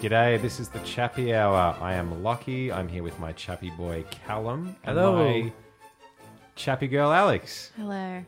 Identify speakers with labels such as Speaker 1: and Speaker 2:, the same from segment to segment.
Speaker 1: G'day, this is the Chappy Hour. I am Lockie. I'm here with my Chappy boy Callum. and
Speaker 2: Hello.
Speaker 1: my Chappy girl Alex.
Speaker 3: Hello.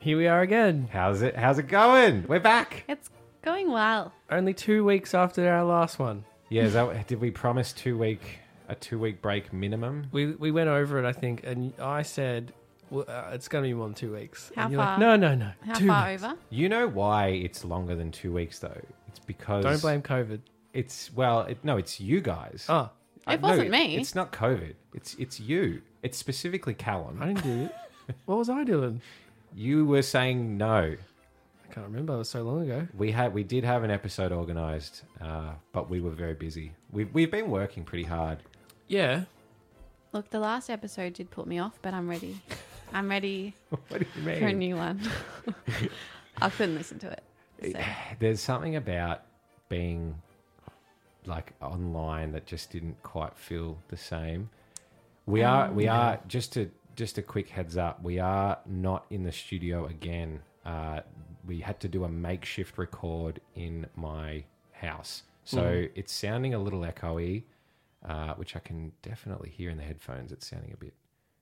Speaker 2: Here we are again,
Speaker 1: How's it? How's it going? We're back.
Speaker 3: It's going well.
Speaker 2: only two weeks after our last one.
Speaker 1: Yeah, is that, did we promise two week a two week break minimum?
Speaker 2: We we went over it, I think, and I said well, uh, it's going to be more than two weeks.
Speaker 3: How
Speaker 2: and
Speaker 3: far?
Speaker 2: Like, no, no, no.
Speaker 3: How
Speaker 2: two
Speaker 3: far
Speaker 2: weeks.
Speaker 3: over?
Speaker 1: You know why it's longer than two weeks though? It's because
Speaker 2: Don't blame COVID.
Speaker 1: It's well, it, no, it's you guys.
Speaker 2: Oh,
Speaker 1: I-
Speaker 3: It wasn't
Speaker 1: no,
Speaker 3: me.
Speaker 1: It's not COVID. It's it's you. It's specifically
Speaker 2: I
Speaker 1: Callum.
Speaker 2: didn't do it. what was I doing?
Speaker 1: You were saying no.
Speaker 2: I can't remember. It was so long ago.
Speaker 1: We had we did have an episode organized, uh, but we were very busy. We've we've been working pretty hard.
Speaker 2: Yeah.
Speaker 3: Look, the last episode did put me off, but I'm ready. I'm ready
Speaker 1: What do you
Speaker 3: for a
Speaker 1: mean?
Speaker 3: new one. I couldn't listen to it. So,
Speaker 1: There's something about being like online that just didn't quite feel the same. We are we are just to just a quick heads up. We are not in the studio again. Uh, we had to do a makeshift record in my house, so it's sounding a little echoey, uh, which I can definitely hear in the headphones. It's sounding a bit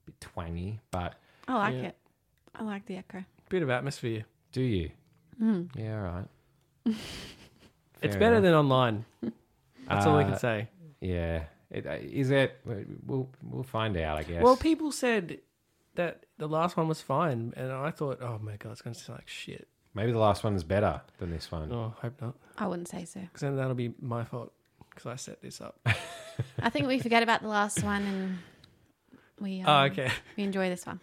Speaker 1: a bit twangy, but
Speaker 3: I like
Speaker 2: Yeah.
Speaker 3: it. I like the echo.
Speaker 2: Bit of atmosphere.
Speaker 1: do you? Yeah, all right.
Speaker 2: it's
Speaker 1: Fair
Speaker 2: better
Speaker 1: enough.
Speaker 2: than online. That's all we
Speaker 1: Uh,
Speaker 2: can say.
Speaker 1: Yeah. It, uh, is it? We'll we'll find out, I guess.
Speaker 2: Well, people said that the last one was fine, and I thought, oh my god, it's going to sound like shit.
Speaker 1: Maybe the last one's better than this one.
Speaker 2: Oh, hope not,
Speaker 3: I wouldn't say so.
Speaker 2: because then that'll be my fault because I set this up.
Speaker 3: I think we forget about the last one and we, um,
Speaker 2: oh, okay.
Speaker 3: we enjoy this one.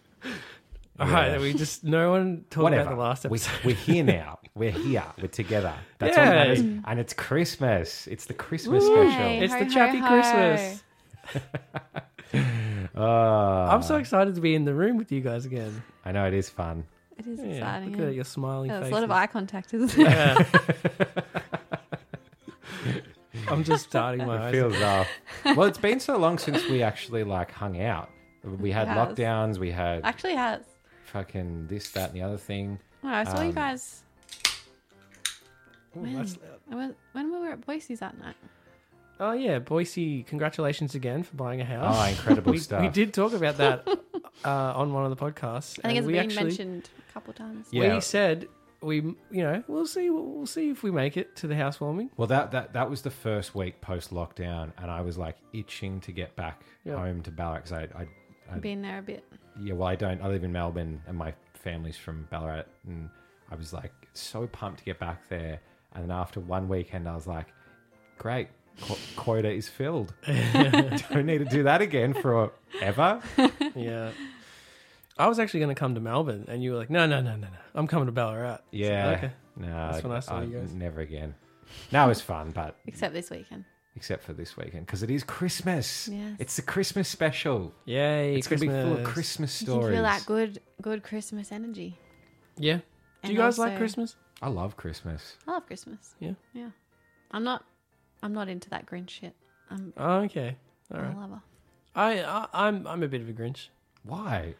Speaker 2: All right, we just no one talked
Speaker 1: Whatever.
Speaker 2: about the last
Speaker 1: we,
Speaker 2: episode.
Speaker 1: we're here now. We're here. We're together. That's
Speaker 2: Yay.
Speaker 1: all that is.
Speaker 2: Mm.
Speaker 1: And it's Christmas. It's the Christmas
Speaker 3: Yay.
Speaker 1: special.
Speaker 2: it's
Speaker 3: Ho,
Speaker 2: the
Speaker 3: ho,
Speaker 2: Chappy
Speaker 3: ho.
Speaker 2: Christmas.
Speaker 1: Oh,
Speaker 2: I'm so excited to be in the room with you guys again.
Speaker 1: I know it is fun.
Speaker 3: It is
Speaker 2: Yeah,
Speaker 3: exciting.
Speaker 2: look
Speaker 3: yeah.
Speaker 2: at your smiling
Speaker 3: Oh,
Speaker 2: faces.
Speaker 3: there's a lot of eye contact, isn't it?
Speaker 2: I'm just starting my eyes.
Speaker 1: It feels off. Well, it's been so long since we actually like hung out. We had
Speaker 3: Yes.
Speaker 1: lockdowns. We had
Speaker 3: Actually, it has.
Speaker 1: fucking this, that, and the other thing.
Speaker 3: Oh, I saw you
Speaker 1: Um,
Speaker 3: guys.
Speaker 2: Ooh,
Speaker 3: When,
Speaker 2: that's loud.
Speaker 3: I was- when we were at Boise's that night.
Speaker 2: Oh yeah, Boise! Congratulations again for buying a house.
Speaker 1: Oh, incredible
Speaker 2: Ah. we,
Speaker 1: stuff.
Speaker 2: we did talk about that uh, on one of the podcasts.
Speaker 3: I think
Speaker 2: and
Speaker 3: it's
Speaker 2: we
Speaker 3: been
Speaker 2: actually,
Speaker 3: mentioned a couple times.
Speaker 1: Yeah.
Speaker 2: We said we, you know, we'll see. We'll, we'll see if we make it to the housewarming.
Speaker 1: Well, that, that that was the first week post lockdown, and I was like itching to get back
Speaker 2: Yeah.
Speaker 1: home to Ballarat because I, I
Speaker 3: Been there a bit.
Speaker 1: yeah, well, I don't. I live in Melbourne, and my family's from Ballarat, and I was like so pumped to get back there. And then after one weekend, I was like, great, qu- quota is filled. don't need to do that again for ever.
Speaker 2: Yeah. I was actually going to come to Melbourne, and you were like, "No, no, no, no, no! I'm coming to Ballarat."
Speaker 1: Yeah,
Speaker 2: okay.
Speaker 1: no,
Speaker 2: That's when I saw you guys.
Speaker 1: never again. No, it was fun, but
Speaker 3: Except this weekend.
Speaker 1: except for this weekend because it is Christmas.
Speaker 3: Yes.
Speaker 1: It's the Christmas special.
Speaker 2: Yay!
Speaker 1: It's going to be full of
Speaker 2: Christmas.
Speaker 1: Christmas
Speaker 3: You can
Speaker 1: stories.
Speaker 3: feel that good, good Christmas energy.
Speaker 2: Yeah. Do
Speaker 3: And
Speaker 2: you guys like
Speaker 3: also-
Speaker 2: Christmas?
Speaker 1: I love Christmas.
Speaker 3: I love Christmas.
Speaker 2: Yeah.
Speaker 3: Yeah. I'm not. I'm not into that Grinch shit. I'm
Speaker 2: Oh, okay. All
Speaker 3: I'm
Speaker 2: right.
Speaker 3: a lover.
Speaker 2: I, I I'm I'm a bit of a Grinch.
Speaker 1: Why?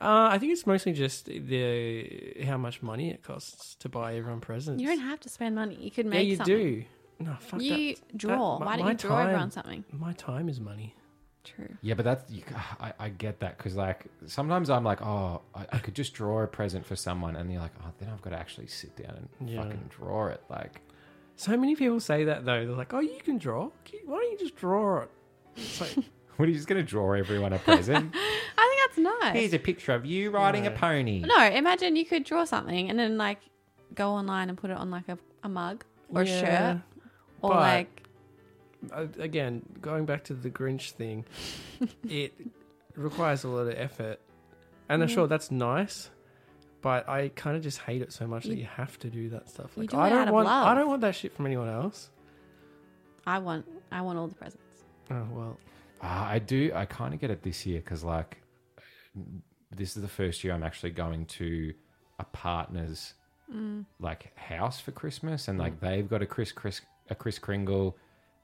Speaker 2: Uh, I think it's mostly just the how much money it costs to buy everyone presents.
Speaker 3: You don't have to spend money. You could
Speaker 2: yeah,
Speaker 3: make
Speaker 2: you
Speaker 3: something.
Speaker 2: do. No, fuck
Speaker 3: You
Speaker 2: that.
Speaker 3: draw.
Speaker 2: that- my-
Speaker 3: Why don't
Speaker 2: my
Speaker 3: you draw everyone
Speaker 2: time.
Speaker 3: something?
Speaker 2: My time is money.
Speaker 3: True.
Speaker 1: Yeah, but that's you, I, I get that because like sometimes I'm like, oh, I, I could just draw a present for someone, and you're like, oh, then I've got to actually sit down and
Speaker 2: Yeah.
Speaker 1: fucking draw it. Like,
Speaker 2: So many people say that though. They're like, "Oh, you can draw. Can you- Why don't you just draw it?" It's like,
Speaker 1: what are you just gonna draw everyone a present?
Speaker 3: I think that's nice.
Speaker 1: Here's a picture of you riding a
Speaker 2: No.
Speaker 1: pony.
Speaker 3: No, imagine you could draw something and then like go online and put it on like a, a mug or
Speaker 2: Yeah.
Speaker 3: a shirt or
Speaker 2: But-
Speaker 3: like
Speaker 2: uh, again, going back to the Grinch thing, it requires a lot of effort. And I'm sure that's nice, but I kind of just hate it so much that
Speaker 3: You-
Speaker 2: you have to do that stuff.
Speaker 3: you
Speaker 2: Like
Speaker 3: do
Speaker 2: I
Speaker 3: it
Speaker 2: don't
Speaker 3: out of
Speaker 2: want I
Speaker 3: love.
Speaker 2: don't want that shit from anyone else.
Speaker 3: I want I want all the presents.
Speaker 2: Oh well.
Speaker 1: Ah, I do. I kind of get it this year because like this is the first year I'm actually going to a partner's
Speaker 3: Mm.
Speaker 1: like house for Christmas, and like they've got a Chris Chris a Chris Kringle,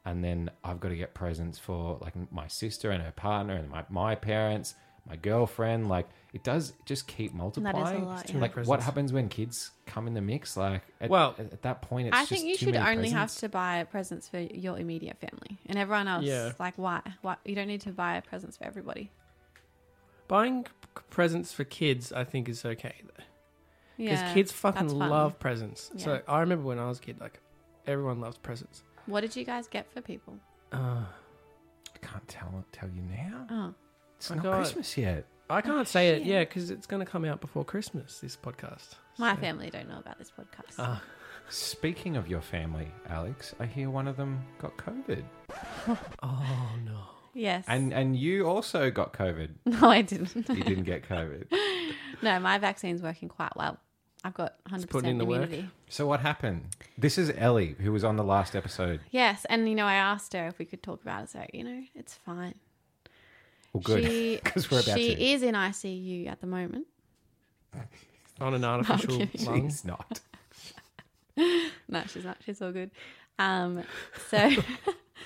Speaker 1: and then I've got to get presents for like my sister and her partner and my my parents. my girlfriend. Like it does just keep multiplying.
Speaker 3: lot, It's too yeah.
Speaker 2: many
Speaker 1: Like what
Speaker 2: presents.
Speaker 1: happens when kids come in the mix? Like at,
Speaker 2: Well-
Speaker 1: at, at that point, it's
Speaker 3: I
Speaker 1: just
Speaker 3: think you
Speaker 1: too
Speaker 3: should
Speaker 1: many
Speaker 3: only have
Speaker 1: presents.
Speaker 3: to buy presents for your immediate family and everyone else.
Speaker 2: Yeah.
Speaker 3: Like, why? Why you don't need to buy presents for everybody?
Speaker 2: Buying p- presents for kids, I think, is okay though, because
Speaker 3: Yeah.
Speaker 2: kids fucking
Speaker 3: that's fun.
Speaker 2: love presents. So
Speaker 3: Yeah.
Speaker 2: I remember when I was a kid, like everyone loves presents.
Speaker 3: What did you guys get for people?
Speaker 2: Uh,
Speaker 1: I can't tell tell you now.
Speaker 3: Oh,
Speaker 1: It's
Speaker 2: I
Speaker 1: not
Speaker 2: got-
Speaker 1: Christmas yet.
Speaker 2: I can't say it,
Speaker 3: shit.
Speaker 2: yeah, because it's going to come out before Christmas. This podcast.
Speaker 3: my
Speaker 2: So-
Speaker 3: family don't know about this podcast.
Speaker 1: Uh,
Speaker 2: Ah.
Speaker 1: Speaking of your family, Alex, I hear one of them got COVID,
Speaker 2: Oh no.
Speaker 3: yes.
Speaker 1: and and you also got COVID.
Speaker 3: no, I didn't.
Speaker 1: You didn't get COVID.
Speaker 3: no, my vaccine's working quite well. I've got 100%
Speaker 2: putting in the work.
Speaker 3: immunity.
Speaker 1: So what happened? This is Ellie, who was on the last episode.
Speaker 3: Yes, and you know, I asked her if we could talk about it. So you know, it's fine.
Speaker 1: Well, good
Speaker 3: She-
Speaker 1: because we're about
Speaker 3: she
Speaker 1: to.
Speaker 3: is in ICU at the moment.
Speaker 2: On an artificial
Speaker 3: kidding.
Speaker 2: lung.
Speaker 1: She's not.
Speaker 3: No, she's not. She's all good. Um, so,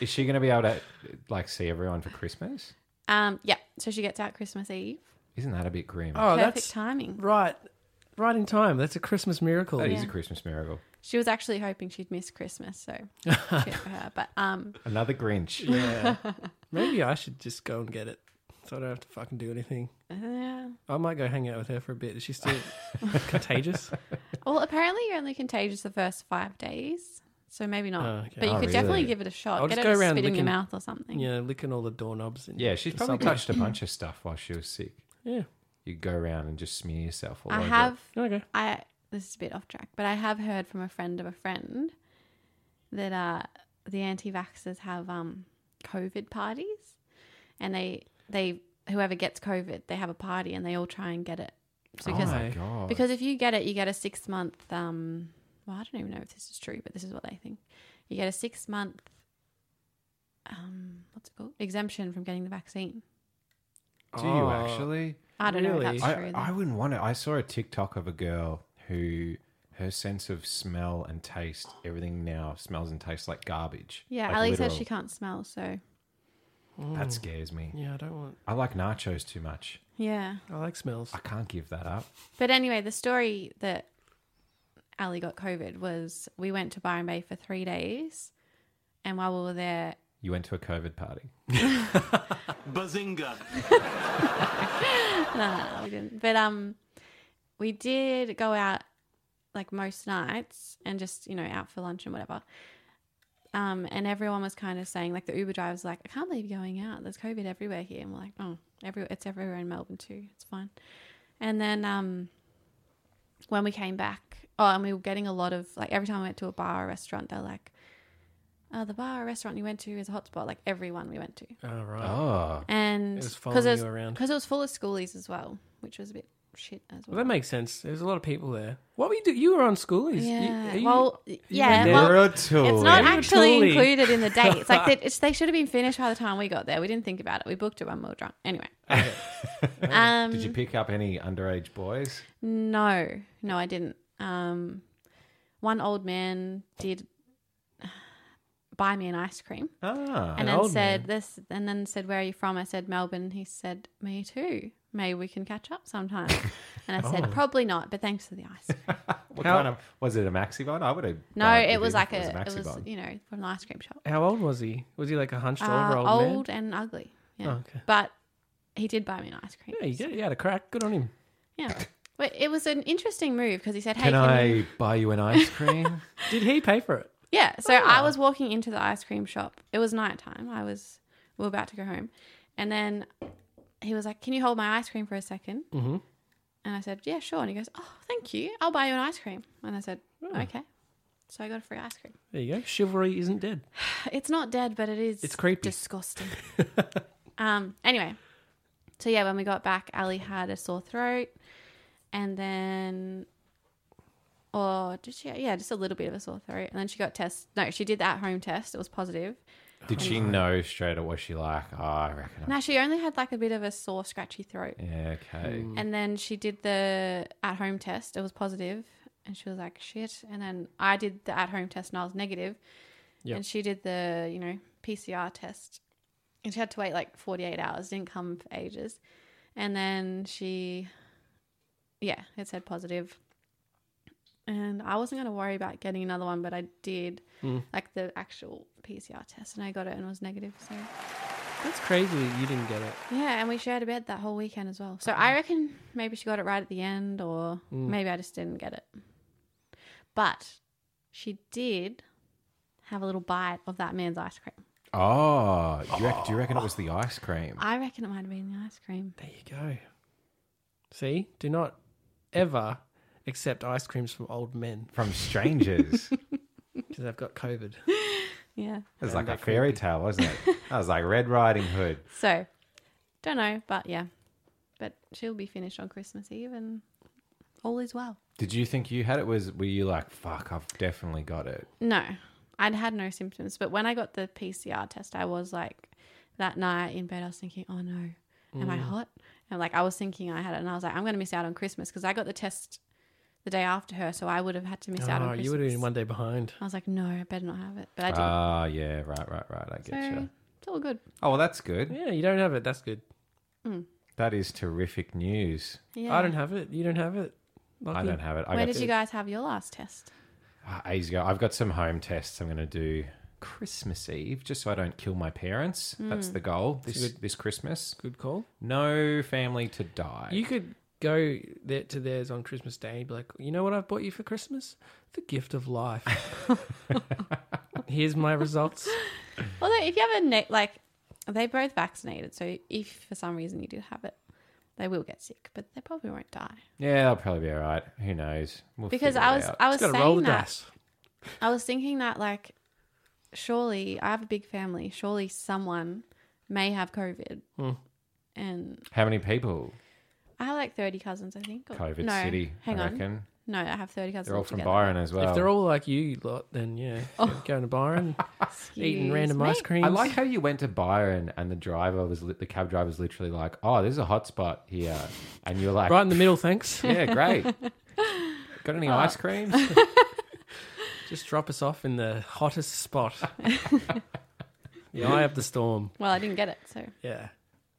Speaker 1: Is she going to be able to like see everyone for Christmas?
Speaker 3: um, yeah. So she gets out Christmas Eve.
Speaker 1: Isn't that a bit grim?
Speaker 2: Oh,
Speaker 3: Perfect
Speaker 2: that's
Speaker 3: timing.
Speaker 2: right. Right in time. That's a Christmas miracle.
Speaker 1: that is a
Speaker 3: yeah.
Speaker 1: Christmas miracle.
Speaker 3: She was actually hoping she'd miss Christmas, so shit for her. But um,
Speaker 1: Another Grinch.
Speaker 2: Yeah. Maybe I should just go and get it so I don't have to fucking do anything.
Speaker 3: yeah.
Speaker 2: I might go hang out with her for a bit. Is she still contagious?
Speaker 3: Well, apparently you're only contagious the first five days, so maybe not.
Speaker 2: Oh, okay.
Speaker 3: But you
Speaker 1: Oh,
Speaker 3: could
Speaker 1: really?
Speaker 3: definitely give it a shot.
Speaker 2: I'll
Speaker 3: Get
Speaker 2: just
Speaker 3: it
Speaker 2: go
Speaker 3: to
Speaker 2: around
Speaker 3: spit in your
Speaker 2: licking-
Speaker 3: mouth or something.
Speaker 2: Yeah, licking all the doorknobs. And
Speaker 1: Yeah, she's
Speaker 2: the
Speaker 1: probably
Speaker 2: subway.
Speaker 1: touched a bunch of stuff while she was sick.
Speaker 2: Yeah.
Speaker 1: You go around and just smear yourself all
Speaker 3: I
Speaker 1: over.
Speaker 3: have.
Speaker 2: Okay.
Speaker 3: I this is a bit off track, but I have heard from a friend of a friend that uh, the anti-vaxxers have um, COVID parties, and they they whoever gets COVID, they have a party and they all try and get it
Speaker 1: oh
Speaker 3: because
Speaker 1: my
Speaker 2: I-
Speaker 1: god!
Speaker 3: because if you get it, you get a six month. Um, well, I don't even know if this is true, but this is what they think. You get a six month. Um, what's it called? Exemption from getting the vaccine.
Speaker 1: do you
Speaker 2: Oh.
Speaker 1: actually?
Speaker 3: I don't know
Speaker 2: Really?
Speaker 3: if that's true.
Speaker 1: I,
Speaker 3: though.
Speaker 1: I wouldn't want it. I saw a TikTok of a girl who her sense of smell and taste, everything now smells and tastes like garbage.
Speaker 3: yeah,
Speaker 1: like
Speaker 3: Ali says
Speaker 1: literal.
Speaker 3: she can't smell, so
Speaker 1: That scares me.
Speaker 2: Yeah, I don't want.
Speaker 1: I like nachos too much.
Speaker 3: yeah.
Speaker 2: I like smells.
Speaker 1: I can't give that up.
Speaker 3: But anyway, the story that Ali got COVID was we went to Byron Bay for three days, and while we were there,
Speaker 1: You went to a COVID party.
Speaker 4: Bazinga.
Speaker 3: no, no, no, we didn't. But um, we did go out like most nights and just you know out for lunch and whatever. Um, and everyone was kind of saying like the Uber driver was like, I can't believe you're going out. There's COVID everywhere here, and we're like, oh, every it's everywhere in Melbourne too. It's fine. And then um, when we came back, oh, and we were getting a lot of like every time we went to a bar or restaurant, they're like. Oh, the bar or restaurant you went to is a hotspot, like everyone we went to
Speaker 2: oh, right.
Speaker 1: Oh,
Speaker 3: and
Speaker 2: It was
Speaker 3: because
Speaker 2: following
Speaker 3: it,
Speaker 2: you around.
Speaker 3: because it was full of schoolies as well, which was a bit shit as
Speaker 2: Well,
Speaker 3: well.
Speaker 2: that makes sense. There's a lot of people there. What were you do? You were on schoolies. You-
Speaker 3: yeah.
Speaker 2: are you-
Speaker 3: well, yeah.
Speaker 2: there?
Speaker 3: Well,
Speaker 1: you're a
Speaker 3: it's
Speaker 1: tool.
Speaker 3: not
Speaker 2: You're a
Speaker 3: actually
Speaker 2: toolie.
Speaker 3: included in the date. It's like they, it's, they should have been finished by the time we got there. We didn't think about it. We booked it when we were drunk. Anyway, um,
Speaker 1: Did you pick up any underage boys?
Speaker 3: no, no, I didn't. Um, one old man did buy me an ice cream.
Speaker 1: Ah,
Speaker 3: and
Speaker 2: An
Speaker 3: then
Speaker 2: old
Speaker 3: said this and then said where are you from i said melbourne he said me too maybe we can catch up sometime and i said probably not but thanks for the ice cream
Speaker 1: what
Speaker 2: How-
Speaker 1: kind of was it? A maxi bond? I would have.
Speaker 3: no
Speaker 1: died
Speaker 3: it
Speaker 1: with
Speaker 3: was
Speaker 1: him
Speaker 3: like
Speaker 1: if
Speaker 3: a it
Speaker 1: maxi
Speaker 3: was
Speaker 1: bond.
Speaker 3: you know from an ice cream shop
Speaker 2: How old was he? Was he like a hunched over
Speaker 3: Uh,
Speaker 2: old, man?
Speaker 3: old and ugly yeah
Speaker 2: Oh, okay.
Speaker 3: but he did buy me an ice cream
Speaker 2: Yeah, he, did, he had a crack. Good on him.
Speaker 3: yeah but it was an interesting move because he said hey
Speaker 1: Can
Speaker 3: can
Speaker 1: I
Speaker 3: you-
Speaker 1: buy you an ice cream?
Speaker 2: Did he pay for it?
Speaker 3: Yeah. So I was walking into the ice cream shop. It was nighttime. I was we were about to go home, and then he was like, "Can you hold my ice cream for a 2nd Mm-hmm. And I said, "Yeah, sure." And he goes, "Oh, thank you. I'll buy you an ice cream." And I said, "Okay." So I got a free ice cream.
Speaker 2: There you go. Chivalry isn't dead.
Speaker 3: It's not dead, but it is.
Speaker 2: It's creepy.
Speaker 3: Disgusting. um. Anyway, so yeah, when we got back, Ali had a sore throat, and then, or did she? Yeah, just a little bit of a sore throat, and then she got test. No, she did the at-home test. It was positive.
Speaker 1: Did she know straight away? Was she like, oh, I reckon. I'm...
Speaker 3: No, she only had like a bit of a sore, scratchy throat,
Speaker 1: Yeah, okay.
Speaker 3: and then she did the at-home test. It was positive, and she was like, "Shit!" And then I did the at-home test, and I was negative.
Speaker 2: Yep.
Speaker 3: And she did the, you know, PCR test. And she had to wait like 48 hours, didn't come for ages. And then she, yeah, it said positive. And I wasn't going to worry about getting another one, but I did, like the actual PCR test, and I got it and it was negative. So,
Speaker 2: That's crazy you didn't get it.
Speaker 3: yeah, and we shared a bed that whole weekend as well. So I reckon maybe she got it right at the end, or maybe I just didn't get it. But she did have a little bite of that man's ice cream.
Speaker 1: Oh, do you, rec- do you reckon it was
Speaker 3: Oh.
Speaker 1: the ice cream?
Speaker 3: I reckon it might have been the ice cream.
Speaker 2: There you go. See, do not ever accept ice creams from old men
Speaker 1: From strangers. it
Speaker 2: because they've got COVID.
Speaker 3: Yeah.
Speaker 1: was like a fairy tale, wasn't it? I was like Red Riding Hood.
Speaker 3: So, don't know, but yeah. But she'll be finished on Christmas Eve and all is well.
Speaker 1: Did you think you had it? Was were you like, fuck, I've definitely got it?
Speaker 3: No, I'd had no symptoms. But when I got the PCR test, I was like, that night in bed, I was thinking, oh no, am
Speaker 2: Mm.
Speaker 3: I hot? And like, I was thinking I had it. And I was like, I'm going to miss out on Christmas because I got the test the day after her. So I would have had to miss out on
Speaker 2: Oh,
Speaker 3: Christmas.
Speaker 2: you would have been one day behind.
Speaker 3: I was like, no, I better not have it. But I did.
Speaker 1: Ah, yeah, right, right, right. I get
Speaker 3: so,
Speaker 1: you.
Speaker 3: it's all good.
Speaker 1: Oh, well, that's good.
Speaker 2: Yeah, you don't have it. That's good.
Speaker 1: That is terrific news.
Speaker 3: Yeah.
Speaker 2: I don't have it. You don't have it.
Speaker 1: I
Speaker 2: Lucky.
Speaker 1: don't have it. I
Speaker 3: Where
Speaker 1: got
Speaker 3: did you guys have your last test?
Speaker 1: Ah, ages ago. I've got some home tests I'm going to do Christmas Eve, just so I don't kill my parents. That's
Speaker 3: Hmm.
Speaker 1: the goal this this Christmas.
Speaker 2: Good call.
Speaker 1: No family to die.
Speaker 2: You could go there to theirs on Christmas Day and be like, you know what I've bought you for Christmas? The gift of life. Here's my results.
Speaker 3: Although, if you have a ne- like, they both vaccinated, so if for some reason you do have it, they will get sick, but they probably won't die.
Speaker 1: yeah, I'll probably be all right. Who knows? We'll
Speaker 3: Because
Speaker 1: figure it
Speaker 3: I was,
Speaker 1: out.
Speaker 3: I was
Speaker 2: Got to roll the
Speaker 3: saying that
Speaker 2: dice.
Speaker 3: I was thinking that like, surely I have a big family. Surely someone may have COVID,
Speaker 1: Hmm.
Speaker 3: and
Speaker 1: How many people?
Speaker 3: I have like thirty cousins, I think. or-
Speaker 1: COVID
Speaker 3: Oh, no,
Speaker 1: City.
Speaker 3: Hang
Speaker 1: I
Speaker 3: on,
Speaker 1: reckon
Speaker 3: no, I have thirty cousins.
Speaker 1: they're all from
Speaker 3: altogether.
Speaker 1: Byron as well.
Speaker 2: If they're all like you lot, then yeah,
Speaker 3: Oh.
Speaker 2: going to Byron, eating
Speaker 3: Excuse
Speaker 2: random ice
Speaker 3: me.
Speaker 2: creams.
Speaker 1: I like how you went to Byron and the driver was li- the cab driver was literally like, "Oh, there's a hot spot here," and you're like,
Speaker 2: right in the middle. Thanks.
Speaker 1: "Yeah, great. Got
Speaker 3: Oh.
Speaker 1: any ice creams?"
Speaker 2: Just drop us off in the hottest spot. the eye of the storm.
Speaker 3: Well, I didn't get it, so
Speaker 1: Uh,
Speaker 2: Yeah.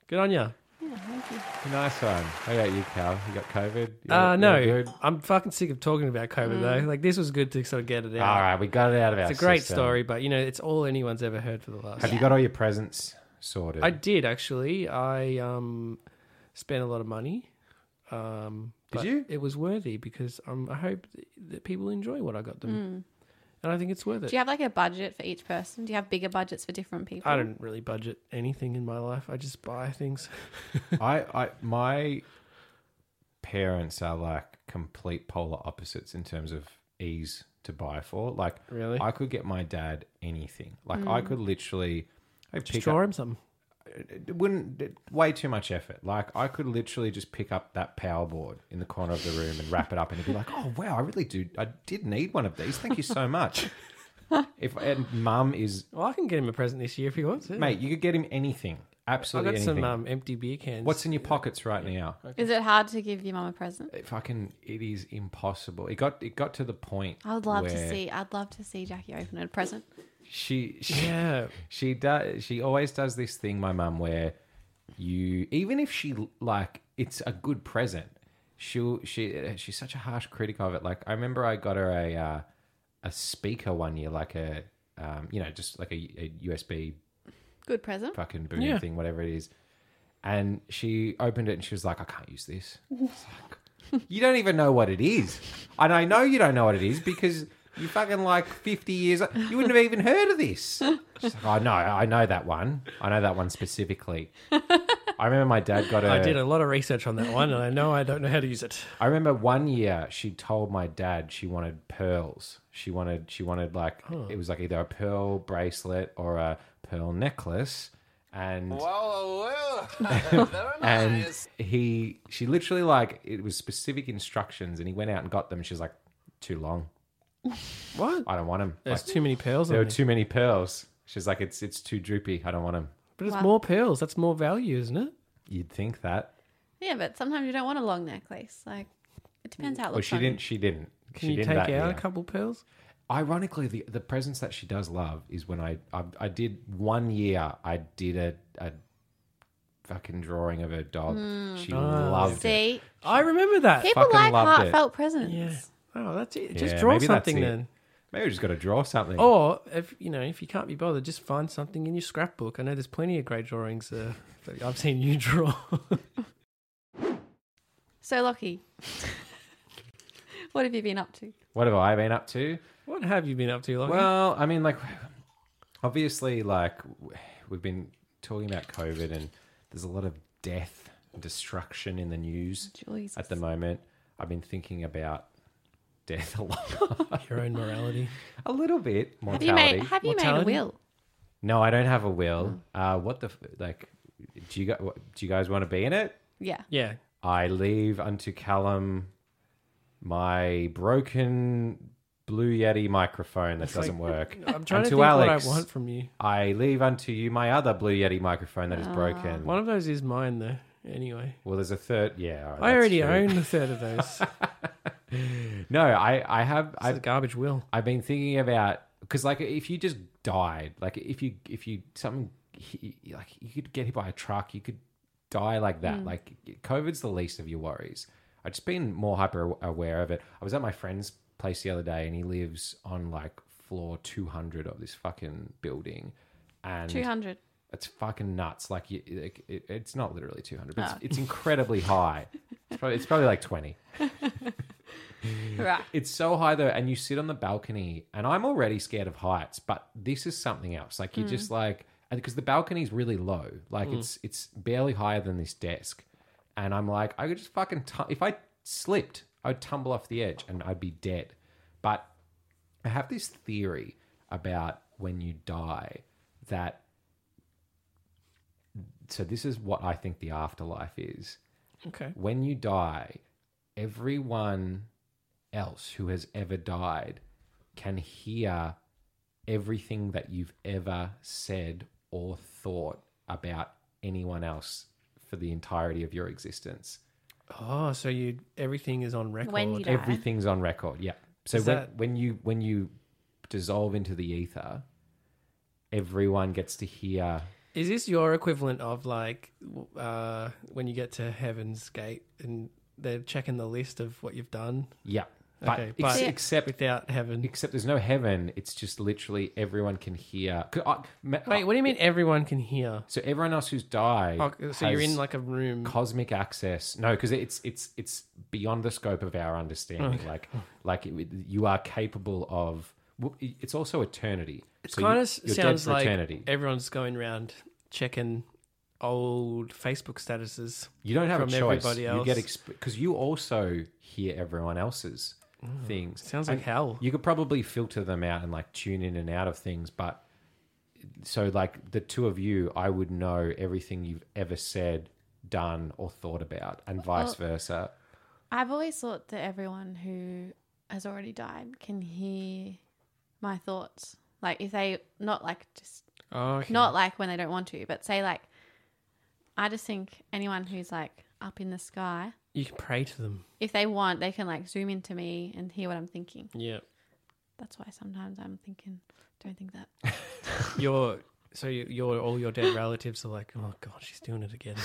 Speaker 2: Good on you.
Speaker 3: yeah, thank you.
Speaker 1: nice one. How about you, Cal? You got COVID? You're,
Speaker 2: Uh, no,
Speaker 1: you're good? Mm.
Speaker 2: I'm fucking sick of talking about COVID though. Like this was good to sort of get it out.
Speaker 1: All right, we got it out of our.
Speaker 2: It's a great
Speaker 1: system.
Speaker 2: story, but you know, it's all anyone's ever heard for the last.
Speaker 1: Have you got all your presents sorted?
Speaker 2: I did actually. I um, spent a lot of money. Um,
Speaker 1: Did
Speaker 2: but
Speaker 1: you?
Speaker 2: It was worthy because um, I hope th- that people enjoy what I got them, and I think it's worth it.
Speaker 3: Do you have like a budget for each person? Do you have bigger budgets for different people?
Speaker 2: I don't really budget anything in my life. I just buy things.
Speaker 1: I, I, my parents are like complete polar opposites in terms of ease to buy for. Like,
Speaker 2: Really? Mm.
Speaker 1: I could get my dad anything. Like, I could literally. I
Speaker 2: Just
Speaker 1: pick
Speaker 2: draw
Speaker 1: up,
Speaker 2: him something.
Speaker 1: it wouldn't it- way too much effort. Like I could literally just pick up that power board in the corner of the room and wrap it up, and it'd be like, "Oh wow, I really do. I did need one of these. Thank you so much." if and mum is
Speaker 2: Well, I can get him a present this year if he wants it.
Speaker 1: mate, you could get him anything,
Speaker 2: I
Speaker 1: absolutely
Speaker 2: got
Speaker 1: anything.
Speaker 2: some um, empty beer cans.
Speaker 1: What's in your pockets right now?
Speaker 3: Is it hard to give your mum a present?
Speaker 1: It Fucking, it is impossible. It got it got to the point.
Speaker 3: I would love
Speaker 1: where
Speaker 3: to see. I'd love to see Jackie open a present.
Speaker 1: she she
Speaker 2: yeah?
Speaker 1: she does. She always does this thing, my mum, where you even if she like it's a good present, she'll she she's such a harsh critic of it. Like I remember I got her a uh, a speaker one year, like a um, you know just like a, a USB
Speaker 3: Good present.
Speaker 1: fucking boom
Speaker 2: Mm-hmm. Yeah.
Speaker 1: thing, whatever it is. And she opened it and she was like, I can't use this. It's like, you don't even know what it is. And I know you don't know what it is because you fucking like 50 years, you wouldn't have even heard of this. She's like, oh no, I know that one. I know that one specifically. I remember my dad got a.
Speaker 2: I did a lot of research on that one, and I know I don't know how to use it.
Speaker 1: I remember one year she told my dad she wanted pearls. She wanted she wanted like it was like either a pearl bracelet or a pearl necklace. And and he she literally like it was specific instructions and he went out and got them and she was like too long.
Speaker 2: What?
Speaker 1: I don't want them.
Speaker 2: There's too many pearls.
Speaker 1: there
Speaker 2: on
Speaker 1: were
Speaker 2: there.
Speaker 1: too many pearls. She's like it's it's too droopy. I don't want them.
Speaker 2: But it's more pearls. That's more value, isn't it?
Speaker 1: You'd think that.
Speaker 3: Yeah, but sometimes you don't want a long necklace. Like, it depends how it looks.
Speaker 1: Well, she
Speaker 3: on
Speaker 1: didn't she didn't.
Speaker 2: Can
Speaker 1: she
Speaker 2: you
Speaker 1: didn't
Speaker 2: take out
Speaker 1: that
Speaker 2: a
Speaker 1: year.
Speaker 2: couple pearls?
Speaker 1: Ironically, the, the presents that she does love is when I I, I did one year I did a, a fucking drawing of her dog. She
Speaker 2: Oh.
Speaker 1: loved it.
Speaker 3: Hmm. See,
Speaker 2: I remember that.
Speaker 3: people
Speaker 1: fucking
Speaker 3: like
Speaker 1: loved it.
Speaker 3: heartfelt presents.
Speaker 2: Yeah. Oh, that's it. Just
Speaker 1: Yeah,
Speaker 2: draw
Speaker 1: maybe that's
Speaker 2: something
Speaker 1: it.
Speaker 2: then.
Speaker 1: Maybe we just got to draw something.
Speaker 2: Or if you know, if you can't be bothered, just find something in your scrapbook. I know there's plenty of great drawings uh, that I've seen you draw.
Speaker 3: So lucky. what have you been up to?
Speaker 1: What have I been up to?
Speaker 2: what have you been up to, Lachlan?
Speaker 1: Well, I mean, like, obviously, like, we've been talking about COVID, and there's a lot of death, destruction in the news
Speaker 3: Julie's
Speaker 1: at the moment. I've been thinking about death a lot,
Speaker 2: your own morality.
Speaker 1: a little bit.
Speaker 3: have
Speaker 1: Mortality.
Speaker 3: you made have you made a
Speaker 2: Mortality?
Speaker 3: will?
Speaker 1: no, I don't have a will. Uh, what the f- like? Do you gu- do you guys want to be in it?
Speaker 3: Yeah.
Speaker 2: Yeah.
Speaker 1: I leave unto Callum my broken Blue Yeti microphone that doesn't work.
Speaker 2: I'm trying
Speaker 1: and to
Speaker 2: to think
Speaker 1: Alex,
Speaker 2: what I want from you.
Speaker 1: I leave unto you my other Blue Yeti microphone that is broken.
Speaker 2: One of those is mine, though. Anyway,
Speaker 1: Well, there's a third. Yeah, all right,
Speaker 2: I
Speaker 1: Oh, that's
Speaker 2: already
Speaker 1: true.
Speaker 2: own a third of those.
Speaker 1: No, I, I have.
Speaker 2: It's a
Speaker 1: I've,
Speaker 2: garbage will.
Speaker 1: I've been thinking about because, like, if you just died, like, if you, if you something, hit you- like, you could get hit by a truck, you could die like that. Like, COVID's the least of your worries. I've just been more hyper aware of it. I was at my friend's place the other day, and he lives on like floor 200 of this fucking building, and
Speaker 3: Two hundred.
Speaker 1: It's fucking nuts. Like, you, like it, it's not literally 200, but
Speaker 3: Ah.
Speaker 1: it's, it's incredibly high. It's probably, it's probably like 20. Hmm.
Speaker 3: Right.
Speaker 1: It's so high though, and you sit on the balcony, and I'm already scared of heights, but this is something else. Like you're just like, because the balcony's really low, like it's it's barely higher than this desk, and I'm like, I could just fucking tu- if I slipped, I'd tumble off the edge and I'd be dead. But I have this theory about when you die that. So this is what I think the afterlife is
Speaker 2: Okay.
Speaker 1: when you die, everyone else who has ever died can hear everything that you've ever said or thought about anyone else for the entirety of your existence.
Speaker 2: Oh, so you everything is on record.
Speaker 3: When you die.
Speaker 1: Everything's on record. Yeah. So
Speaker 2: Is
Speaker 1: when,
Speaker 2: that-
Speaker 1: when you when you dissolve into the ether, everyone gets to hear.
Speaker 2: Is this your equivalent of like w- uh, when you get to Heaven's Gate and they're checking the list of what you've done
Speaker 1: Yeah. But,
Speaker 2: Okay,
Speaker 1: ex-
Speaker 2: but-
Speaker 1: except
Speaker 2: without heaven?
Speaker 1: except there's no heaven. It's just literally everyone can hear. 'cause I- ma-
Speaker 2: Wait, what do you mean everyone can hear?
Speaker 1: So everyone else who's died,
Speaker 2: Oh, so you're
Speaker 1: has
Speaker 2: in like a room.
Speaker 1: cosmic access. No, because it's it's it's beyond the scope of our understanding. Like like it, you are capable of. well, It's also eternity.
Speaker 2: It
Speaker 1: you-
Speaker 2: kind of
Speaker 1: you're dead
Speaker 2: sounds
Speaker 1: for
Speaker 2: like
Speaker 1: eternity.
Speaker 2: everyone's going around checking old Facebook statuses.
Speaker 1: You don't have a
Speaker 2: from
Speaker 1: choice.
Speaker 2: everybody
Speaker 1: You get
Speaker 2: else.
Speaker 1: because you also hear everyone else's things.
Speaker 2: Mm. Sounds like
Speaker 1: And
Speaker 2: hell.
Speaker 1: You could probably filter them out and like tune in and out of things, but so like the two of you, I would know everything you've ever said, done, or thought about, and vice versa.
Speaker 3: I've always thought that everyone who has already died can hear my thoughts. Like if they not like just
Speaker 2: Oh, okay.
Speaker 3: not like when they don't want to, but say like I just think anyone who's like up in the sky,
Speaker 2: you can pray to them.
Speaker 3: if they want, they can like zoom into me and hear what I'm thinking.
Speaker 2: Yeah,
Speaker 3: That's why sometimes I'm thinking, don't think that.
Speaker 2: your so you- your all your dead relatives are like, oh god, she's doing it again.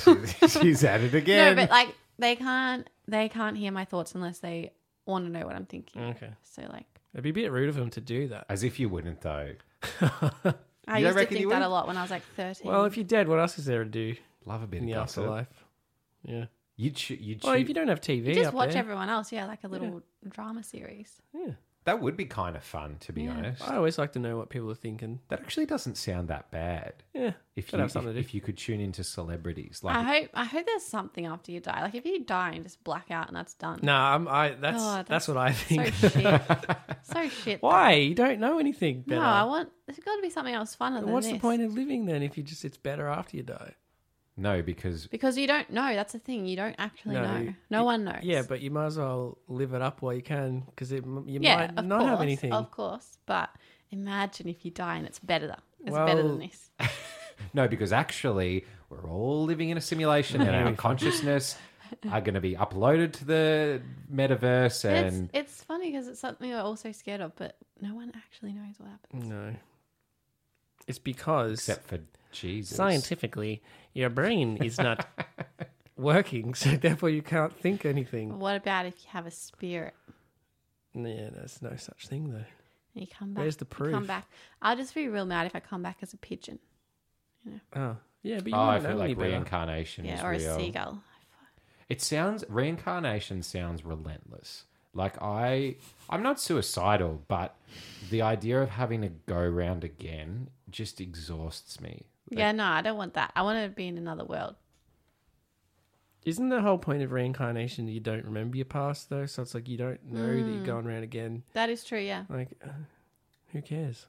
Speaker 1: She's at it
Speaker 3: No,
Speaker 1: again.
Speaker 3: but like they can't they can't hear my thoughts unless they want to know what I'm thinking.
Speaker 2: okay,
Speaker 3: So like
Speaker 2: it'd be a bit rude of him to do that.
Speaker 1: As if you wouldn't, though.
Speaker 3: I
Speaker 1: You don't
Speaker 3: used to
Speaker 1: reckon you
Speaker 3: think that a
Speaker 1: would?
Speaker 3: lot when I was like 13.
Speaker 2: Well, if you're dead, what else is there to do
Speaker 1: Love a bit
Speaker 2: in
Speaker 1: of
Speaker 2: the
Speaker 1: gossip.
Speaker 2: afterlife? Yeah.
Speaker 1: You'd, cho- you'd
Speaker 2: Well,
Speaker 1: choo-
Speaker 2: if you don't have TV,
Speaker 3: You just
Speaker 2: up
Speaker 3: watch
Speaker 2: there,
Speaker 3: everyone else, yeah, like a little drama series.
Speaker 2: Yeah.
Speaker 1: that would be kind of fun, to be
Speaker 3: Yeah.
Speaker 1: honest.
Speaker 2: I always like to know what people are thinking.
Speaker 1: That actually doesn't sound that bad.
Speaker 2: Yeah,
Speaker 1: If
Speaker 2: Gotta
Speaker 1: you,
Speaker 2: have something
Speaker 1: if,
Speaker 2: to do.
Speaker 1: if you could tune into celebrities, like
Speaker 3: I hope I hope there's something after you die. Like if you die and just black out and that's done.
Speaker 2: no, I'm, I that's,
Speaker 3: Oh,
Speaker 2: that's
Speaker 3: that's
Speaker 2: what I
Speaker 3: So
Speaker 2: think.
Speaker 3: shit. so shit. though.
Speaker 2: Why you don't know anything better?
Speaker 3: No, I want there's gotta be something else funner than
Speaker 2: What's
Speaker 3: this.
Speaker 2: the point of living then if you just it's better after you die?
Speaker 1: no, because
Speaker 3: because you don't know, that's the thing. You don't actually
Speaker 2: No,
Speaker 3: know.
Speaker 2: you-
Speaker 3: No one knows.
Speaker 2: Yeah, but you might as well live it up while you can because it m- you
Speaker 3: yeah,
Speaker 2: might
Speaker 3: of
Speaker 2: not
Speaker 3: course,
Speaker 2: have anything.
Speaker 3: Of course. But imagine if you die and it's better than it's better
Speaker 2: Well,
Speaker 3: than this.
Speaker 1: no, because actually we're all living in a simulation, and our consciousness are going to be uploaded to the metaverse, and
Speaker 3: It's it's funny because it's something we're all so scared of, but no one actually knows what happens.
Speaker 2: No, It's because
Speaker 1: except for Jesus.
Speaker 2: scientifically your brain is not working, so therefore you can't think anything.
Speaker 3: What about if you have a spirit
Speaker 2: Yeah, there's no such thing though.
Speaker 3: and you come back?
Speaker 2: Where's the
Speaker 3: You Come
Speaker 2: proof?
Speaker 3: back. I'll just be real mad if I come back as a pigeon.
Speaker 2: Oh, yeah, but you
Speaker 1: Oh, I
Speaker 2: wouldn't
Speaker 1: feel
Speaker 2: know any
Speaker 1: like
Speaker 2: better.
Speaker 1: reincarnation is
Speaker 3: Yeah, or
Speaker 1: real.
Speaker 3: a seagull.
Speaker 1: It sounds reincarnation sounds relentless. Like I I'm not suicidal, but the idea of having to go round again just exhausts me.
Speaker 3: Yeah, no, I don't want that. I want to be in another world.
Speaker 2: Isn't the whole point of reincarnation that you don't remember your past though? So it's like you don't know that you're going around again.
Speaker 3: That is true. Yeah,
Speaker 2: Like, uh, who cares?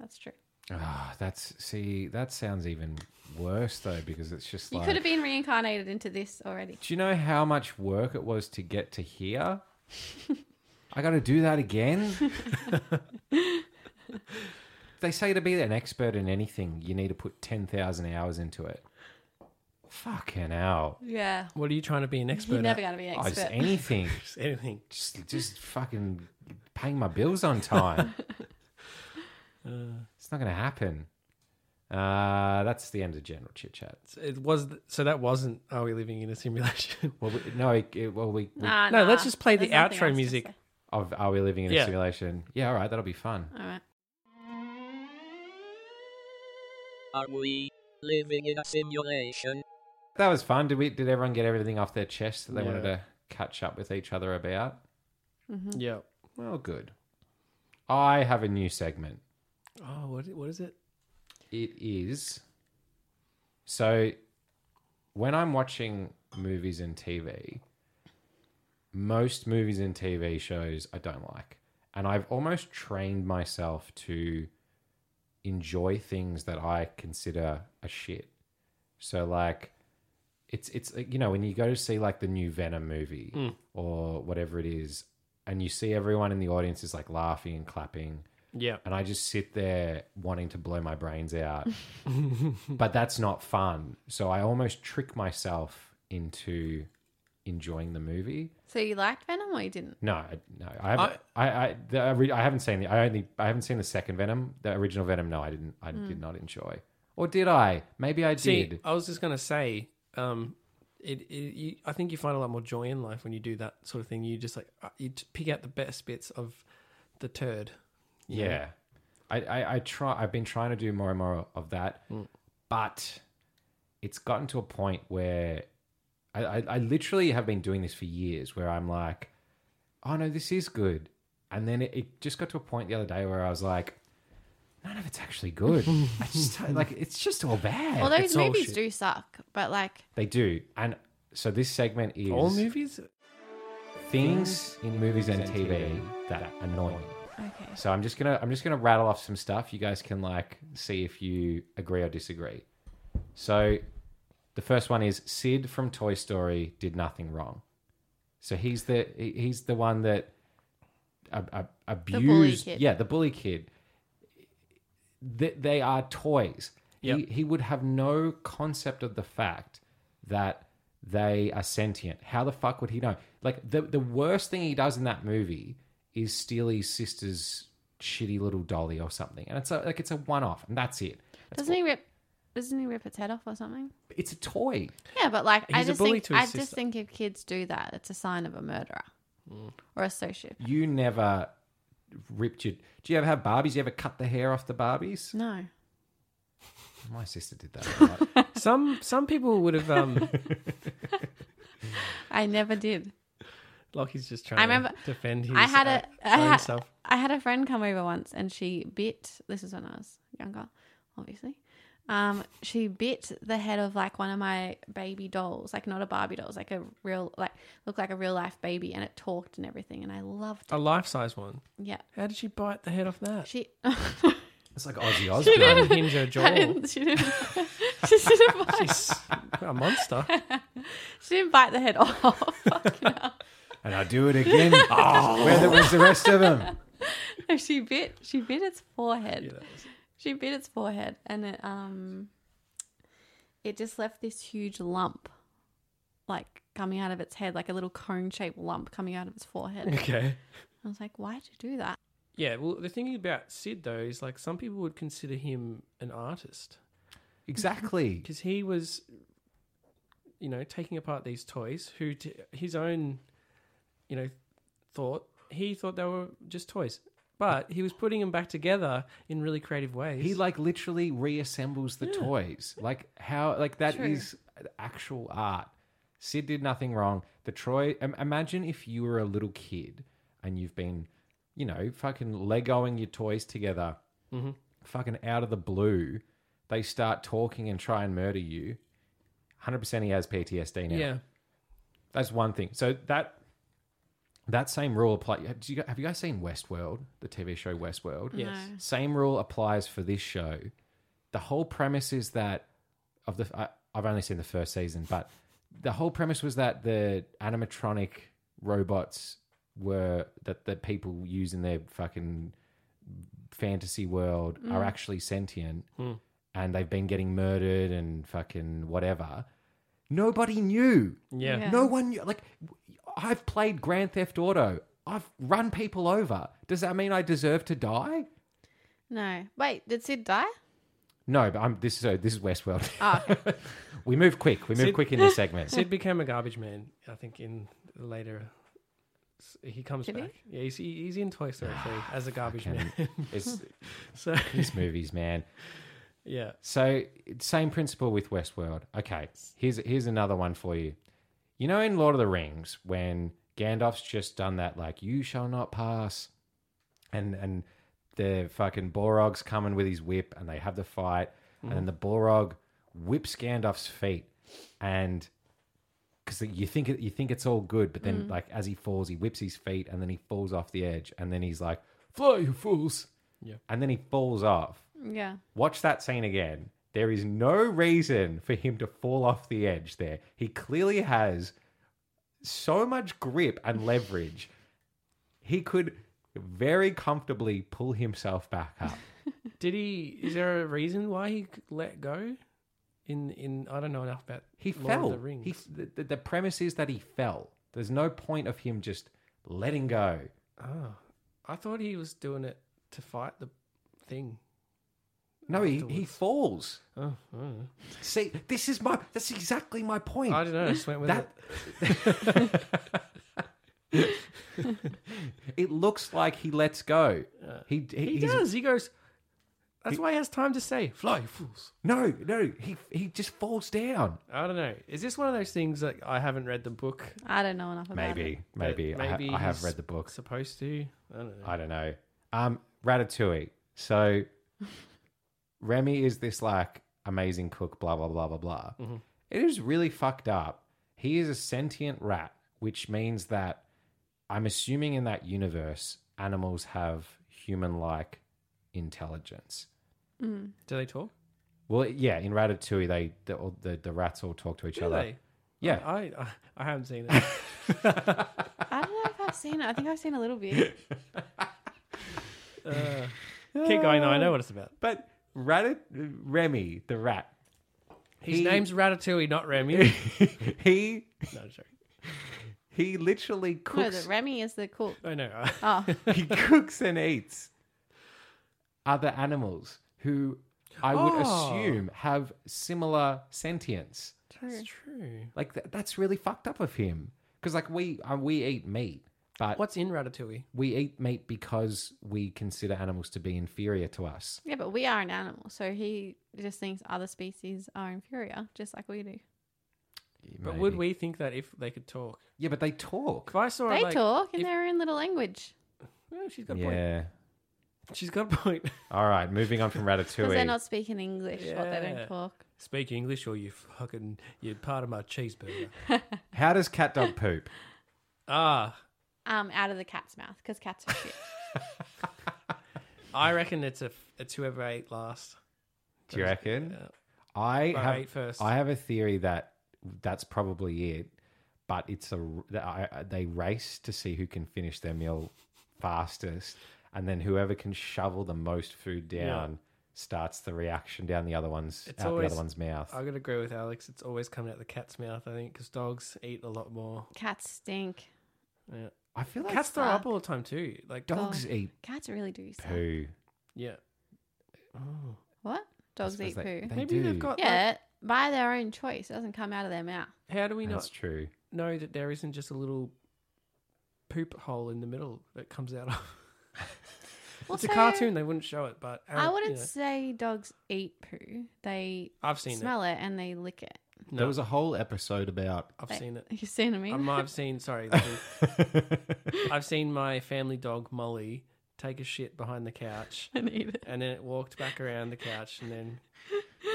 Speaker 3: that's true.
Speaker 1: Ah, that's see, that sounds even worse though because it's just
Speaker 3: You
Speaker 1: like
Speaker 3: could have been reincarnated into this already.
Speaker 1: Do you know how much work it was to get to here? I got to do that again. they say to be an expert in anything, you need to put 10,000 hours into it. Fucking hell.
Speaker 3: Yeah,
Speaker 2: What are you trying to be an expert
Speaker 3: you're never
Speaker 2: at?
Speaker 3: going to be an
Speaker 1: I just,
Speaker 3: expert.
Speaker 1: anything.
Speaker 2: Just anything.
Speaker 1: Just, just fucking paying my bills on time. it's not going to happen. Uh, that's the end of general chit chat.
Speaker 2: So It was so that wasn't. Are we living in a simulation?
Speaker 1: Well, we, no, it, it- well, we, we
Speaker 3: Nah,
Speaker 2: No,
Speaker 3: nah,
Speaker 2: let's just play the
Speaker 3: there's nothing
Speaker 2: outro
Speaker 3: else to
Speaker 2: music.
Speaker 3: say.
Speaker 1: of, are we living in a
Speaker 2: Yeah.
Speaker 1: simulation? Yeah, all right, that'll be fun.
Speaker 3: All right.
Speaker 4: Are we living in a simulation?
Speaker 1: That was fun. Did we? Did everyone get everything off their chest that they wanted
Speaker 2: Yeah.
Speaker 1: to catch up with each other about?
Speaker 2: yeah.
Speaker 1: Well, good. I have a new segment.
Speaker 2: Oh, what what is it?
Speaker 1: It is so when I'm watching movies and TV, most movies and TV shows I don't like, and I've almost trained myself to enjoy things that I consider a shit. So like it's it's like, you know when you go to see like the new Venom movie or whatever it is and you see everyone in the audience is like laughing and clapping
Speaker 2: Yeah.
Speaker 1: and I just sit there wanting to blow my brains out. but that's not fun. So I almost trick myself into enjoying the movie.
Speaker 3: So you liked Venom or you didn't?
Speaker 1: No, I- no, I haven't. I, I, the, ori- I haven't seen the. I only, I haven't seen the second Venom, the original Venom. No, I didn't. I did not enjoy. Or did I? Maybe I
Speaker 2: See,
Speaker 1: did.
Speaker 2: I was just gonna say, um, it, it you, I think you find a lot more joy in life when you do that sort of thing. You just like uh, you t- pick out the best bits of the turd.
Speaker 1: Yeah. I, I, I try I've been trying to do more and more of that. But it's gotten to a point where I, I, I literally have been doing this for years where I'm like, oh no, this is good. And then it, it just got to a point the other day where I was like, none of it's actually good. I just like it's just all bad.
Speaker 3: Well, those
Speaker 2: it's all
Speaker 3: movies
Speaker 2: shit.
Speaker 3: do suck, but like
Speaker 1: they do. And so this segment is
Speaker 2: All movies.
Speaker 1: things in movies and TV that annoy me.
Speaker 3: okay.
Speaker 1: So I'm just gonna I'm just gonna rattle off some stuff. You guys can like see if you agree or disagree. So the first one is Sid from Toy Story did nothing wrong. So he's the he- he's the one that ab- ab- abused
Speaker 3: kid.
Speaker 1: yeah the bully kid. They, they are toys.
Speaker 2: Yep.
Speaker 1: He, he would have no concept of the fact that they are sentient. How the fuck would he know? Like the the worst thing he does in that movie is steal his sister's shitty little dolly or something, and it's a, like it's a one off, and that's it. That's
Speaker 3: Doesn't he rip? Doesn't he rip its head off or something?
Speaker 1: It's a toy.
Speaker 3: Yeah, but like I
Speaker 2: He's a
Speaker 3: just
Speaker 2: bully
Speaker 3: think
Speaker 2: to
Speaker 3: I
Speaker 2: his
Speaker 3: just
Speaker 2: sister. Mm.
Speaker 3: think if kids do that, it's a sign of a murderer or a sociopath.
Speaker 1: You never ripped your. Do you ever have Barbies? You ever cut the hair off the Barbies?
Speaker 3: No,
Speaker 1: My sister did that. a lot.
Speaker 2: Some some people would have. Um,
Speaker 3: I never did.
Speaker 2: Lockie's just trying
Speaker 3: remember-
Speaker 2: to defend his.
Speaker 3: I had a
Speaker 2: uh,
Speaker 3: I
Speaker 2: own
Speaker 3: had,
Speaker 2: self.
Speaker 3: I had a friend come over once and she bit this is when I was younger, obviously. Um, she bit the head of like one of my baby dolls, like not a Barbie doll, it was like a real like looked like a real life baby and it talked and everything and I loved
Speaker 2: A life size one.
Speaker 3: it. Yeah.
Speaker 2: How did she bite the head off that?
Speaker 3: She
Speaker 1: It's like Ozzy Osbourne.
Speaker 2: Unhinge her
Speaker 3: I
Speaker 2: jaw.
Speaker 3: didn't she didn't she didn't bite,
Speaker 2: She's a monster.
Speaker 3: she didn't bite the head off. Fucking hell.
Speaker 1: and I do it again. Where the, was the rest of them?
Speaker 3: No, she bit she bit its forehead.
Speaker 2: Yeah, that was-
Speaker 3: She bit its forehead and it um it just left this huge lump like coming out of its head, like a little cone shaped lump coming out of its forehead.
Speaker 2: Okay.
Speaker 3: I was like, Why'd you do that?
Speaker 2: Yeah, well, the thing about Sid though is like some people would consider him an artist
Speaker 1: Exactly.
Speaker 2: because he was, you know, taking apart these toys. Who t- his own, you know, thought he thought they were just toys, but he was putting them back together in really creative ways.
Speaker 1: He like literally reassembles the toys. Like how like that
Speaker 3: True.
Speaker 1: is actual art. Sid did nothing wrong. The Troy im- imagine if you were a little kid and you've been, you know, fucking legoing your toys together. Fucking out of the blue, they start talking and try and murder you. 100% he has PTSD now.
Speaker 2: yeah.
Speaker 1: That's one thing. So that that same rule apply. Do you, have you guys seen Westworld, the TV show Westworld?
Speaker 2: Yes.
Speaker 3: No.
Speaker 1: Same rule applies for this show. The whole premise is that of the I, I've only seen the first season, but the whole premise was that the animatronic robots were that the people use in their fucking fantasy world are actually sentient and they've been getting murdered and fucking whatever. Nobody knew.
Speaker 2: Yeah.
Speaker 3: Yeah.
Speaker 1: No one knew. Like, I've played Grand Theft Auto. I've run people over. Does that mean I deserve to die?
Speaker 3: No. Wait, did Sid die?
Speaker 1: No, but I'm, this is uh, this is Westworld.
Speaker 3: Oh,
Speaker 1: we move quick. We move
Speaker 2: Sid-
Speaker 1: quick in this segment.
Speaker 2: Sid became a garbage man. I think in the later. He comes
Speaker 3: Did he?
Speaker 2: back. Yeah, he's, he- he's in Toy Story 3 as a garbage
Speaker 1: Fucking-
Speaker 2: man.
Speaker 1: It's
Speaker 2: so,
Speaker 1: these movies, man.
Speaker 2: yeah.
Speaker 1: So same principle with Westworld. Okay, here's here's another one for you. You know, in Lord of the Rings, when Gandalf's just done that, like "You shall not pass," and and the fucking Borog's coming with his whip, and they have the fight, and then the Borog whips Gandalf's feet, and because you think it, you think it's all good, but then like as he falls, he whips his feet, and then he falls off the edge, and then he's like, "Fly, you fools!"
Speaker 2: Yeah.
Speaker 1: and then he falls off.
Speaker 3: yeah.
Speaker 1: Watch that scene again. There is no reason for him to fall off the edge there. He clearly has so much grip and leverage. He could very comfortably pull himself back up.
Speaker 2: Did he? Is there a reason why he let go? In in I don't know enough about
Speaker 1: He
Speaker 2: Lord
Speaker 1: fell.
Speaker 2: Of the Rings.
Speaker 1: He, the, the premise is that he fell. There's no point of him just letting go.
Speaker 2: Oh, I thought he was doing it to fight the thing.
Speaker 1: No, he, he
Speaker 2: Afterwards.
Speaker 1: falls.
Speaker 2: Oh, I don't know.
Speaker 1: See, this is my that's exactly my point.
Speaker 2: I don't know. I just went with
Speaker 1: That it looks like he lets go. He, he,
Speaker 2: it. He
Speaker 1: he's-
Speaker 2: does. He goes. That's why he has time to say "fly, you fools."
Speaker 1: No, no, he he just falls down.
Speaker 2: I don't know. Is this one of those things that I haven't read the book?
Speaker 3: I don't know enough about it.
Speaker 1: Maybe, maybe.
Speaker 2: that
Speaker 1: I, ha- I have
Speaker 2: he's
Speaker 1: read the book.
Speaker 2: Supposed to. I don't know.
Speaker 1: I don't know. Um, Ratatouille. So, Remy is this like amazing cook, blah blah blah blah blah. It is really fucked up. He is a sentient rat, which means that I'm assuming in that universe, animals have human-like intelligence.
Speaker 2: Do they talk?
Speaker 1: Well, yeah, in Ratatouille, they the all- the, the rats all talk to each
Speaker 2: Do
Speaker 1: other.
Speaker 2: they?
Speaker 1: Yeah,
Speaker 2: I, I I haven't seen it.
Speaker 3: I don't know if I've seen it. I think I've seen a little bit.
Speaker 2: Uh, keep going. though. I know what it's about.
Speaker 1: but Ratat Remy the rat.
Speaker 2: His
Speaker 1: He-
Speaker 2: name's Ratatouille, not Remy.
Speaker 1: he
Speaker 2: no, I'm sorry.
Speaker 1: he literally
Speaker 3: No,
Speaker 1: cooks
Speaker 3: the Remy is the cook.
Speaker 2: I know.
Speaker 3: Oh,
Speaker 1: he cooks and eats other animals who I would
Speaker 2: Oh.
Speaker 1: assume have similar sentience.
Speaker 3: true.
Speaker 2: It's true.
Speaker 1: Like th- that's really fucked up of him because like we uh, we eat meat, but
Speaker 2: What's in Ratatouille?
Speaker 1: we eat meat because we consider animals to be inferior to us.
Speaker 3: Yeah, but we are an animal, so he just thinks other species are inferior, just like we do.
Speaker 2: But would
Speaker 1: Maybe.
Speaker 2: we think that if they could talk?
Speaker 1: Yeah, but they talk.
Speaker 2: If I saw
Speaker 3: They
Speaker 2: like,
Speaker 3: talk in
Speaker 2: if-
Speaker 3: their own little language.
Speaker 2: Well, she's got a point.
Speaker 1: Yeah.
Speaker 2: She's got a point.
Speaker 1: All right, moving on from
Speaker 3: Because
Speaker 1: Ratatouille.
Speaker 3: they're not speaking English or they
Speaker 2: Yeah.
Speaker 3: don't talk.
Speaker 2: Speak English, or you fucking you're part of my cheeseburger.
Speaker 1: How does cat dog poop?
Speaker 2: ah,
Speaker 3: Um, out of the cat's mouth, because cats are shit.
Speaker 2: I reckon it's a it's whoever ate last.
Speaker 1: Do you reckon?
Speaker 2: Yeah.
Speaker 1: I
Speaker 2: But I
Speaker 1: have
Speaker 2: ate first.
Speaker 1: I have a theory that that's probably it, but it's a that I, I- they race to see who can finish their meal fastest, and then whoever can shovel the most food down starts the reaction down the other one's
Speaker 2: It's
Speaker 1: out the
Speaker 2: always-
Speaker 1: other one's mouth.
Speaker 2: I'm gonna agree with Alex. It's always coming out the cat's mouth, I think, because dogs eat a lot more.
Speaker 3: cats stink.
Speaker 2: Yeah.
Speaker 1: I feel like
Speaker 2: Cats throw up
Speaker 3: fuck.
Speaker 2: all the time too. Like
Speaker 1: dogs
Speaker 3: Oh.
Speaker 1: eat
Speaker 3: Cats really do suck.
Speaker 1: poo.
Speaker 2: yeah. Oh.
Speaker 3: What? Dogs
Speaker 1: suppose
Speaker 3: eat
Speaker 1: they-
Speaker 3: poo.
Speaker 1: they
Speaker 2: Maybe they've
Speaker 1: do.
Speaker 2: got. like-
Speaker 3: yeah, by their own choice. It doesn't come out of their mouth.
Speaker 2: how do we
Speaker 1: That's
Speaker 2: not
Speaker 1: true.
Speaker 2: know that there isn't just a little poop hole in the middle that comes out of?
Speaker 3: Well,
Speaker 2: it's a
Speaker 3: so-
Speaker 2: cartoon. They wouldn't show it, but
Speaker 3: I
Speaker 2: um,
Speaker 3: wouldn't
Speaker 2: you know,
Speaker 3: say dogs eat poo. They
Speaker 2: I've seen
Speaker 3: smell it. and they lick it.
Speaker 2: it. No,
Speaker 5: There was a whole episode about
Speaker 2: I've
Speaker 3: They-
Speaker 2: seen it.
Speaker 3: You see what I mean?
Speaker 2: Um, I've seen. Sorry, this is- I've seen my family dog Molly take a shit behind the couch,
Speaker 3: and eat it.
Speaker 2: and then it walked back around the couch, and then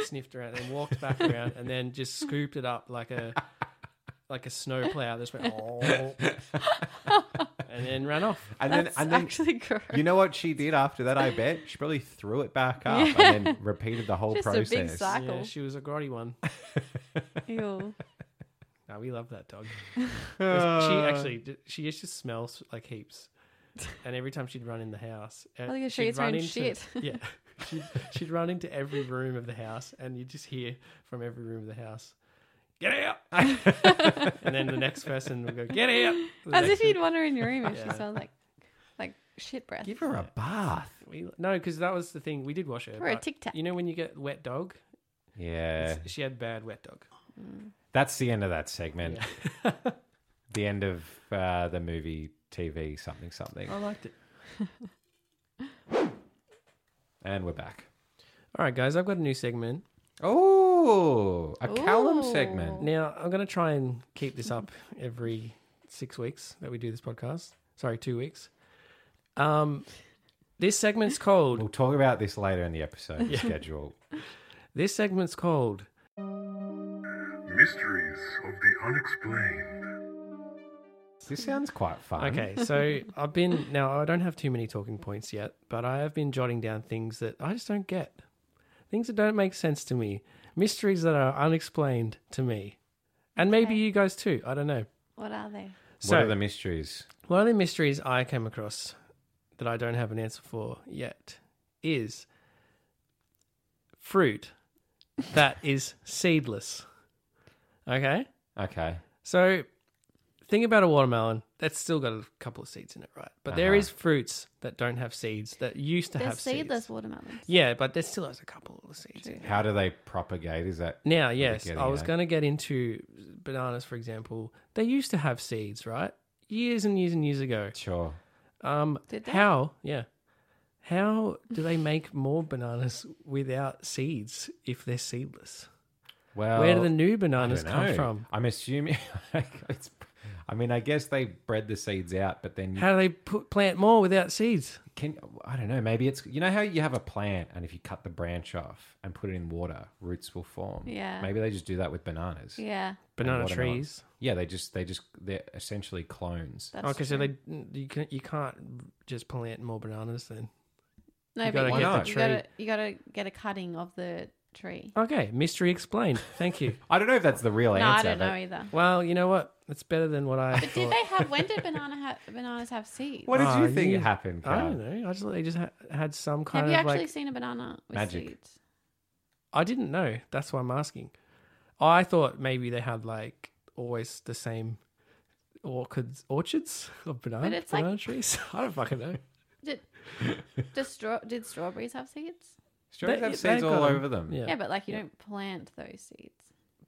Speaker 2: sniffed around, and walked back around, and then just scooped it up like a like a snowplow. Just went oh, and then ran off.
Speaker 1: and then
Speaker 3: That's
Speaker 1: and then
Speaker 3: actually gross.
Speaker 1: you know what she did after that? I bet she probably threw it back up
Speaker 3: Yeah.
Speaker 1: and then repeated the whole
Speaker 3: Just a big
Speaker 1: process.
Speaker 3: sack.
Speaker 2: Yeah,
Speaker 3: Michael.
Speaker 2: she was a grotty one.
Speaker 3: Ew.
Speaker 2: No, we love that dog. she
Speaker 1: Uh,
Speaker 2: actually d- she used to smell s- like heaps, and every time she'd run in the house, uh,
Speaker 3: Well, you sure it's her own shit.
Speaker 2: yeah, she'd, she'd run into every room of the house, and you just hear from every room of the house, "Get out!" and then the next person would go, "Get out!" The
Speaker 3: As
Speaker 2: next
Speaker 3: if you'd
Speaker 2: one-
Speaker 3: want her in your room if
Speaker 2: Yeah.
Speaker 3: she smelled like like shit breath.
Speaker 1: give her a bath.
Speaker 2: we, no, because that was the thing we did wash her.
Speaker 3: Or a
Speaker 2: but
Speaker 3: tic tac.
Speaker 2: you know when you get wet dog,
Speaker 1: Yeah,
Speaker 2: It's- she had bad wet dog.
Speaker 1: that's the end of that segment.
Speaker 2: Yeah.
Speaker 1: The end of uh, the movie, TV, something, something,
Speaker 2: I liked it.
Speaker 1: and we're back.
Speaker 2: All right, guys, I've got a new segment.
Speaker 1: Oh, a Callum
Speaker 3: Ooh.
Speaker 1: segment.
Speaker 2: Now, I'm going to try and keep this up every six weeks that we do this podcast. Sorry, two weeks. Um, this segment's
Speaker 1: We'll
Speaker 2: called.
Speaker 1: talk about this later in the episode the schedule.
Speaker 2: This segment's called.
Speaker 6: Mysteries of the Unexplained.
Speaker 1: This sounds quite fun.
Speaker 2: Okay, so I've been now. I don't have too many talking points yet, but I have been jotting down things that I just don't get, things that don't make sense to me, mysteries that are unexplained to me, and maybe
Speaker 3: Okay.
Speaker 2: you guys too. I don't know.
Speaker 3: What are they?
Speaker 1: What are the mysteries?
Speaker 2: One of the mysteries I came across that I don't have an answer for yet is fruit that is seedless. Okay?
Speaker 1: Okay.
Speaker 2: So think about a watermelon that's still got a couple of seeds in it, right? But there
Speaker 1: Uh-huh.
Speaker 2: is fruits that don't have seeds that used to
Speaker 3: They're
Speaker 2: have
Speaker 3: seedless
Speaker 2: seeds.
Speaker 3: watermelons.
Speaker 2: Yeah, but there still has a couple of seeds in it.
Speaker 1: How do they propagate? Is that
Speaker 2: Now, yes,
Speaker 1: getting
Speaker 2: I was
Speaker 1: at?
Speaker 2: going to get into bananas, for example. They used to have seeds, right? Years and years and years ago.
Speaker 1: sure?
Speaker 2: Um,
Speaker 3: Did they?
Speaker 2: how? Yeah. How do they make more bananas without seeds if they're seedless?
Speaker 1: Well,
Speaker 2: Where do the new
Speaker 1: I
Speaker 2: bananas
Speaker 1: don't
Speaker 2: come
Speaker 1: know.
Speaker 2: from?
Speaker 1: I'm assuming. it's, I mean, I guess they bred the seeds out, but then you
Speaker 2: How do they put, plant more without seeds?
Speaker 1: can. I don't know. Maybe it's you know how you have a plant, and if you cut the branch off and put it in water, roots will form.
Speaker 3: Yeah.
Speaker 1: Maybe they just do that with bananas.
Speaker 3: Yeah,
Speaker 2: Banana
Speaker 1: watermelon.
Speaker 2: trees.
Speaker 1: Yeah, they just they just they're essentially clones.
Speaker 3: that's
Speaker 2: Okay, so
Speaker 3: true.
Speaker 2: Oh, they you can you can't just plant more bananas then.
Speaker 3: no,
Speaker 2: you
Speaker 3: but
Speaker 2: gotta
Speaker 3: you,
Speaker 1: get the
Speaker 3: gotta- you
Speaker 2: tree.
Speaker 3: gotta you gotta get a cutting of the tree.
Speaker 2: Okay, mystery explained. Thank you.
Speaker 1: I don't know if that's the real
Speaker 3: no, I
Speaker 1: answer.
Speaker 3: don't
Speaker 1: but
Speaker 3: know either.
Speaker 2: well, you know what? It's better than what I.
Speaker 3: But did
Speaker 2: thought.
Speaker 3: they have? When did banana ha- bananas have seeds?
Speaker 1: What did
Speaker 2: Oh,
Speaker 1: you think
Speaker 2: you-
Speaker 1: happened?
Speaker 2: I
Speaker 1: Carl?
Speaker 2: don't know. I just thought they just ha- had some kind
Speaker 3: Have you
Speaker 2: of
Speaker 3: actually
Speaker 2: like.
Speaker 3: seen a banana with
Speaker 1: Magic.
Speaker 3: seeds?
Speaker 2: I didn't know. That's why I'm asking. I thought maybe they had like always the same orchids, orchards of banana,
Speaker 3: But it's like-
Speaker 2: banana trees. I don't fucking know.
Speaker 3: Did, did, straw, did strawberries have seeds?
Speaker 1: Strawberries
Speaker 2: They-
Speaker 1: have
Speaker 2: they
Speaker 1: seeds
Speaker 2: got
Speaker 1: all
Speaker 2: them.
Speaker 1: over them.
Speaker 2: Yeah.
Speaker 3: Yeah, but like you don't plant those seeds.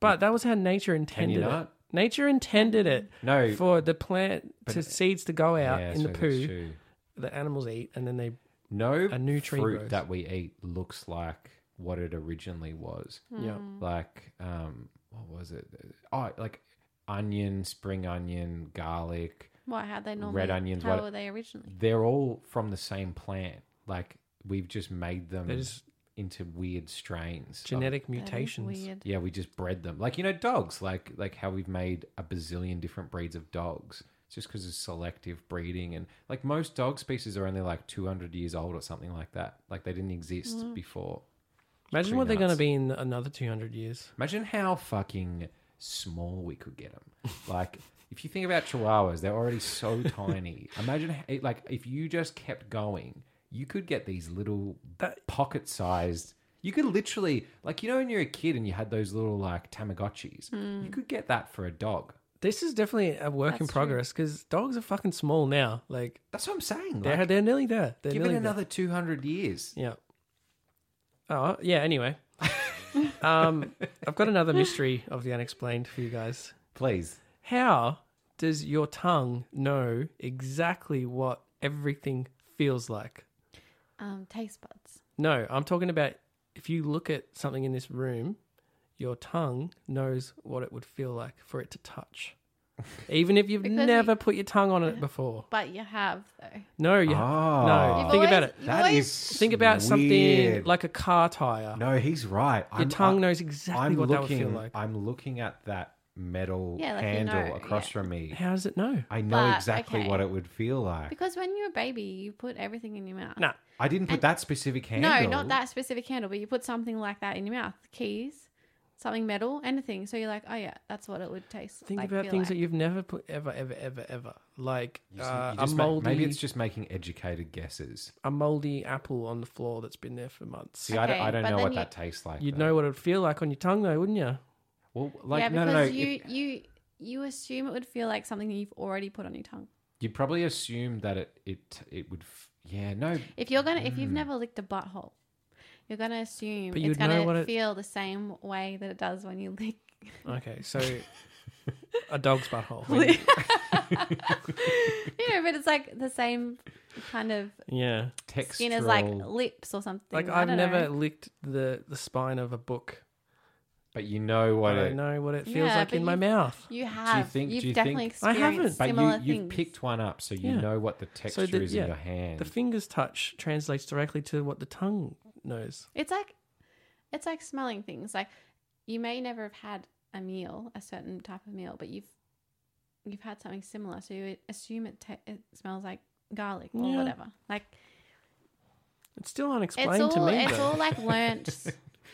Speaker 2: But that was how nature
Speaker 1: Can
Speaker 2: intended
Speaker 1: you
Speaker 2: it.
Speaker 1: not?
Speaker 2: Nature intended it
Speaker 1: No.
Speaker 2: for the plant to seeds to go out
Speaker 1: Yeah,
Speaker 2: in the
Speaker 1: so that's
Speaker 2: poo
Speaker 1: true.
Speaker 2: that animals eat, and then they.
Speaker 1: No
Speaker 2: A new tree
Speaker 1: fruit
Speaker 2: grows.
Speaker 1: that we eat looks like what it originally was.
Speaker 3: Hmm.
Speaker 2: Yeah.
Speaker 1: Like um what was it? Oh, like onion, spring onion, garlic.
Speaker 3: Why? How they normally?
Speaker 1: onions,
Speaker 3: How
Speaker 1: what-
Speaker 3: were they originally?
Speaker 1: They're all from the same plant. Like we've just made them
Speaker 2: They're just
Speaker 1: into weird strains. of-
Speaker 2: genetic
Speaker 3: That is
Speaker 2: mutations.
Speaker 3: Weird.
Speaker 1: yeah, we just bred them. Like you know dogs, like like how we've made a bazillion different breeds of dogs. It's just because of selective breeding and like most dog species are only like 200 years old or something like that. Like they didn't exist before.
Speaker 2: Imagine what they're going to
Speaker 1: nuts.
Speaker 2: be in another 200 years.
Speaker 1: Imagine how fucking small we could get them. Like, if you think about chihuahuas, they're already so tiny. Imagine, h- like, if you just kept going, you could get these little
Speaker 2: That-
Speaker 1: pocket sized. You could
Speaker 2: Hmm.
Speaker 1: literally, like, you know, when you're a kid and you had those little, like, Tamagotchis, you could get that for a dog.
Speaker 2: This is definitely a work in
Speaker 3: That's true.
Speaker 2: progress because dogs are fucking small now. Like
Speaker 1: That's what I'm saying.
Speaker 2: they're
Speaker 1: Like,
Speaker 2: they're nearly there. They're
Speaker 1: give it
Speaker 2: nearly there.
Speaker 1: another 200 years.
Speaker 2: Yeah. Oh yeah. Anyway, um, I've got another mystery of the unexplained for you guys.
Speaker 1: Please.
Speaker 2: How does your tongue know exactly what everything feels like?
Speaker 3: Um, taste buds.
Speaker 2: No, I'm talking about if you look at something in this room, your tongue knows what it would feel like for it to touch. Even if you've
Speaker 3: Because it-
Speaker 2: never put your tongue on it before.
Speaker 3: But you have though.
Speaker 2: No, you
Speaker 1: Oh.
Speaker 2: no.
Speaker 1: You've
Speaker 2: Think about
Speaker 3: always-
Speaker 2: it.
Speaker 3: you
Speaker 1: That
Speaker 3: always-
Speaker 1: is
Speaker 2: Think about something
Speaker 1: weird.
Speaker 2: like a car tire.
Speaker 1: No, he's right.
Speaker 2: Your tongue knows exactly
Speaker 1: I'm
Speaker 2: what that would
Speaker 1: looking,
Speaker 2: feel like.
Speaker 1: I'm looking at that metal
Speaker 3: Yeah, like you
Speaker 1: handle
Speaker 3: know,
Speaker 1: across
Speaker 3: yeah.
Speaker 1: from me.
Speaker 2: How does it know?
Speaker 1: I know
Speaker 3: But,
Speaker 1: exactly
Speaker 3: okay.
Speaker 1: what it would feel like.
Speaker 3: Because when you're a baby, you put everything in your mouth.
Speaker 2: Nah.
Speaker 1: I didn't put
Speaker 3: and-
Speaker 1: that specific handle.
Speaker 3: No, not that specific handle, but you put something like that in your mouth. Keys, something metal, anything. So you're like, oh yeah, that's what it would taste.
Speaker 2: Think
Speaker 3: like,
Speaker 2: about
Speaker 3: feel
Speaker 2: things that
Speaker 3: like.
Speaker 2: you've never put ever, ever, ever, ever. Like
Speaker 1: You just-
Speaker 2: uh,
Speaker 1: you
Speaker 2: a
Speaker 1: just ma-
Speaker 2: moldy,
Speaker 1: maybe it's just making educated guesses.
Speaker 2: a moldy apple on the floor that's been there for months.
Speaker 1: See, I don't,
Speaker 3: Okay,
Speaker 1: I don't
Speaker 3: but
Speaker 1: know
Speaker 3: then
Speaker 1: what
Speaker 3: you-
Speaker 1: that tastes like.
Speaker 2: You'd
Speaker 1: though.
Speaker 2: know what it'd feel like on your tongue, though, wouldn't you?
Speaker 1: Well, like
Speaker 3: yeah,
Speaker 1: no,
Speaker 3: because
Speaker 1: no, no.
Speaker 3: you
Speaker 1: You...
Speaker 3: you you assume it would feel like something that you've already put on your tongue.
Speaker 1: you probably assume that it it it would. F- yeah, no.
Speaker 3: If you're gonna, if you've never licked a butthole, you're gonna assume
Speaker 2: But
Speaker 3: it's
Speaker 2: you'd know what
Speaker 3: gonna
Speaker 2: it-
Speaker 3: feel the same way that it does when you lick.
Speaker 2: Okay, so a dog's butthole.
Speaker 3: you know, but it's like the same kind of
Speaker 2: yeah,
Speaker 1: Textural.
Speaker 3: skin as like lips or something.
Speaker 2: like
Speaker 3: I
Speaker 2: I've
Speaker 3: don't
Speaker 2: never
Speaker 3: know.
Speaker 2: licked the the spine of a book.
Speaker 1: But you know what
Speaker 2: I
Speaker 1: it.
Speaker 2: don't know what it feels
Speaker 3: Yeah,
Speaker 2: like
Speaker 3: but
Speaker 2: in my
Speaker 3: you-
Speaker 2: mouth.
Speaker 3: You have.
Speaker 1: think-
Speaker 3: you
Speaker 1: do you
Speaker 3: have definitely
Speaker 1: think-
Speaker 2: I haven't,
Speaker 3: experienced
Speaker 1: But
Speaker 3: similar
Speaker 1: you you've
Speaker 3: things.
Speaker 1: picked one up, so you
Speaker 2: Yeah.
Speaker 1: know what the texture
Speaker 2: the-
Speaker 1: is
Speaker 2: yeah,
Speaker 1: in your hand.
Speaker 2: The fingers touch translates directly to what the tongue knows.
Speaker 3: It's like it's like smelling things. Like you may never have had a meal, a certain type of meal, but you've you've had something similar, so you assume it, ta it smells like garlic or
Speaker 2: Yeah.
Speaker 3: whatever. Like
Speaker 2: It's still unexplained
Speaker 3: it's all
Speaker 2: to me.
Speaker 3: it's
Speaker 2: though.
Speaker 3: all like learnt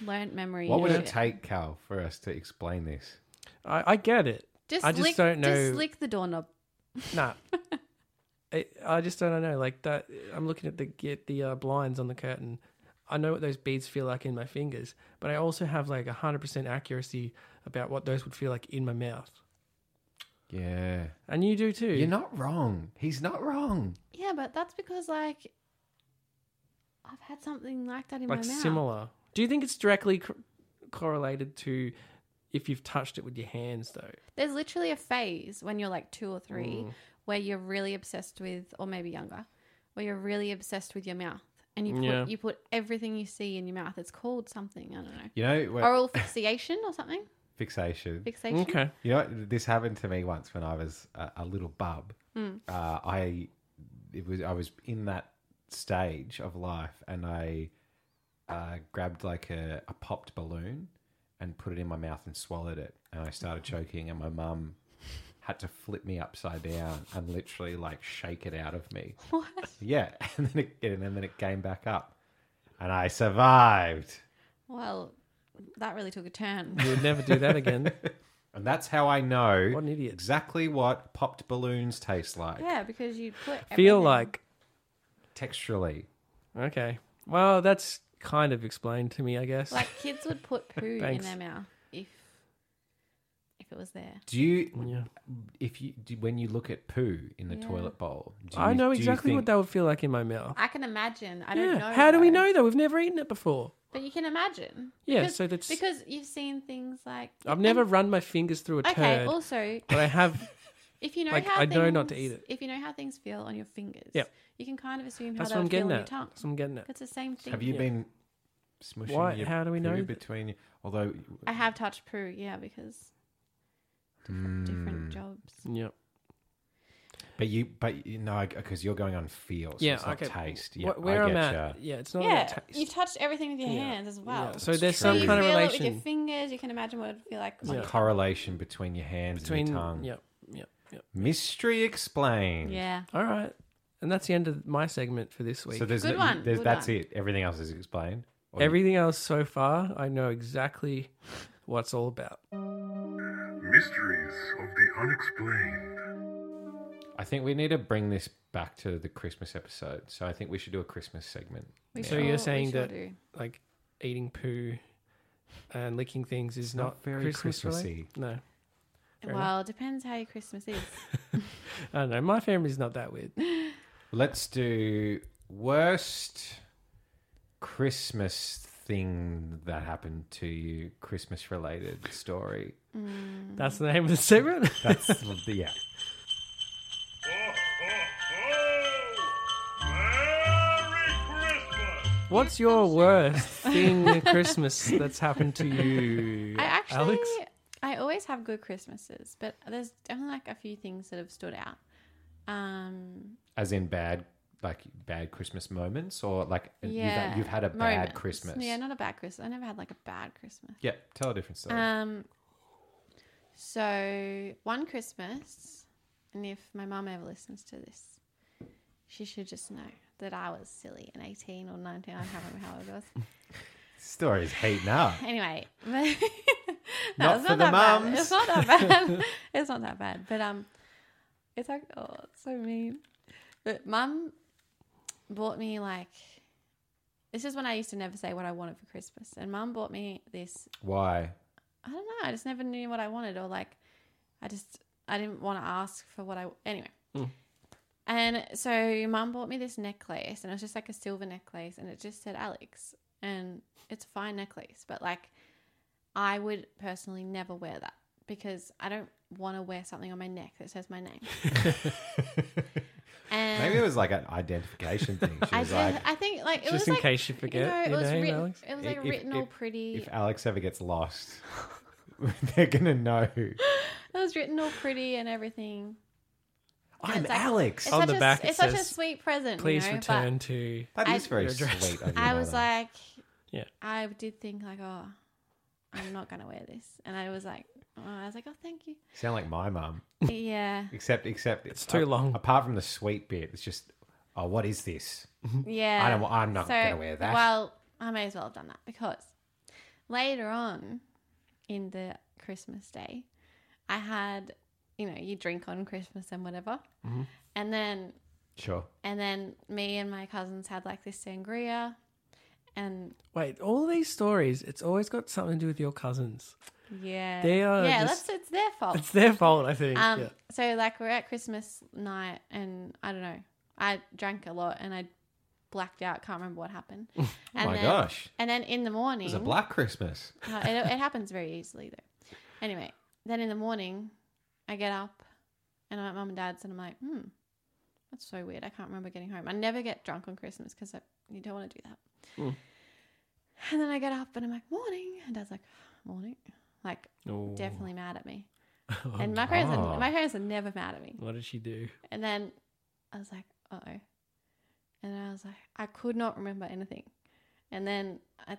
Speaker 3: learnt memory.
Speaker 1: what would
Speaker 3: and
Speaker 1: it
Speaker 3: shit.
Speaker 1: take, Cal, for us to explain this?
Speaker 2: I, I get it.
Speaker 3: Just
Speaker 2: I just
Speaker 3: lick,
Speaker 2: don't know-
Speaker 3: Just lick the doorknob.
Speaker 2: Nah. it, I just don't know. Like that, I'm looking at the get the uh, blinds on the curtain. I know what those beads feel like in my fingers, but I also have like 100% accuracy about what those would feel like in my mouth.
Speaker 1: Yeah,
Speaker 2: And you do too.
Speaker 1: you're not wrong. He's not wrong.
Speaker 3: Yeah, but that's because like I've had something like that in
Speaker 2: like
Speaker 3: my mouth.
Speaker 2: similar. Do you think it's directly co- correlated to if you've touched it with your hands though?
Speaker 3: There's literally a phase when you're like two or three
Speaker 2: Mm.
Speaker 3: where you're really obsessed with, or maybe younger, where you're really obsessed with your mouth, and you put,
Speaker 2: Yeah.
Speaker 3: you put everything you see in your mouth. It's called something. I don't know.
Speaker 1: You know, what-
Speaker 3: Oral fixation or something.
Speaker 1: fixation.
Speaker 3: Fixation.
Speaker 2: Okay.
Speaker 1: You know, this happened to me once when I was a, a little bub. Uh, I it was I was in that stage of life, and I uh, grabbed like a, a popped balloon and put it in my mouth and swallowed it, and I started choking, and my mum had to flip me upside down and literally like shake it out of me.
Speaker 3: What?
Speaker 1: Yeah, and then it, and then it came back up, and I survived.
Speaker 3: Well, that really took a turn.
Speaker 2: You would never do that again.
Speaker 1: And that's how I know
Speaker 2: What an idiot.
Speaker 1: exactly what popped balloons taste like.
Speaker 3: yeah, because you put
Speaker 2: Feel
Speaker 3: everything-
Speaker 2: like
Speaker 1: texturally.
Speaker 2: okay. Well, that's kind of explained to me, I guess.
Speaker 3: like kids would put poo in
Speaker 2: Thanks.
Speaker 3: their mouth if if it was there.
Speaker 1: Do you,
Speaker 2: yeah.
Speaker 1: if you, do, when you look at poo in the
Speaker 3: Yeah.
Speaker 1: toilet bowl, do you,
Speaker 2: I know
Speaker 1: do you
Speaker 2: exactly what
Speaker 1: think-
Speaker 2: that would feel like in my mouth.
Speaker 3: I can imagine. I don't know.
Speaker 2: How do we
Speaker 3: though.
Speaker 2: know though? We've never eaten it before.
Speaker 3: But you can imagine.
Speaker 2: Yeah,
Speaker 3: Because-
Speaker 2: so that's-
Speaker 3: because you've seen things like
Speaker 2: I've never run my fingers through a
Speaker 3: Okay.
Speaker 2: turd,
Speaker 3: Also,
Speaker 2: but I have.
Speaker 3: if you know
Speaker 2: Like,
Speaker 3: how
Speaker 2: I know not to
Speaker 3: things-
Speaker 2: eat it.
Speaker 3: If you know how things feel on your fingers,
Speaker 2: Yep.
Speaker 3: you can kind of assume how
Speaker 2: That's
Speaker 3: they
Speaker 2: what I'm
Speaker 3: would feel
Speaker 2: getting
Speaker 3: on your
Speaker 2: at.
Speaker 3: tongue.
Speaker 2: That's what I'm getting at.
Speaker 3: It's the same thing.
Speaker 1: Have you
Speaker 2: Yeah.
Speaker 1: been smushing
Speaker 2: Why-
Speaker 1: your
Speaker 2: how do we know
Speaker 1: poo
Speaker 2: that-
Speaker 1: between you? Although,
Speaker 3: I have touched poo, yeah, because different,
Speaker 1: Mm.
Speaker 3: different jobs.
Speaker 2: Yep.
Speaker 1: but you, but you know, because you're going on feel, so
Speaker 2: yeah.
Speaker 1: it's not
Speaker 2: okay.
Speaker 1: taste.
Speaker 2: Wh-
Speaker 1: Yeah,
Speaker 2: where
Speaker 1: I
Speaker 2: I'm
Speaker 1: get
Speaker 2: at. Yeah, it's not
Speaker 3: Yeah,
Speaker 2: about taste.
Speaker 3: you've touched everything with your
Speaker 2: Yeah.
Speaker 3: hands as well.
Speaker 2: Yeah,
Speaker 3: So,
Speaker 2: So there's
Speaker 1: true.
Speaker 2: some
Speaker 3: you
Speaker 2: kind of
Speaker 3: feel
Speaker 2: relation
Speaker 3: it with your fingers. You can imagine what it would feel like.
Speaker 1: ya.
Speaker 3: on
Speaker 1: A
Speaker 3: your-
Speaker 1: correlation between your hands
Speaker 2: between.
Speaker 1: and your tongue.
Speaker 2: Yep. Yep. Yep.
Speaker 1: Mystery explained.
Speaker 3: Yeah.
Speaker 2: All right. And that's the end of my segment for this week.
Speaker 1: So there's,
Speaker 3: Good
Speaker 1: no-
Speaker 3: one,
Speaker 1: there's
Speaker 3: good
Speaker 1: that's
Speaker 3: one.
Speaker 1: it. Everything else is explained. Or-
Speaker 2: Everything else so far, I know exactly what it's all about.
Speaker 6: Mysteries of the Unexplained.
Speaker 1: I think we need to bring this back to the Christmas episode. So I think we should do a Christmas segment.
Speaker 3: We
Speaker 2: So you're
Speaker 3: sure- we
Speaker 2: saying
Speaker 3: sure
Speaker 2: that-
Speaker 3: do.
Speaker 2: Like eating poo and licking things is
Speaker 1: It's not very
Speaker 2: Christmas related?
Speaker 1: Christmassy.
Speaker 2: No. Fair enough.
Speaker 3: well, it depends how your Christmas is.
Speaker 2: I don't know. My family's not that weird.
Speaker 1: Let's do worst Christmas thing that happened to you, Christmas related story.
Speaker 2: That's the name of the segment.
Speaker 1: That's the- yeah.
Speaker 6: Ho, ho, ho! Merry Christmas!
Speaker 2: What's your worst thing at Christmas that's happened to you,
Speaker 3: I actually,
Speaker 2: Alex?
Speaker 3: I always have good Christmases, but there's definitely like a few things that have stood out. Um,
Speaker 1: As in bad like bad Christmas moments or like you've-
Speaker 3: yeah,
Speaker 1: you've, had a
Speaker 3: moments.
Speaker 1: bad Christmas.
Speaker 3: Yeah, not a bad Christmas. I never had like a bad Christmas.
Speaker 1: Yeah, tell a different story.
Speaker 3: Um, so one Christmas, and if my mum ever listens to this, she should just know that I was silly and 18 or 19. I can't remember how old I was.
Speaker 1: Story's heating up.
Speaker 3: Anyway, no, it's
Speaker 1: Not
Speaker 3: not
Speaker 1: for the
Speaker 3: that bad.
Speaker 1: mums.
Speaker 3: It's not that bad. it's not that bad. But um, it's like oh, it's so mean. But mum bought me like this is when I used to never say what I wanted for Christmas, and mum bought me this.
Speaker 1: Why?
Speaker 3: I don't know. I just never knew what I wanted, or like I just I didn't want to ask for what I anyway.
Speaker 2: Mm.
Speaker 3: And so mum bought me this necklace, and it was just like a silver necklace, and it just said Alex, and it's a fine necklace, but like I would personally never wear that because I don't want to wear something on my neck that says my name. and
Speaker 1: Maybe it was like an identification thing. She
Speaker 3: I,
Speaker 1: was
Speaker 3: just,
Speaker 1: like,
Speaker 3: I think like it
Speaker 2: Just
Speaker 3: was
Speaker 2: in
Speaker 3: like
Speaker 2: case you
Speaker 3: you know,
Speaker 2: forget
Speaker 3: it
Speaker 2: your
Speaker 3: was
Speaker 2: name,
Speaker 3: written,
Speaker 2: Alex.
Speaker 3: it was like
Speaker 1: If- if-
Speaker 3: written all
Speaker 1: if-
Speaker 3: pretty.
Speaker 1: if Alex ever gets lost, they're gonna know.
Speaker 3: it was written all pretty and everything.
Speaker 1: I'm
Speaker 3: like-
Speaker 1: Alex.
Speaker 3: It's
Speaker 2: On
Speaker 3: such
Speaker 2: the
Speaker 3: a,
Speaker 2: back it
Speaker 3: it's such a
Speaker 2: says,
Speaker 3: sweet present.
Speaker 2: Please
Speaker 3: you know, but-
Speaker 2: return to.
Speaker 1: That
Speaker 3: I-
Speaker 1: is very
Speaker 2: Your address.
Speaker 1: sweet. Of your
Speaker 3: I was
Speaker 1: mother.
Speaker 3: like,
Speaker 2: Yeah.
Speaker 3: I did think like, oh, I'm not gonna wear this, and I was like, oh, I was like, oh, thank you.
Speaker 1: sound like my mum,
Speaker 3: Yeah,
Speaker 1: except except
Speaker 2: It's too long.
Speaker 1: Apart from the sweet bit, it's just, oh, what is this?
Speaker 3: yeah.
Speaker 1: I don't. I'm not gonna wear that.
Speaker 3: Well, I may as well have done that because later on in the Christmas day, I had, you know, you drink on Christmas and whatever,
Speaker 1: Mm-hmm.
Speaker 3: and then
Speaker 1: sure.
Speaker 3: and then me and my cousins had like this sangria, and
Speaker 2: Wait, all these stories, it's always got something to do with your cousins.
Speaker 3: yeah,
Speaker 2: They are
Speaker 3: yeah.
Speaker 2: just-
Speaker 3: That's it's their fault.
Speaker 2: It's their fault, I think.
Speaker 3: Oh. Um,
Speaker 2: yeah.
Speaker 3: So like we're at Christmas night, and I don't know. I drank a lot, and I blacked out. Can't remember what happened. And
Speaker 1: my
Speaker 3: then,
Speaker 1: gosh,
Speaker 3: And then in the morning,
Speaker 1: it was a black Christmas.
Speaker 3: No, it, it happens very easily though. Anyway, then in the morning, I get up, and I'm at mum and dad's, and I'm like, hmm, that's so weird. I can't remember getting home. I never get drunk on Christmas because you don't want to do that.
Speaker 2: Mm.
Speaker 3: And then I get up, and I'm like, morning, and dad's like, morning, like
Speaker 2: Oh.
Speaker 3: definitely mad at me.
Speaker 2: Oh,
Speaker 3: And my parents,
Speaker 1: Oh.
Speaker 3: are, my parents are never mad at me.
Speaker 2: What did she do?
Speaker 3: And then I was like, uh oh. And I was like, I could not remember anything. And then I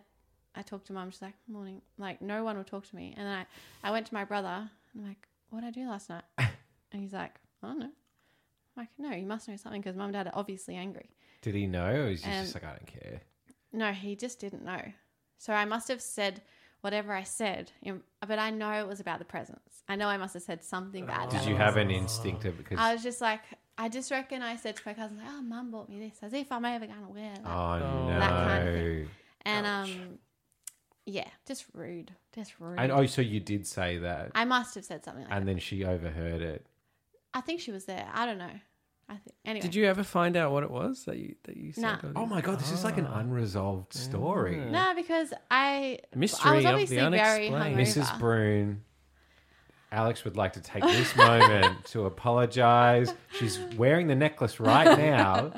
Speaker 3: I talked to mum, she's like, morning. Like, no one will talk to me. And then I, I went to my brother, and I'm like, what did I do last night? and he's like, I don't know. I'm like, no, you must know something because mum and dad are obviously angry.
Speaker 1: Did he know? Or was he
Speaker 3: Um,
Speaker 1: just like, I don't care.
Speaker 3: No, he just didn't know. So I must have said whatever I said, you know, but I know it was about the presents. I know I must have said something bad.
Speaker 1: Did you have an instinct of because?
Speaker 3: oh. I was just like, I just reckon I said to my cousin, like, "Oh, mum bought me this," as if I'm ever gonna wear that.
Speaker 1: oh
Speaker 2: Oh.
Speaker 1: no.
Speaker 2: That
Speaker 3: kind of thing. and um, yeah, just rude, just rude.
Speaker 1: and oh, so you did say that,
Speaker 3: I must have said something like
Speaker 1: and
Speaker 3: that.
Speaker 1: then she overheard it.
Speaker 3: I think she was there. I don't know. I think anyway.
Speaker 2: Did you ever find out what it was that you that you said?
Speaker 3: Nah.
Speaker 2: or-
Speaker 1: Oh my god, this is like an
Speaker 2: Ah.
Speaker 1: unresolved story.
Speaker 2: Yeah.
Speaker 3: No, because I
Speaker 2: Mystery
Speaker 3: I was
Speaker 2: of the
Speaker 3: obviously very
Speaker 2: unexplained.
Speaker 3: hungover.
Speaker 1: Mrs. Brune, Alex would like to take this moment to apologize. She's wearing the necklace right now.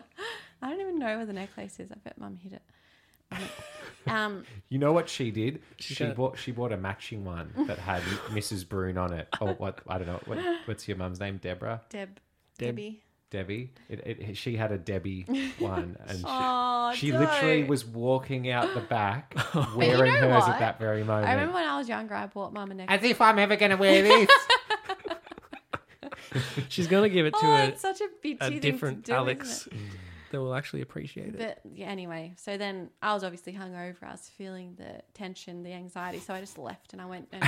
Speaker 3: I don't even know where the necklace is. I bet mum hid it. um,
Speaker 1: You know what she did? She,
Speaker 2: got-
Speaker 1: bought she bought a matching one that had Mrs. Brune on it. Or what? I don't know. What, what's your mum's name? Deborah,
Speaker 3: Deb,
Speaker 2: Deb-
Speaker 3: Debbie.
Speaker 1: Debbie. It, it, she had a Debbie one, and she,
Speaker 3: Oh,
Speaker 1: she
Speaker 3: don't.
Speaker 1: literally was walking out the back
Speaker 3: you know
Speaker 1: wearing hers
Speaker 3: what?
Speaker 1: at that very moment.
Speaker 3: I remember when I was younger, I bought mum a necklace.
Speaker 1: As if I'm ever going to wear this.
Speaker 2: She's gonna give it to
Speaker 3: Oh,
Speaker 2: a,
Speaker 3: it's such a bitchy
Speaker 2: a
Speaker 3: thing
Speaker 2: different
Speaker 3: to do, isn't it?
Speaker 2: Alex that will actually appreciate it.
Speaker 3: But yeah, anyway, so then I was obviously hungover. I was feeling the tension, the anxiety. So I just left and I went and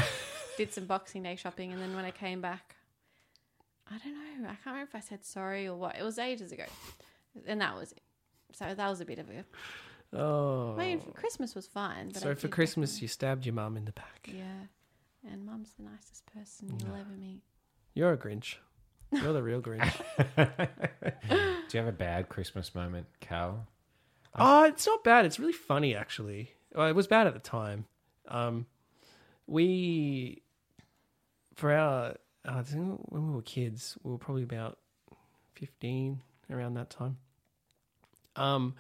Speaker 3: did some Boxing Day shopping. And then when I came back, I don't know. I can't remember if I said sorry or what. It was ages ago, and that was it. So that was a bit of a.
Speaker 2: oh,
Speaker 3: I mean, Christmas was fine. But I
Speaker 2: so for
Speaker 3: did
Speaker 2: Christmas you stabbed your mum in the back.
Speaker 3: definitely- yeah. and mum's the nicest person you'll ever meet.
Speaker 2: You're a Grinch. You're the real Grinch.
Speaker 1: Do you have a bad Christmas moment, Cal?
Speaker 2: oh, it's not bad. It's really funny, actually. Well, it was bad at the time. Um, we, for our, uh, I think when we were kids, we were probably about 15, around that time. Um,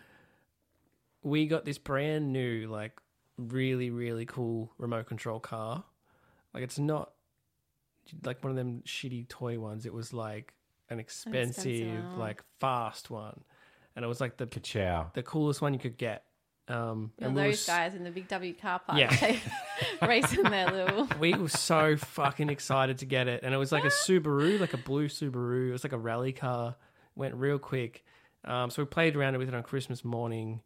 Speaker 2: we got this brand new, like, really, really cool remote control car. Like, it's not like one of them shitty toy ones. It was like an expensive,
Speaker 3: one.
Speaker 2: like, fast one. And it was like the
Speaker 1: Ka-chow.
Speaker 2: the coolest one you could get. Um,
Speaker 3: You know,
Speaker 2: and we were
Speaker 3: those
Speaker 2: s-
Speaker 3: guys in the big W car park
Speaker 2: Yeah.
Speaker 3: racing their little.
Speaker 2: We were so fucking excited to get it, and it was like a Subaru, like a blue Subaru. It was like a rally car. Went real quick. Um, so we played around with it on Christmas morning,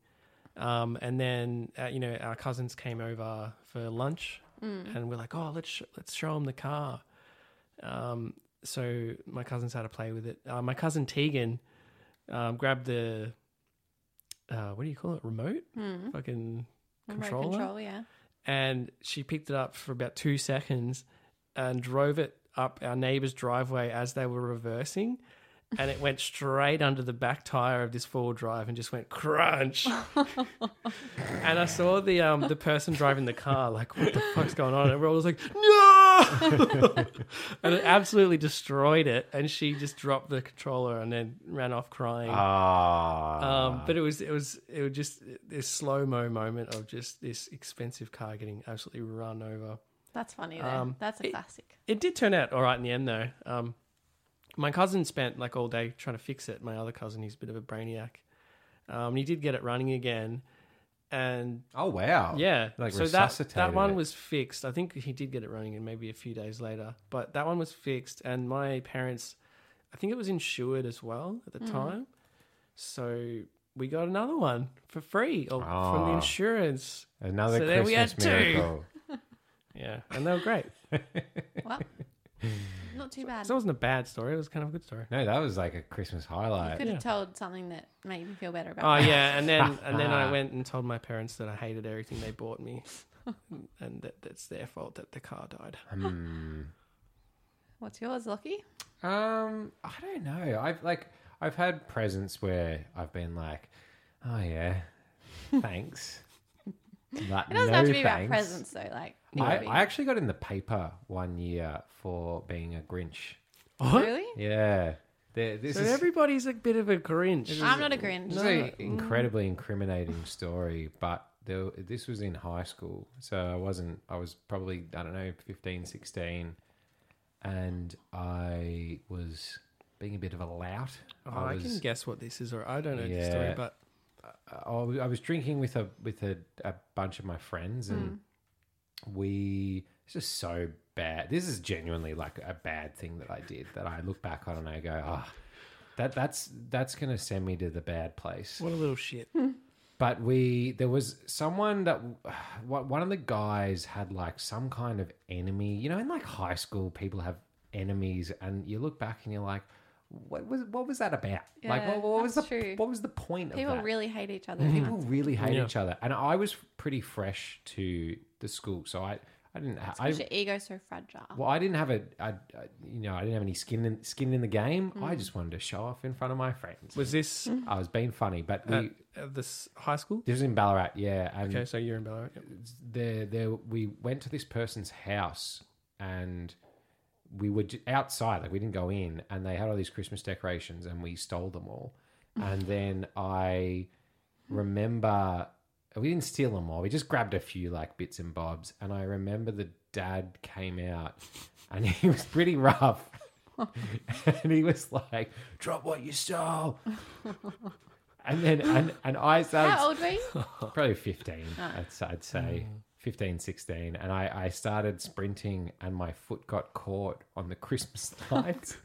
Speaker 2: um, and then uh, you know our cousins came over for lunch, and we're like, oh, let's sh- let's show them the car. Um, so my cousins had to play with it. Uh, my cousin Tegan um, grabbed the uh, what do you call it? Remote, fucking
Speaker 3: Remote
Speaker 2: controller
Speaker 3: control, yeah.
Speaker 2: and she picked it up for about two seconds and drove it up our neighbor's driveway as they were reversing and it went straight under the back tire of this four-wheel drive and just went crunch and i saw the um the person driving the car like what the fuck's going on and everyone was like no and it absolutely destroyed it and she just dropped the controller and then ran off crying
Speaker 1: Ah.
Speaker 2: um, but it was it was it was just this slow mo moment of just this expensive car getting absolutely run over.
Speaker 3: That's funny though.
Speaker 2: Um,
Speaker 3: That's a
Speaker 2: it-
Speaker 3: classic.
Speaker 2: It did turn out all right in the end though. Um, my cousin spent like all day trying to fix it. My other cousin, he's a bit of a brainiac. Um, he did get it running again, and
Speaker 1: oh wow.
Speaker 2: yeah,
Speaker 1: Like
Speaker 2: so that that
Speaker 1: resuscitated
Speaker 2: one
Speaker 1: it.
Speaker 2: was fixed. I think he did get it running, and maybe a few days later, but that one was fixed. And my parents, I think it was insured as well at the
Speaker 3: Hmm.
Speaker 2: time, so we got another one for free or from the
Speaker 1: Ah.
Speaker 2: insurance.
Speaker 1: Another
Speaker 2: So there we
Speaker 1: Christmas
Speaker 2: had two.
Speaker 1: miracle.
Speaker 2: Yeah, and they were great.
Speaker 3: Well, not too bad.
Speaker 2: so it wasn't a bad story. It was kind of a good story.
Speaker 1: No, that was like a Christmas
Speaker 3: you
Speaker 1: highlight.
Speaker 3: could have
Speaker 2: yeah.
Speaker 3: told something that made me feel better about.
Speaker 2: Oh
Speaker 3: it.
Speaker 2: yeah, and then and then I went and told my parents that I hated everything they bought me, and that that's their fault that the car died.
Speaker 3: What's yours, Lockie?
Speaker 1: Um, I don't know. I've like I've had presents where I've been like, oh yeah, thanks. Like,
Speaker 3: It doesn't
Speaker 1: no
Speaker 3: have to be about
Speaker 1: thanks.
Speaker 3: presents though. Like,
Speaker 1: I,
Speaker 3: maybe.
Speaker 1: I actually got in the paper one year for being a Grinch.
Speaker 3: really?
Speaker 1: Yeah, There- this
Speaker 2: So
Speaker 1: is
Speaker 2: everybody's a bit of a Grinch.
Speaker 3: I'm not a Grinch.
Speaker 1: This is an
Speaker 2: Mm.
Speaker 1: incredibly incriminating story, but there, this was in high school. So I wasn't, I was probably, I don't know, 15, 16. And I was being a bit of a lout.
Speaker 2: Oh,
Speaker 1: I
Speaker 2: I,
Speaker 1: was,
Speaker 2: can guess what this is, or I don't know the story,
Speaker 1: Yeah.
Speaker 2: but
Speaker 1: I was- I was drinking with a with a, a bunch of my friends, and
Speaker 2: Mm.
Speaker 1: we it's just so bad. This is genuinely like a bad thing that I did that I look back on and I go, ah, that that's that's gonna send me to the bad place.
Speaker 2: what a little shit.
Speaker 1: but we there was someone that wh- one of the guys had like some kind of enemy you know in like high school people have enemies and you look back and you're like what was what was that about like
Speaker 3: Yeah,
Speaker 1: what, what was the
Speaker 3: that's true.
Speaker 1: what was the point of
Speaker 3: People
Speaker 1: that?
Speaker 3: really hate each other.
Speaker 1: people really hate
Speaker 2: Yeah.
Speaker 1: each other and i was pretty fresh to the school so i i didn't ha- I,
Speaker 3: Because your ego's so fragile.
Speaker 1: well, I didn't have a, I, I, you know, I didn't have any skin in, skin in the game.
Speaker 3: Mm.
Speaker 1: I just wanted to show off in front of my friends.
Speaker 2: Was this at,
Speaker 1: I was being funny, but we,
Speaker 2: at this high school?
Speaker 1: this was in Ballarat, yeah. And
Speaker 2: Okay, so you're in Ballarat. yep.
Speaker 1: there there we went to this person's house and we were j- outside like we didn't go in and they had all these christmas decorations and we stole them all
Speaker 3: Mm.
Speaker 1: and then i remember we didn't steal them all we just grabbed a few like bits and bobs and i remember the dad came out and he was pretty rough and he was like drop what you stole and then and, and i started
Speaker 3: How old were you?
Speaker 1: probably 15
Speaker 3: Ah.
Speaker 1: I'd, I'd say 15 16 and I, I started sprinting and my foot got caught on the christmas lights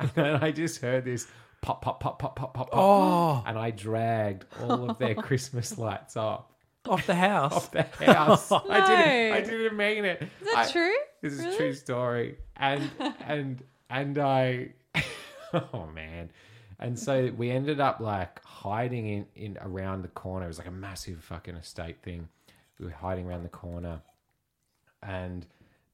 Speaker 1: and then i just heard this pop pop pop pop pop pop oh. and i dragged all of their christmas lights off
Speaker 2: Off the house.
Speaker 1: the house i didn't i
Speaker 3: No.
Speaker 1: didn't mean it
Speaker 3: Is that
Speaker 1: I-
Speaker 3: true?
Speaker 1: this is
Speaker 3: Really?
Speaker 1: a true story. And and and I oh man. And so we ended up like hiding in, in around the corner. It was like a massive fucking estate thing. We were hiding around the corner and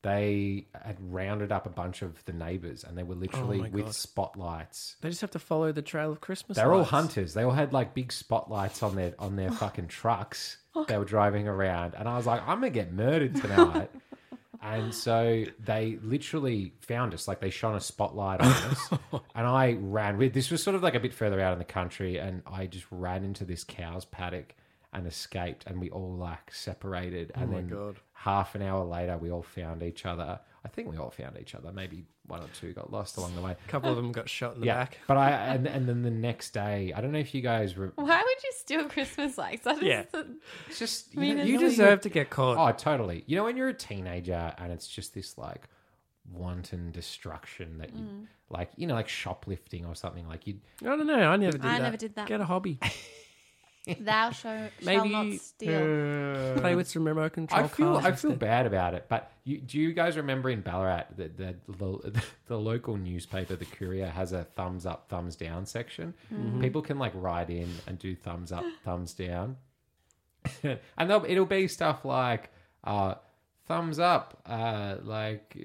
Speaker 1: they had rounded up a bunch of the neighbors and they were literally
Speaker 2: Oh my
Speaker 1: with
Speaker 2: God.
Speaker 1: spotlights.
Speaker 2: They just have to follow the trail of Christmas.
Speaker 1: They're all
Speaker 2: lights.
Speaker 1: hunters. Oh. They all had like big spotlights on their on their fucking trucks. They were driving around, and I was like, "I'm gonna get murdered tonight." and so they literally found us. Like they shone a spotlight on us, and I ran. with This was sort of like a bit further out in the country, and I just ran into this cow's paddock and escaped. And we all like separated. And
Speaker 2: my
Speaker 1: then
Speaker 2: God.
Speaker 1: half an hour later, we all found each other. I think we all found each other. Maybe one or two got lost along the way.
Speaker 2: A couple of them got shot in the back.
Speaker 1: But I and, and then the next day, I don't know if you guys were
Speaker 3: Why would you steal Christmas lights? That is
Speaker 2: Yeah.
Speaker 1: it's just you,
Speaker 3: mean,
Speaker 1: know,
Speaker 3: it's
Speaker 2: You
Speaker 1: you
Speaker 3: really-
Speaker 1: just
Speaker 2: deserve to get caught.
Speaker 1: oh totally. You know when you're a teenager and it's just this like wanton destruction that you like you know like shoplifting or something like you
Speaker 2: I don't know. I never did
Speaker 3: I
Speaker 2: that.
Speaker 3: never did that.
Speaker 2: Get a hobby.
Speaker 3: Thou shall, shall
Speaker 2: Maybe
Speaker 3: not steal.
Speaker 1: uh,
Speaker 2: play with some remote control
Speaker 1: I feel
Speaker 2: cars
Speaker 1: I
Speaker 2: instead.
Speaker 1: feel bad about it, but you, do you guys remember in Ballarat that the, the the local newspaper, the Courier, has a thumbs up, thumbs down section?
Speaker 2: Mm-hmm.
Speaker 1: People can like write in and do thumbs up, thumbs down, and they'll- it'll be stuff like uh, thumbs up, uh, like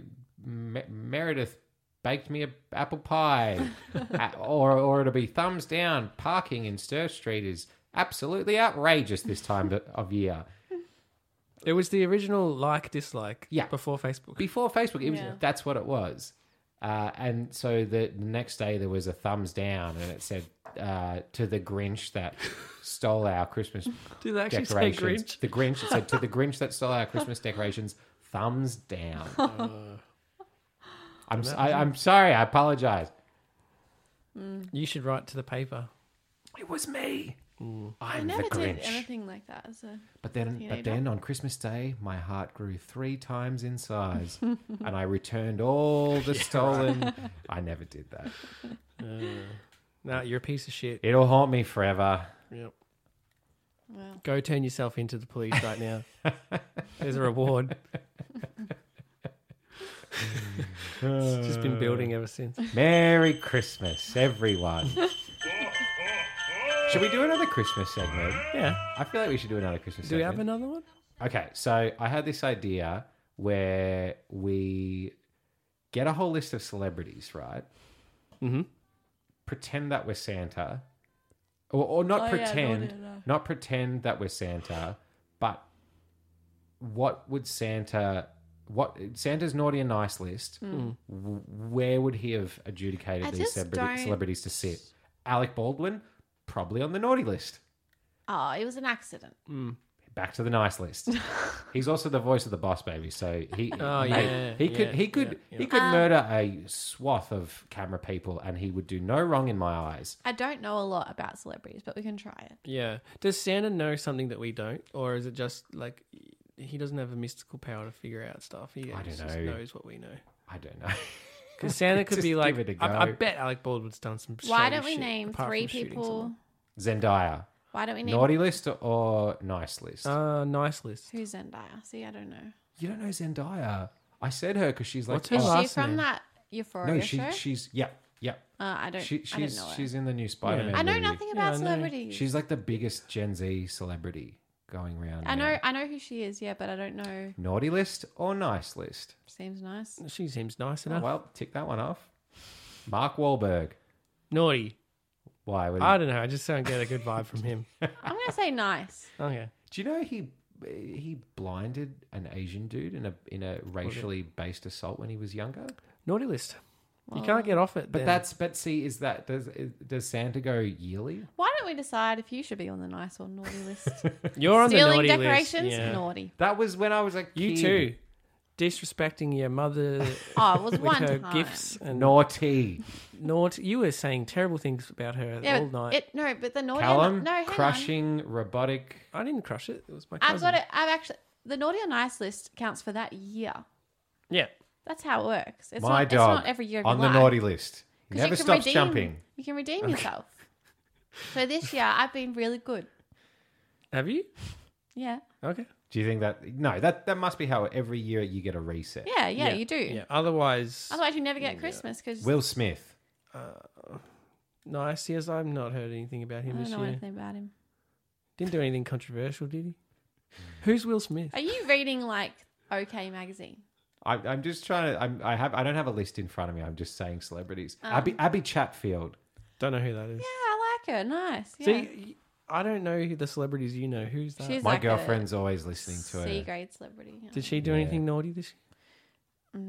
Speaker 1: Me- Meredith baked me a apple pie, Uh, or or it'll be thumbs down. Parking in Sturt Street is absolutely outrageous this time of year.
Speaker 2: It was the original like dislike.
Speaker 1: Yeah.
Speaker 2: Before Facebook.
Speaker 1: before Facebook. It was,
Speaker 3: Yeah.
Speaker 1: That's what it was. Uh, and so the, the next day there was a thumbs down, and it said uh, to the Grinch that stole our Christmas
Speaker 2: Did they actually say
Speaker 1: decorations.
Speaker 2: Grinch?
Speaker 1: The Grinch it said to the Grinch that stole our Christmas decorations. Thumbs down.
Speaker 3: Uh,
Speaker 1: I'm s- I, am i am sorry. I apologize.
Speaker 2: You should write to the paper.
Speaker 1: It was me.
Speaker 3: Mm. I
Speaker 1: I'm the
Speaker 3: never did
Speaker 1: Grinch.
Speaker 3: anything like that. So.
Speaker 1: But then,
Speaker 3: Teenager.
Speaker 1: but then on Christmas Day, my heart grew three times in size, and I returned all the stolen. I never did that.
Speaker 2: No, you're a piece of shit.
Speaker 1: It'll haunt me forever.
Speaker 2: Yep.
Speaker 3: Well.
Speaker 2: Go turn yourself into the police right now. There's a reward. it's just been building ever since.
Speaker 1: Merry Christmas, everyone. should we do another Christmas segment?
Speaker 2: Yeah.
Speaker 1: I feel like we should do another Christmas
Speaker 2: Do we
Speaker 1: segment.
Speaker 2: have another one?
Speaker 1: Okay, so I had this idea where we get a whole list of celebrities, right?
Speaker 2: Mhm.
Speaker 1: Pretend that we're Santa, or, or not
Speaker 3: Oh, yeah, no,
Speaker 1: pretend,
Speaker 3: no, no.
Speaker 1: not pretend that we're Santa, but what would Santa? What Santa's naughty and nice list? w- Where would he have adjudicated
Speaker 3: Hmm. I
Speaker 1: these
Speaker 3: just
Speaker 1: celebra-
Speaker 3: don't-
Speaker 1: celebrities to sit? Alec Baldwin, probably on the naughty list
Speaker 3: Oh, it was an accident.
Speaker 1: back to the nice list. He's also the voice of the boss baby, so he
Speaker 2: Oh,
Speaker 1: mate,
Speaker 2: yeah,
Speaker 1: he could
Speaker 2: yeah,
Speaker 1: he could
Speaker 2: yeah,
Speaker 1: he could
Speaker 3: Um,
Speaker 1: murder a swath of camera people, and he would do no wrong in my eyes.
Speaker 3: I don't know a lot about celebrities, but we can try it.
Speaker 2: Yeah. Does Santa know something that we don't? Or is it just like he doesn't have a mystical power to figure out stuff? He
Speaker 1: I don't
Speaker 2: just
Speaker 1: know.
Speaker 2: knows what we know.
Speaker 1: I don't know.
Speaker 2: Because Santa could
Speaker 1: Just
Speaker 2: be like,
Speaker 1: give it a
Speaker 2: I, I
Speaker 1: go.
Speaker 2: bet Alec Baldwin's done some.
Speaker 3: Why
Speaker 2: shady
Speaker 3: don't we
Speaker 2: shit,
Speaker 3: name
Speaker 2: apart
Speaker 3: three
Speaker 2: from shooting
Speaker 3: people?
Speaker 2: someone.
Speaker 1: Zendaya,
Speaker 3: Why don't we name
Speaker 1: naughty list or nice list?
Speaker 2: Uh, nice list.
Speaker 3: who's Zendaya? See, I don't know.
Speaker 1: you don't know Zendaya. I said her because she's like
Speaker 2: What's her
Speaker 1: oh,
Speaker 3: Is she
Speaker 2: last
Speaker 3: from
Speaker 2: name.
Speaker 3: that Euphoria
Speaker 1: no, she
Speaker 3: show?
Speaker 1: she's yeah yeah.
Speaker 3: uh, I don't.
Speaker 1: She,
Speaker 3: I don't
Speaker 1: she's
Speaker 3: know. her.
Speaker 1: she's in the new Spider Man.
Speaker 3: I know nothing
Speaker 2: Yeah, I
Speaker 3: about
Speaker 2: know.
Speaker 3: celebrities.
Speaker 1: She's like the biggest Gen Z celebrity going around.
Speaker 3: I know.
Speaker 1: now.
Speaker 3: I know who she is. Yeah, but I don't know.
Speaker 1: Naughty list or nice list?
Speaker 3: Seems nice.
Speaker 2: She seems nice
Speaker 1: Oh,
Speaker 2: enough.
Speaker 1: well, tick that one off. Mark Wahlberg.
Speaker 2: Naughty.
Speaker 1: Why would he?
Speaker 2: I don't know. I just don't get a good vibe from him.
Speaker 3: I'm gonna say nice.
Speaker 2: Okay.
Speaker 1: Do you know he he blinded an Asian dude in a in a racially based assault when he was younger?
Speaker 2: Naughty list. you can't get off it.
Speaker 1: But that's but see, is that does does Santa go yearly?
Speaker 3: Why don't we decide if you should be on the nice or naughty list?
Speaker 2: you're on
Speaker 3: Stealing
Speaker 2: the naughty
Speaker 3: decorations,
Speaker 2: list. Yeah.
Speaker 3: naughty.
Speaker 1: That was when I was like
Speaker 2: You too. Disrespecting your mother
Speaker 3: Oh, it was
Speaker 2: with
Speaker 3: one
Speaker 2: her
Speaker 3: time.
Speaker 2: gifts and
Speaker 1: Naughty.
Speaker 2: naughty. You were saying terrible things about her
Speaker 3: Yeah,
Speaker 2: all
Speaker 3: but
Speaker 2: night.
Speaker 3: It, no, but the naughty.
Speaker 1: Callum
Speaker 3: and, no, hang on.
Speaker 1: crushing robotic
Speaker 2: I didn't crush it. It was my cousin.
Speaker 3: I've got it. I've actually the naughty or nice list counts for that year.
Speaker 2: Yeah.
Speaker 3: That's how it works. It's
Speaker 1: my
Speaker 3: not,
Speaker 1: dog
Speaker 3: It's not every year of
Speaker 1: on
Speaker 3: your
Speaker 1: the
Speaker 3: life.
Speaker 1: naughty list.
Speaker 3: 'Cause
Speaker 1: Never
Speaker 3: you can
Speaker 1: stops
Speaker 3: redeem-
Speaker 1: jumping.
Speaker 3: You can redeem yourself. So this year I've been really good.
Speaker 2: Have you?
Speaker 3: Yeah.
Speaker 2: Okay.
Speaker 1: Do you think that no, that that must be how every year you get a reset.
Speaker 3: Yeah, yeah,
Speaker 2: Yeah,
Speaker 3: you do.
Speaker 2: Yeah. Otherwise,
Speaker 3: Otherwise you never get Christmas 'cause Christmas
Speaker 1: Will Smith.
Speaker 2: nice. Yes, I've not heard anything about him
Speaker 3: because I
Speaker 2: this
Speaker 3: don't know
Speaker 2: year.
Speaker 3: anything about him.
Speaker 2: Didn't do anything controversial, did he? Who's Will Smith?
Speaker 3: Are you reading like OK magazine.
Speaker 1: I, I'm just trying to. I'm, I have. I don't have a list in front of me. I'm just saying celebrities.
Speaker 3: Oh.
Speaker 1: Abby Abby Chatfield.
Speaker 2: Don't know who that is.
Speaker 3: Yeah, I like her. Nice. Yeah.
Speaker 2: See, I don't know who the celebrities you know. Who's that?
Speaker 3: She's
Speaker 1: My
Speaker 3: like
Speaker 1: girlfriend's
Speaker 3: a
Speaker 1: always listening to
Speaker 3: C
Speaker 1: her.
Speaker 3: grade celebrity. yeah.
Speaker 2: Did she do
Speaker 1: Yeah.
Speaker 2: anything naughty this year?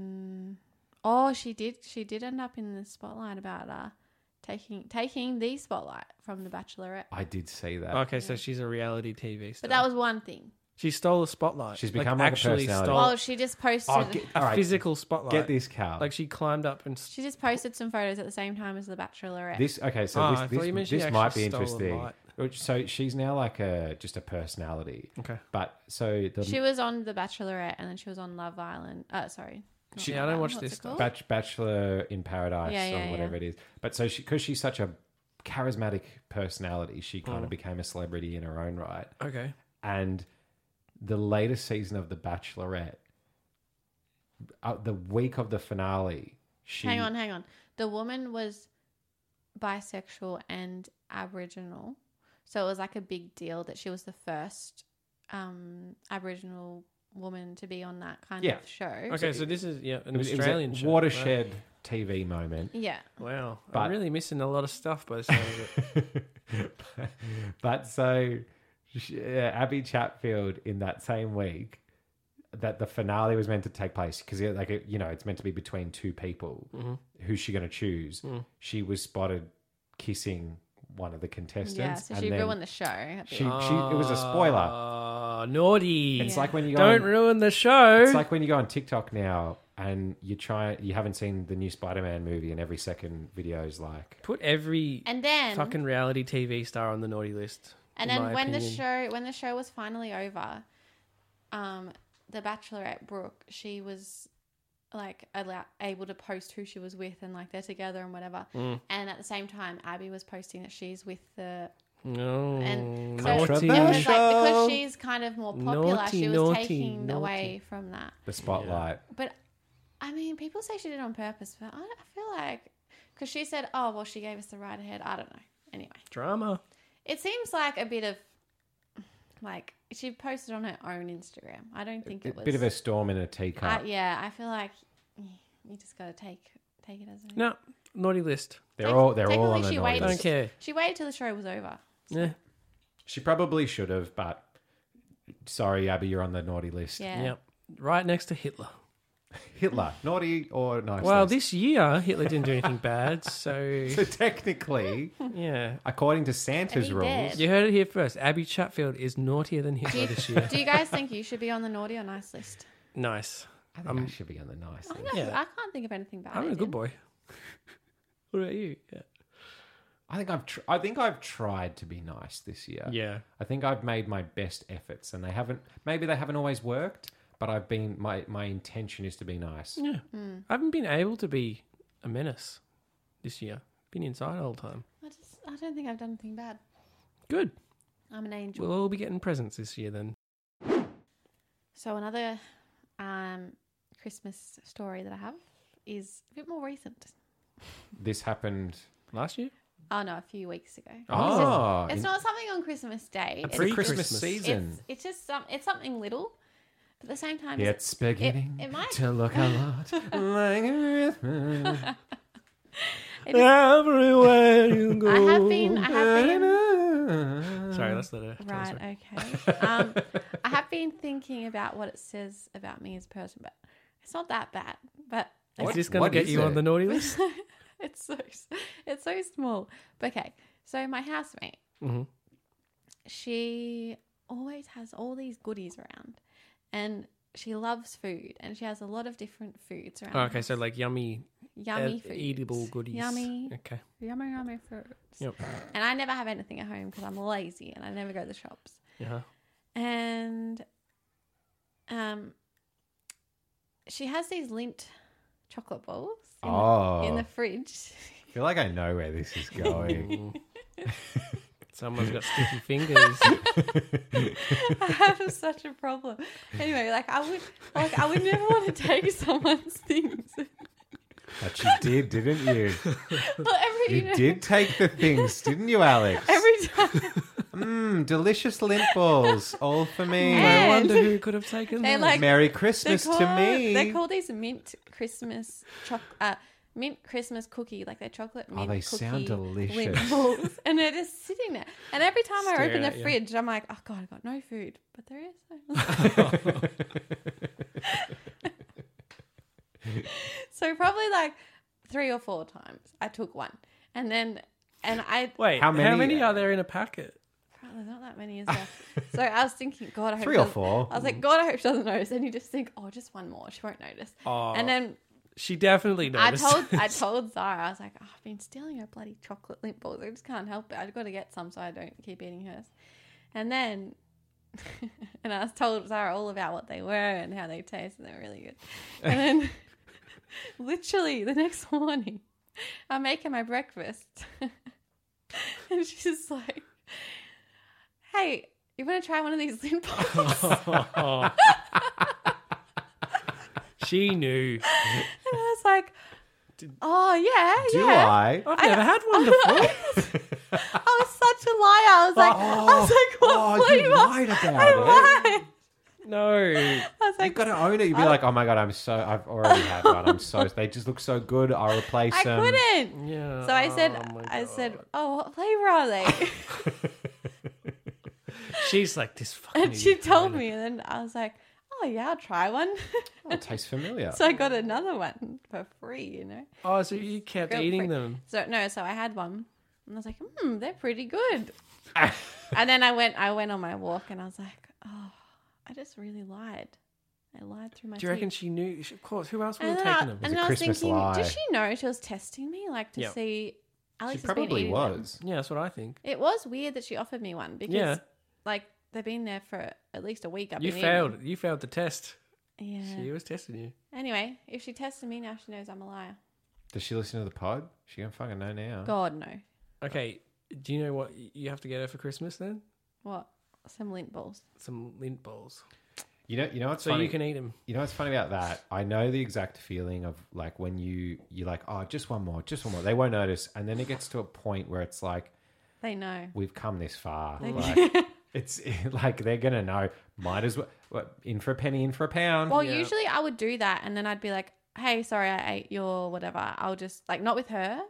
Speaker 3: Oh, she did. She did end up in the spotlight about uh, taking taking the spotlight from the Bachelorette.
Speaker 1: I did see that.
Speaker 2: Okay, so she's a reality TV star.
Speaker 3: But that was one thing.
Speaker 2: she stole a spotlight.
Speaker 1: She's become like a personality.
Speaker 3: Well, she just posted.
Speaker 1: Oh, get-
Speaker 2: a
Speaker 1: all right,
Speaker 2: physical spotlight.
Speaker 1: Get this, Carl.
Speaker 2: Like she climbed up and s-
Speaker 3: she just posted some photos at the same time as the Bachelorette.
Speaker 1: This okay, so
Speaker 2: Ah, I thought
Speaker 1: this
Speaker 2: you meant
Speaker 1: this,
Speaker 2: she
Speaker 1: this might
Speaker 2: actually
Speaker 1: be
Speaker 2: stole a
Speaker 1: interesting.
Speaker 2: light.
Speaker 1: Which- So she's now like a just a personality.
Speaker 2: okay.
Speaker 1: But so the
Speaker 3: she was on the Bachelorette, and then she was on Love Island. Uh, sorry. not
Speaker 2: She-
Speaker 3: Love
Speaker 2: I don't
Speaker 3: Island,
Speaker 2: watch
Speaker 3: what's
Speaker 2: this
Speaker 3: it
Speaker 2: stuff.
Speaker 3: called?
Speaker 1: Bach- Bachelor in Paradise
Speaker 3: Yeah, yeah,
Speaker 1: or whatever it is. But so she because she's such a charismatic personality, she kind
Speaker 2: Mm.
Speaker 1: of became a celebrity in her own right.
Speaker 2: Okay.
Speaker 1: And the latest season of The Bachelorette, uh, the week of the finale, she
Speaker 3: Hang on, hang on. The woman was bisexual and Aboriginal, so it was like a big deal that she was the first um, Aboriginal woman to be on that kind
Speaker 1: Yeah.
Speaker 3: of show.
Speaker 2: Okay, so this is yeah, an
Speaker 1: it was, it was a
Speaker 2: Australian show.
Speaker 1: watershed TV moment.
Speaker 3: Yeah.
Speaker 2: Wow.
Speaker 1: But-
Speaker 2: I'm really missing a lot of stuff by the sound of it.
Speaker 1: but so sh- yeah, Abby Chatfield in that same week that the finale was meant to take place because like it, you know it's meant to be between two people who's she going to choose she was spotted kissing one of the contestants
Speaker 3: Yeah, so
Speaker 1: and
Speaker 3: she
Speaker 1: then
Speaker 3: ruined the show. at the
Speaker 1: she, she
Speaker 3: end.
Speaker 1: it was a spoiler
Speaker 2: Ah, naughty.
Speaker 1: it's like when you go
Speaker 2: Don't
Speaker 1: on-
Speaker 2: ruin the show.
Speaker 1: it's like when you go on TikTok now and you try you haven't seen the new Spider-Man movie and every second video is like
Speaker 2: Put every
Speaker 3: and then
Speaker 2: fucking reality TV star on the naughty list.
Speaker 3: and
Speaker 2: in
Speaker 3: then
Speaker 2: my
Speaker 3: when the
Speaker 2: opinion.
Speaker 3: show when the show was finally over, um, the Bachelorette Brooke, she was like allow- able to post who she was with and like they're together and whatever.
Speaker 2: Mm.
Speaker 3: And at the same time, Abby was posting that she's with the
Speaker 2: No.
Speaker 3: and so it was
Speaker 2: Mm, naughty.
Speaker 1: Controversial.
Speaker 3: like because she's kind of more popular,
Speaker 2: Naughty,
Speaker 3: she was
Speaker 2: naughty,
Speaker 3: taking
Speaker 2: naughty.
Speaker 3: away from that.
Speaker 1: the spotlight
Speaker 3: But I mean, people say she did it on purpose, but I, I feel like because she said, "Oh, well, she gave us the right ahead." I don't know. Anyway,
Speaker 2: Drama.
Speaker 3: it seems like a bit of like she posted on her own Instagram. I don't think
Speaker 1: a
Speaker 3: it was
Speaker 1: bit of a storm in a teacup
Speaker 3: I- Uh, yeah, I feel like you just got to take take it as it is.
Speaker 2: No. Naughty list.
Speaker 1: They're
Speaker 3: Tec-
Speaker 1: all they're all on
Speaker 3: technically
Speaker 1: the
Speaker 3: she
Speaker 1: naughty
Speaker 3: waited.
Speaker 2: Don't
Speaker 1: list.
Speaker 2: care.
Speaker 3: She waited till the show was over.
Speaker 2: Yeah.
Speaker 1: She probably should have, but sorry, Abby, you're on the naughty list.
Speaker 3: Yeah.
Speaker 2: Yep. Right next to Hitler.
Speaker 1: Hitler, naughty or nice?
Speaker 2: Well,
Speaker 1: list?
Speaker 2: this year Hitler didn't do anything bad, so
Speaker 1: so technically,
Speaker 2: yeah.
Speaker 1: according to Santa's
Speaker 3: He
Speaker 1: rules,
Speaker 3: did.
Speaker 2: You heard it here first. Abby Chatfield is naughtier than Hitler this year.
Speaker 3: Do you guys think you should be on the naughty or nice list?
Speaker 2: nice.
Speaker 1: I
Speaker 2: Um,
Speaker 1: think I should be on the nice
Speaker 3: I,
Speaker 1: list.
Speaker 3: don't-
Speaker 2: Yeah.
Speaker 3: I can't think of anything bad.
Speaker 2: I'm
Speaker 3: I
Speaker 2: a
Speaker 3: did.
Speaker 2: good boy. What about you? Yeah.
Speaker 1: I think I've tr- I think I've tried to be nice this year.
Speaker 2: Yeah.
Speaker 1: I think I've made my best efforts, and they haven't. Maybe they haven't always worked, but I've been my my intention is to be nice.
Speaker 2: Yeah.
Speaker 3: Hmm.
Speaker 2: I haven't been able to be a menace this year. Been inside all the time.
Speaker 3: I just I don't think I've done anything bad.
Speaker 2: Good.
Speaker 3: I'm an angel.
Speaker 2: We'll all be getting presents this year then.
Speaker 3: So another um, Christmas story that I have is a bit more recent.
Speaker 1: This happened.
Speaker 2: Last year?
Speaker 3: Oh no, a few weeks ago.
Speaker 1: Oh,
Speaker 3: it's
Speaker 1: in-
Speaker 3: not something on Christmas Day. It's,
Speaker 1: pre
Speaker 2: free
Speaker 1: Christmas
Speaker 2: Christmas.
Speaker 1: season.
Speaker 3: it's it's just some it's something little, but at the same time, it's-
Speaker 1: It's beginning
Speaker 3: it might-
Speaker 1: to look a lot like Christmas.
Speaker 2: Everywhere you go.
Speaker 3: I have been I have been
Speaker 2: Sorry, that's not a
Speaker 3: right. Okay, um, I have been thinking about what it says about me as a person, but it's not that bad. But
Speaker 2: Is this going
Speaker 1: What
Speaker 2: to get
Speaker 1: is
Speaker 2: you on
Speaker 1: it?
Speaker 2: the naughty list?
Speaker 3: it's so it's so small. But okay, so my housemate,
Speaker 2: Mhm.
Speaker 3: she always has all these goodies around, and she loves food, and she has a lot of different foods around.
Speaker 2: Oh,
Speaker 3: the
Speaker 2: okay, so
Speaker 3: house.
Speaker 2: like yummy,
Speaker 3: yummy
Speaker 2: ed-
Speaker 3: foods,
Speaker 2: eatable goodies.
Speaker 3: yummy,
Speaker 2: Okay.
Speaker 3: yummy, yummy fruits.
Speaker 2: Yep.
Speaker 3: And I never have anything at home because I'm lazy and I never go to the shops.
Speaker 2: Yeah.
Speaker 3: And um, she has these lint chocolate balls in,
Speaker 1: Oh,
Speaker 3: the, in the fridge.
Speaker 1: I feel like I know where this is going.
Speaker 2: Someone's got sticky fingers. Hmm,
Speaker 3: I have such a problem. Anyway, like I would, like I would never want to take someone's things.
Speaker 1: but you did, didn't you?
Speaker 3: Well,
Speaker 1: You
Speaker 3: every you know,
Speaker 1: did take the things, didn't you, Alex?
Speaker 3: every time.
Speaker 1: Mmm, delicious lint balls, all for me.
Speaker 3: Yeah.
Speaker 2: I
Speaker 3: And-
Speaker 2: wonder who could have taken
Speaker 3: They
Speaker 2: them.
Speaker 3: like-
Speaker 1: Merry
Speaker 3: They're
Speaker 1: Christmas
Speaker 3: called,
Speaker 1: to me.
Speaker 3: They're called these mint Christmas choc- uh, mint Christmas cookie, like they're chocolate mint
Speaker 1: Oh, they
Speaker 3: cookie.
Speaker 1: sound
Speaker 3: lint
Speaker 1: delicious.
Speaker 3: balls. and they're just sitting there. And every time I
Speaker 2: Staring
Speaker 3: open
Speaker 2: at
Speaker 3: the
Speaker 2: you.
Speaker 3: fridge, I'm like, oh god, I got no food, but there is. so probably like three or four times I took one, and then and I
Speaker 2: Wait,
Speaker 1: How
Speaker 2: how
Speaker 1: many-
Speaker 2: many, are there in a packet?
Speaker 3: Oh, there's not that many, is there? so I was thinking, God, I hope
Speaker 1: Three or
Speaker 3: she doesn't-
Speaker 1: four.
Speaker 3: I was like, God, I hope she doesn't notice. And you just think, oh, just one more, she won't notice.
Speaker 2: Oh,
Speaker 3: and then
Speaker 2: she definitely
Speaker 3: I
Speaker 2: noticed.
Speaker 3: told I told Zara, I was like, oh, I've been stealing her bloody chocolate lint balls. I just can't help it. I've got to get some so I don't keep eating hers. And then, and I was told Zara all about what they were and how they taste, and they're really good. And then, literally the next morning, I'm making my breakfast, and she's like, "Hey, you want to try one of these lint balls?"
Speaker 2: Oh. she knew.
Speaker 3: And I was like, "Oh yeah,
Speaker 1: Do
Speaker 3: yeah."
Speaker 1: I?
Speaker 2: I've never had one before.
Speaker 3: I was such a liar. I was like, I was like, what
Speaker 1: oh,
Speaker 3: flavor?
Speaker 1: you lied about
Speaker 3: I
Speaker 1: it.
Speaker 3: lied.
Speaker 2: no.
Speaker 3: I was
Speaker 1: You've
Speaker 3: like,
Speaker 1: got to own it. You'd be like, oh my god, I'm so. I've already had one. I'm so. They just look so good. I'll replace
Speaker 3: I
Speaker 1: them.
Speaker 3: couldn't.
Speaker 2: Yeah.
Speaker 3: So I said,
Speaker 2: oh my
Speaker 3: I said,
Speaker 2: God.
Speaker 3: oh, what flavor are they?
Speaker 2: she's like this fucking.
Speaker 3: and she
Speaker 2: idiot,
Speaker 3: told
Speaker 2: really.
Speaker 3: me, and then I was like, oh yeah, I'll try one.
Speaker 1: Oh, it tastes familiar.
Speaker 3: so I got another one for free, you know.
Speaker 2: Oh, so you kept
Speaker 3: Girl
Speaker 2: eating
Speaker 3: freak.
Speaker 2: them.
Speaker 3: So no, so I had one, and I was like, hmm, they're pretty good. and then I went, I went on my walk, and I was like, oh, I just really lied. I lied through my.
Speaker 2: Do you reckon
Speaker 3: teeth.
Speaker 2: she knew? Of course. Who else would
Speaker 3: And
Speaker 2: have
Speaker 3: then I,
Speaker 2: taken them?
Speaker 1: was
Speaker 3: and
Speaker 1: a
Speaker 3: I was
Speaker 1: Christmas
Speaker 3: thinking,
Speaker 1: lie.
Speaker 3: did she know she was testing me, like to
Speaker 2: Yep.
Speaker 3: see? Alex
Speaker 1: she
Speaker 3: has been
Speaker 1: probably
Speaker 3: eating them?
Speaker 1: was.
Speaker 2: Yeah, that's what I think.
Speaker 3: It was weird that she offered me one because,
Speaker 2: Yeah.
Speaker 3: like, they've been there for at least a week. I've
Speaker 2: You
Speaker 3: been
Speaker 2: failed. You failed the test.
Speaker 3: Eating. them. Yeah.
Speaker 2: She was testing you.
Speaker 3: Anyway, if she tested me now, she knows I'm a liar.
Speaker 1: Does she listen to the pod? She don't fucking know now.
Speaker 3: God no.
Speaker 2: Okay. Do you know what you have to get her for Christmas then?
Speaker 3: What? Some lint balls.
Speaker 2: Some lint balls.
Speaker 1: You know. You know what's
Speaker 2: So
Speaker 1: funny?
Speaker 2: you can eat them.
Speaker 1: You know what's funny about that? I know the exact feeling of like when you you're like, oh, just one more, just one more. They won't notice, and then it gets to a point where it's like
Speaker 3: They know.
Speaker 1: we've come this far.
Speaker 3: They
Speaker 1: Like, it's like they're gonna know. Might as well what, in for a penny, in for a pound.
Speaker 3: Well,
Speaker 2: Yeah.
Speaker 3: usually I would do that, and then I'd be like, "Hey, sorry, I ate your whatever." I'll just like not with her.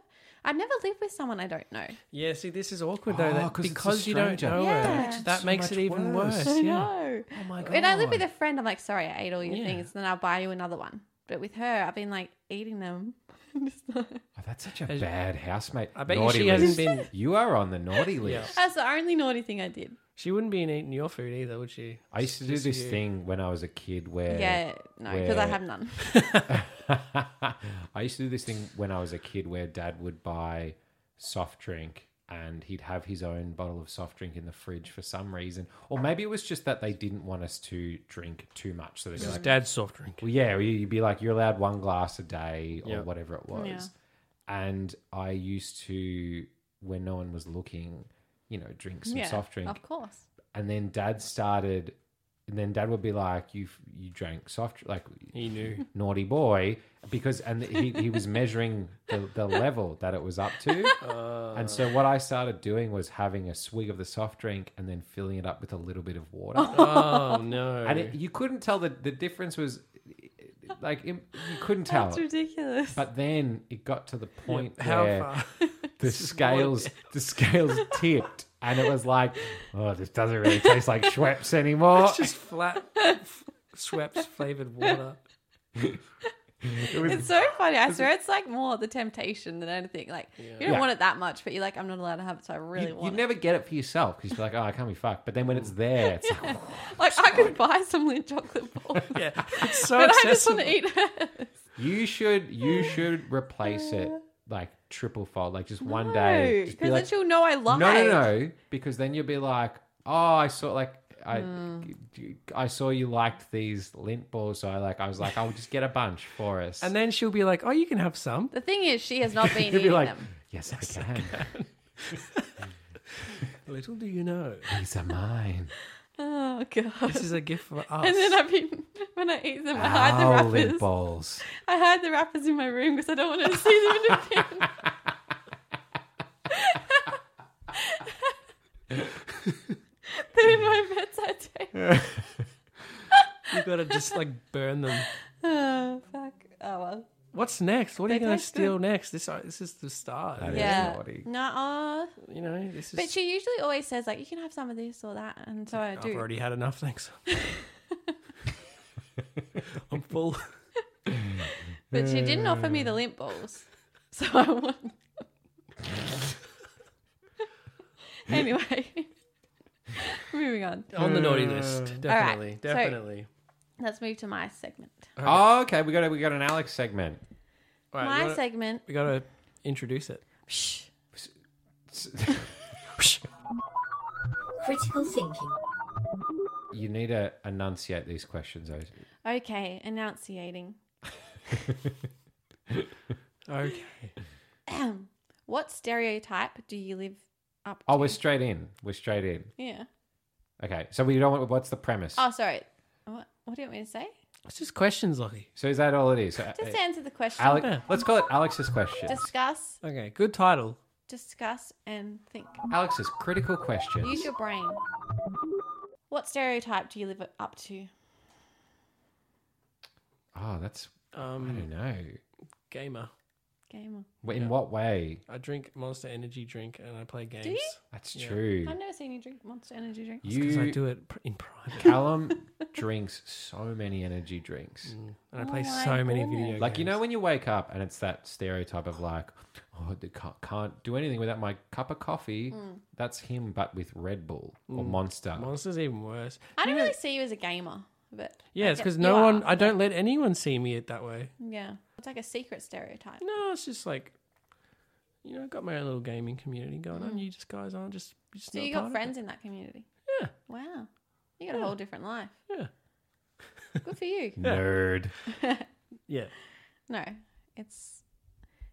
Speaker 3: I'd never live with someone I don't know.
Speaker 2: Yeah. See, this is awkward though.
Speaker 1: Oh,
Speaker 2: that-
Speaker 1: 'cause it's a
Speaker 2: because you don't
Speaker 1: stranger.
Speaker 2: know
Speaker 3: Yeah. That
Speaker 2: her,
Speaker 3: makes
Speaker 1: it
Speaker 2: that
Speaker 1: so
Speaker 2: makes
Speaker 1: much
Speaker 2: it even
Speaker 1: worse.
Speaker 2: worse.
Speaker 3: I
Speaker 2: yeah.
Speaker 3: know.
Speaker 2: Oh my god.
Speaker 3: When I live with a friend, I'm like, sorry, I ate all your
Speaker 2: Yeah.
Speaker 3: things, then I'll buy you another one. But with her, I've been like eating them. Just like-
Speaker 1: Oh, that's such a
Speaker 2: Has-
Speaker 1: bad housemate.
Speaker 2: I bet you
Speaker 1: naughty
Speaker 2: she hasn't
Speaker 1: list.
Speaker 2: been-
Speaker 1: You are on the naughty list.
Speaker 3: That's the only naughty thing I did.
Speaker 2: She wouldn't be eating your food either, would she?
Speaker 1: I used to do
Speaker 2: Just
Speaker 1: this
Speaker 2: you.
Speaker 1: thing when I was a kid where
Speaker 3: Yeah, no, because I
Speaker 1: Where-
Speaker 3: have none.
Speaker 1: I used to do this thing when I was a kid where dad would buy soft drink and he'd have his own bottle of soft drink in the fridge for some reason. Or maybe it was just that they didn't want us to drink too much. So they'd be
Speaker 2: Just
Speaker 1: like,
Speaker 2: dad's soft drink.
Speaker 1: well, yeah, you- you'd be like, you're allowed one glass a day or
Speaker 2: Yeah.
Speaker 1: whatever it was.
Speaker 3: Yeah.
Speaker 1: And I used to, when no one was looking, you know, drink some
Speaker 3: yeah,
Speaker 1: soft drink
Speaker 3: Of course.
Speaker 1: and then dad started and then dad would be like you you drank soft like
Speaker 2: He knew.
Speaker 1: naughty boy because and he, he was measuring the, the level that it was up to
Speaker 2: Uh,
Speaker 1: and so what i started doing was having a swig of the soft drink and then filling it up with a little bit of water
Speaker 2: oh no.
Speaker 1: and it, you couldn't tell that the difference was like im- you couldn't tell
Speaker 3: That's ridiculous.
Speaker 1: but then it got to the point
Speaker 2: How
Speaker 1: where
Speaker 2: far?
Speaker 1: the scales the scales tipped and it was like oh this doesn't really taste like schweppes anymore
Speaker 2: It's just flat Schweppes flavored water.
Speaker 1: It was-
Speaker 3: it's so funny. I swear it's like more the temptation than anything. Like, you don't
Speaker 1: Yeah.
Speaker 3: want it that much, but you're like, I'm not allowed to have it, so I really
Speaker 1: you, you
Speaker 3: want it.
Speaker 1: never get it for yourself because you're like, oh, I can't be fucked. But then when it's there, it's like,
Speaker 3: Like, I could buy some lint chocolate balls,
Speaker 2: Yeah, it's so
Speaker 3: but I just
Speaker 2: accessible.
Speaker 3: want to eat hers.
Speaker 1: you should you should replace it like triple fold, like just one day. Just
Speaker 3: Because
Speaker 1: be
Speaker 3: then
Speaker 1: like,
Speaker 3: she'll know I lied.
Speaker 1: no, no, no, because then you'll be like, oh, I saw like. I, I saw you liked these lint balls, so I like. I was like, I'll just get a bunch for us.
Speaker 2: And then she'll be like, "Oh, you can have some."
Speaker 3: The thing is, she has not been
Speaker 1: you'll
Speaker 3: eating
Speaker 1: be like,
Speaker 3: them.
Speaker 1: yes, I can.
Speaker 2: Little do you know,
Speaker 1: These are mine.
Speaker 3: Oh, God.
Speaker 2: this is a gift for us.
Speaker 3: And then I've been, when I eat them, I hide
Speaker 1: Our
Speaker 3: the
Speaker 1: lint
Speaker 3: wrappers.
Speaker 1: balls.
Speaker 3: I hide the wrappers in my room because I don't want her to see them in the bin. They're in my bedside table.
Speaker 2: You gotta just like burn them.
Speaker 3: Oh, fuck. Oh, well.
Speaker 2: What's next? What are you
Speaker 3: They
Speaker 2: gonna
Speaker 3: taste
Speaker 2: steal next? This uh, this is the start.
Speaker 1: That is
Speaker 3: Yeah.
Speaker 1: naughty.
Speaker 3: No, oh.
Speaker 2: You know, this is.
Speaker 3: But she usually always says, like, you can have some of this or that. And so I
Speaker 2: I've
Speaker 3: do.
Speaker 2: already had enough. Thanks. I'm full.
Speaker 3: But she didn't offer me the lint balls. So I won. anyway, moving on.
Speaker 2: On the naughty list, definitely,
Speaker 3: so-
Speaker 2: definitely.
Speaker 3: Let's move to my segment.
Speaker 1: Oh, okay. We got a, we got an Alex segment.
Speaker 2: All right,
Speaker 3: my
Speaker 2: you wanna-
Speaker 3: segment.
Speaker 2: we gotta introduce it.
Speaker 3: Shh.
Speaker 7: Critical thinking.
Speaker 1: You need to enunciate these questions. Oz.
Speaker 3: Okay, enunciating.
Speaker 2: Okay.
Speaker 3: what stereotype do you live up
Speaker 1: Oh,
Speaker 3: to?
Speaker 1: we're straight in. We're straight in.
Speaker 3: Yeah.
Speaker 1: Okay. So we don't. What's the premise?
Speaker 3: Oh, sorry. What, what do you want me to say?
Speaker 2: It's just questions, Lottie.
Speaker 1: So is that all it is? So,
Speaker 3: Just
Speaker 1: uh,
Speaker 3: answer the question.
Speaker 1: Alex,
Speaker 2: Yeah.
Speaker 1: let's call it Alex's questions.
Speaker 3: Discuss,
Speaker 2: Okay, good title.
Speaker 3: discuss, and think.
Speaker 1: Alex's critical questions.
Speaker 3: Use your brain. What stereotype do you live up to?
Speaker 1: Oh, that's I
Speaker 2: Um,
Speaker 3: Hmm.
Speaker 1: don't know.
Speaker 2: gamer.
Speaker 3: Gamer.
Speaker 1: Well, In what way?
Speaker 2: I drink Monster Energy drink and I play games.
Speaker 3: you?
Speaker 1: That's
Speaker 2: Yeah.
Speaker 1: true.
Speaker 3: I've never seen you drink Monster Energy drink.
Speaker 2: Because I
Speaker 1: You,
Speaker 2: do it pr- in private.
Speaker 1: Callum, drinks so many energy drinks.
Speaker 2: And I play
Speaker 3: Oh my
Speaker 2: so many
Speaker 3: goodness.
Speaker 2: video games.
Speaker 1: Like you know when you wake up and it's that stereotype of like, oh, I can't, can't do anything without my cup of coffee.
Speaker 3: Mm.
Speaker 1: That's him, but with Red Bull or Monster.
Speaker 2: Monster's even worse.
Speaker 3: I don't
Speaker 2: You know-
Speaker 3: really see you as a gamer, but
Speaker 2: Yeah, it's
Speaker 3: get-
Speaker 2: because
Speaker 3: you
Speaker 2: no
Speaker 3: are,
Speaker 2: one. I don't let anyone see me it that way.
Speaker 3: yeah, it's like a secret stereotype.
Speaker 2: No, it's just like, you know, I've got my own little gaming community going on. You just guys aren't just. you're just
Speaker 3: Mm. So
Speaker 2: not
Speaker 3: you
Speaker 2: part
Speaker 3: got
Speaker 2: of
Speaker 3: friends in that community.
Speaker 2: It.
Speaker 3: Wow, you got a whole different life.
Speaker 2: Yeah,
Speaker 3: Good for you.
Speaker 1: Nerd.
Speaker 2: yeah, yeah.
Speaker 3: No, it's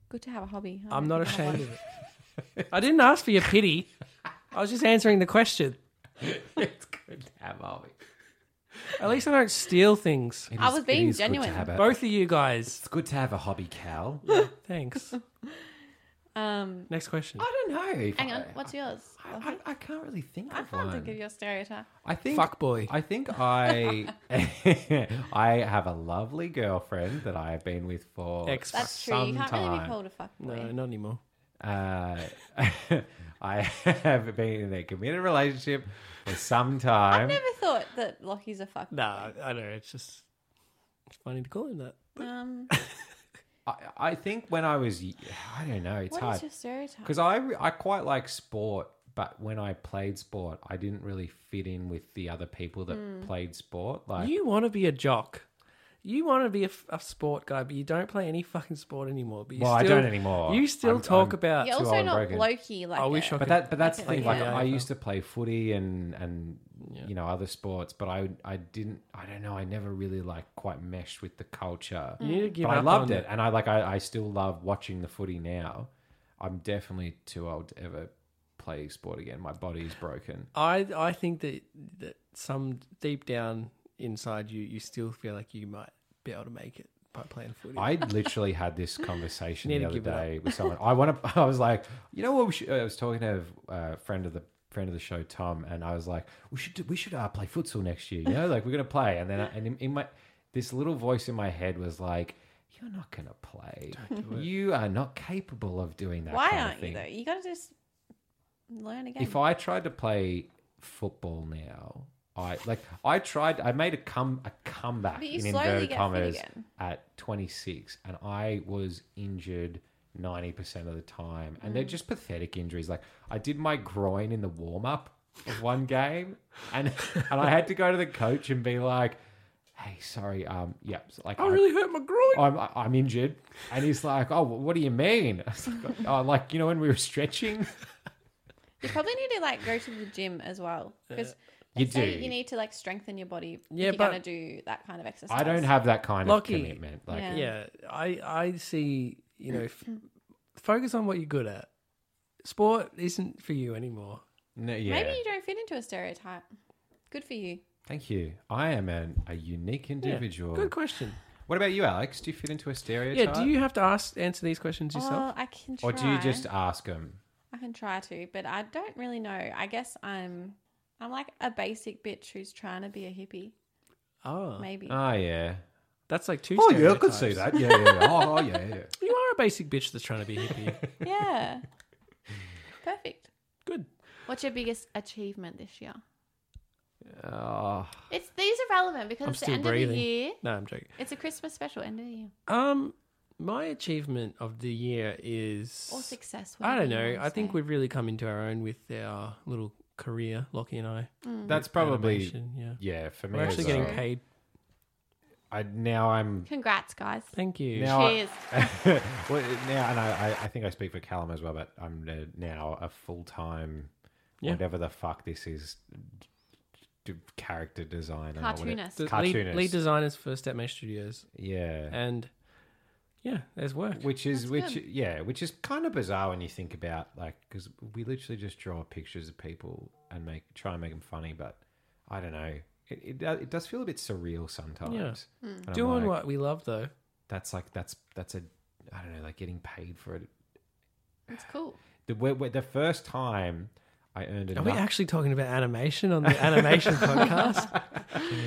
Speaker 3: good to have a hobby. Oh, I
Speaker 2: I'm
Speaker 3: don't
Speaker 2: not
Speaker 3: think I have
Speaker 2: ashamed
Speaker 3: one.
Speaker 2: of it. I didn't ask for your pity. I was just answering the question.
Speaker 1: it's good to have Ollie.
Speaker 2: At least I don't steal things.
Speaker 1: It
Speaker 3: I
Speaker 1: is-
Speaker 3: was
Speaker 1: it
Speaker 3: being
Speaker 1: is good to
Speaker 3: genuine.
Speaker 1: have a-
Speaker 2: Both of you guys.
Speaker 1: It's good to have a hobby, Cal.
Speaker 2: Thanks.
Speaker 3: Um,
Speaker 2: Next question.
Speaker 1: I don't know. if
Speaker 3: hang on,
Speaker 1: I,
Speaker 3: what's yours?
Speaker 1: I,
Speaker 3: Lachlan?
Speaker 1: I, I can't really think
Speaker 3: I
Speaker 1: of
Speaker 3: can't
Speaker 1: one.
Speaker 3: think of your stereotype.
Speaker 2: Uh,
Speaker 1: I think
Speaker 2: Fuck boy.
Speaker 1: I think I I have a lovely girlfriend that I have been with for
Speaker 2: Ex-
Speaker 3: That's true.
Speaker 1: some
Speaker 3: you can't really be
Speaker 1: time.
Speaker 3: called a fuckboy.
Speaker 2: No, not anymore.
Speaker 1: Uh, I have been in a committed relationship for some time.
Speaker 3: I never thought that Lockie's a fuckboy.
Speaker 2: Nah, I don't know. It's just it's funny to call him that.
Speaker 3: Um,
Speaker 1: I, I think when I was, y- I don't know, it's
Speaker 3: what
Speaker 1: hard
Speaker 3: is your stereotype?
Speaker 1: because I re- I quite like sport, but when I played sport, I didn't really fit in with the other people that
Speaker 3: Hmm.
Speaker 1: played sport. Like
Speaker 2: You want to be a jock. You want to be a, f- a sport guy, but you don't play any fucking sport anymore. But you
Speaker 1: Well, I
Speaker 2: still,
Speaker 1: don't anymore.
Speaker 2: You still
Speaker 1: I'm-
Speaker 2: talk
Speaker 1: I'm-
Speaker 2: about.
Speaker 3: You're
Speaker 1: too
Speaker 3: also
Speaker 1: old
Speaker 3: not
Speaker 1: broken.
Speaker 3: blokey like
Speaker 2: I
Speaker 3: a-
Speaker 2: wish I
Speaker 1: But
Speaker 2: could.
Speaker 1: that, but that's the
Speaker 3: I can
Speaker 1: thing. Like
Speaker 3: see
Speaker 1: I
Speaker 2: that.
Speaker 1: used to play footy and and you know other sports, but I I didn't. I don't know. I never really like quite meshed with the culture.
Speaker 3: Hmm.
Speaker 2: you need to give
Speaker 1: but I
Speaker 2: up
Speaker 1: loved
Speaker 2: on
Speaker 1: it, and I like I, I still love watching the footy now. I'm definitely too old to ever play sport again. My body is broken.
Speaker 2: I I think that that some deep down inside you, you still feel like you might be able to make it by playing footy.
Speaker 1: I literally had this conversation
Speaker 2: Need
Speaker 1: the
Speaker 2: to
Speaker 1: other
Speaker 2: give it up.
Speaker 1: day with someone. I want to. I was like, you know what? We should, I was talking to a friend of the friend of the show, Tom, and I was like, we should do, we should uh, play futsal next year. You know, like we're gonna play. And then I, and in, in my this little voice in my head was like, you're not gonna play. You are not capable of doing that.
Speaker 3: Why
Speaker 1: kind of
Speaker 3: aren't you
Speaker 1: thing."
Speaker 3: though? You gotta just learn again.
Speaker 1: If I tried to play football now, I like I tried. I made a come a comeback
Speaker 3: But you
Speaker 1: in
Speaker 3: slowly
Speaker 1: inverted
Speaker 3: get fit
Speaker 1: commas
Speaker 3: again.
Speaker 1: at 26, and I was injured 90 percent of the time, and they're
Speaker 3: Mm.
Speaker 1: just pathetic injuries. Like I did my groin in the warm up of one game, and and I had to go to the coach and be like, "Hey, sorry, um, yeah, so, like
Speaker 3: Oh,
Speaker 2: I really hurt my groin.
Speaker 1: I'm I'm injured," and he's like, "Oh, what do you mean?" I was like, "Oh, like you know when we were stretching."
Speaker 3: You probably need to like go to the gym as well because
Speaker 1: You do.
Speaker 3: You need to like strengthen your body.
Speaker 2: Uh, Yeah,
Speaker 3: if you're
Speaker 2: but-
Speaker 3: gonna do that kind of exercise.
Speaker 1: I don't have that kind of
Speaker 2: Lockie.
Speaker 1: commitment. Like,
Speaker 3: Yeah.
Speaker 2: yeah, I I see. You know, f- focus on what you're good at. Sport isn't for you anymore.
Speaker 1: no, yeah.
Speaker 3: Maybe you don't fit into a stereotype. Good for you.
Speaker 1: Thank you. I am an, a unique
Speaker 2: Yeah.
Speaker 1: individual.
Speaker 2: Good question.
Speaker 1: What about you, Alex? Do you fit into a stereotype?
Speaker 2: Yeah, do you have to ask answer these questions yourself?
Speaker 3: Well, I Oh, can try.
Speaker 1: Or do you just ask them?
Speaker 3: I I can try to, but I don't really know. I guess I'm I'm like a basic bitch who's trying to be a hippie. Uh,
Speaker 2: Oh,
Speaker 3: Maybe.
Speaker 1: Oh yeah.
Speaker 2: that's like two.
Speaker 5: Oh yeah, I could see
Speaker 2: stereotypes.
Speaker 5: that. Yeah, yeah. yeah. Oh, oh, yeah, yeah.
Speaker 2: You are a basic bitch that's trying to be hippie.
Speaker 3: yeah. Perfect.
Speaker 2: Good.
Speaker 3: What's your biggest achievement this year?
Speaker 1: Oh,
Speaker 3: It's these are relevant because
Speaker 2: I'm
Speaker 3: it's the
Speaker 2: still
Speaker 3: end of
Speaker 2: breathing.
Speaker 3: the year.
Speaker 2: No, I'm joking.
Speaker 3: It's a Christmas special end of the year
Speaker 2: Um, my achievement of the year is
Speaker 3: or success.
Speaker 2: I don't
Speaker 3: whatever you
Speaker 2: know.
Speaker 3: wanna
Speaker 2: I think
Speaker 3: say.
Speaker 2: we've really come into our own with our little career, Lockie and I.
Speaker 3: Hmm.
Speaker 1: that's probably
Speaker 2: Animation, yeah.
Speaker 1: yeah for me.
Speaker 2: We're actually
Speaker 1: as
Speaker 2: getting
Speaker 1: well.
Speaker 2: paid.
Speaker 1: I now I'm
Speaker 3: Congrats, guys.
Speaker 2: Thank you.
Speaker 1: now I-
Speaker 3: Cheers.
Speaker 1: well, now and I, I- I think I speak for Callum as well, but I'm uh, now a full time
Speaker 2: Yeah.
Speaker 1: whatever the fuck this is d- d- character designer or whatever-
Speaker 3: Cartoonist.
Speaker 2: The lead-
Speaker 1: cartoonist
Speaker 2: Lead, designers for Stepmate Studios,
Speaker 1: yeah
Speaker 2: and yeah, there's work.
Speaker 1: which is
Speaker 3: That's
Speaker 1: which
Speaker 3: good.
Speaker 1: yeah which is kind of bizarre when you think about like because we literally just draw pictures of people and make try and make them funny but i don't know it, it, do- it does feel a bit surreal sometimes
Speaker 3: Hmm.
Speaker 1: And I'm
Speaker 2: Doing
Speaker 1: like,
Speaker 2: what we love, though.
Speaker 1: that's like that's that's a i don't know like getting paid for it
Speaker 3: It's cool.
Speaker 1: the, where, where, the first time i earned
Speaker 2: Are
Speaker 1: enough
Speaker 2: we actually talking about animation on the animation podcast?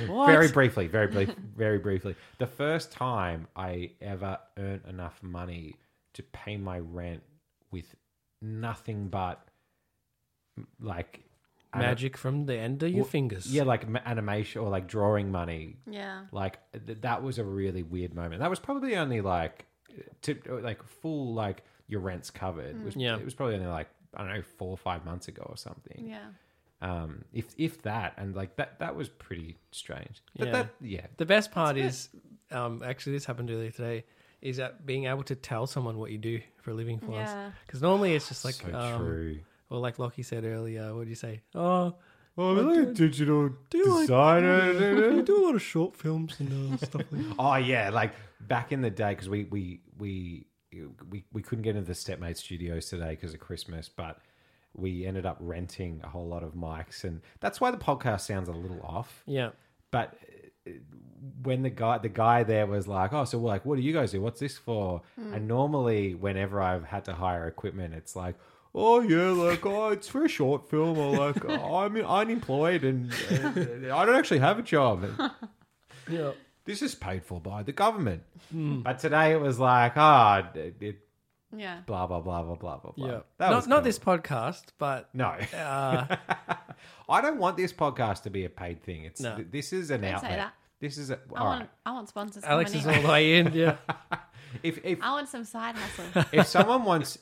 Speaker 2: what?
Speaker 1: very briefly very brief, very briefly the first time i ever earned enough money to pay my rent with nothing but m- like ana-
Speaker 2: magic from the end of your
Speaker 1: Well,
Speaker 2: fingers.
Speaker 1: yeah like ma- animation or like drawing money
Speaker 3: Yeah.
Speaker 1: like th- that was a really weird moment that was probably only like to like full like your rent's covered It was,
Speaker 2: Yeah.
Speaker 1: it was probably only like i don't know four or five months ago or something
Speaker 3: Yeah.
Speaker 1: um if if that and like that that was pretty strange but
Speaker 2: Yeah.
Speaker 1: that yeah
Speaker 2: The best part is, um, actually, this happened earlier today. Is that being able to tell someone what you do for a living for us?
Speaker 3: Yeah.
Speaker 2: Because normally it's just like,
Speaker 1: so
Speaker 2: um,
Speaker 1: true
Speaker 2: well, like Lockie said earlier, what do you say? Oh,
Speaker 1: Oh, I'm like a digital
Speaker 2: you like-
Speaker 1: designer.
Speaker 2: we do a lot of short films and uh, stuff like that.
Speaker 1: oh yeah, like back in the day, because we we we we we couldn't get into the stepmate studios today because of Christmas, but we ended up renting a whole lot of mics, and that's why the podcast sounds a little off.
Speaker 2: Yeah.
Speaker 1: But uh, when the guy the guy there was like, "Oh, so we're like, what do you guys do? What's this for?"
Speaker 3: Hmm.
Speaker 1: And normally, whenever I've had to hire equipment, it's like. Oh yeah, like oh, it's for a short film, or like oh, I'm unemployed and uh, I don't actually have a job. And-
Speaker 2: Yeah.
Speaker 1: this is paid for by the government.
Speaker 2: Hmm.
Speaker 1: But today it was like, ah, it, it
Speaker 3: Yeah.
Speaker 1: blah blah blah blah blah blah. blah.
Speaker 2: Yeah.
Speaker 1: that
Speaker 2: not
Speaker 1: was
Speaker 2: not
Speaker 1: cool.
Speaker 2: this podcast, but
Speaker 1: No,
Speaker 2: uh,
Speaker 1: I don't want this podcast to be a paid thing. It's
Speaker 2: No.
Speaker 1: th- this is an
Speaker 3: Don't say
Speaker 1: outlet.
Speaker 3: that.
Speaker 1: This is a,
Speaker 3: I
Speaker 1: all
Speaker 3: want
Speaker 1: right.
Speaker 3: I want sponsors.
Speaker 2: Alex is
Speaker 3: coming in.
Speaker 2: all the way in. Yeah.
Speaker 1: If if
Speaker 3: I want some side hustle.
Speaker 1: if someone wants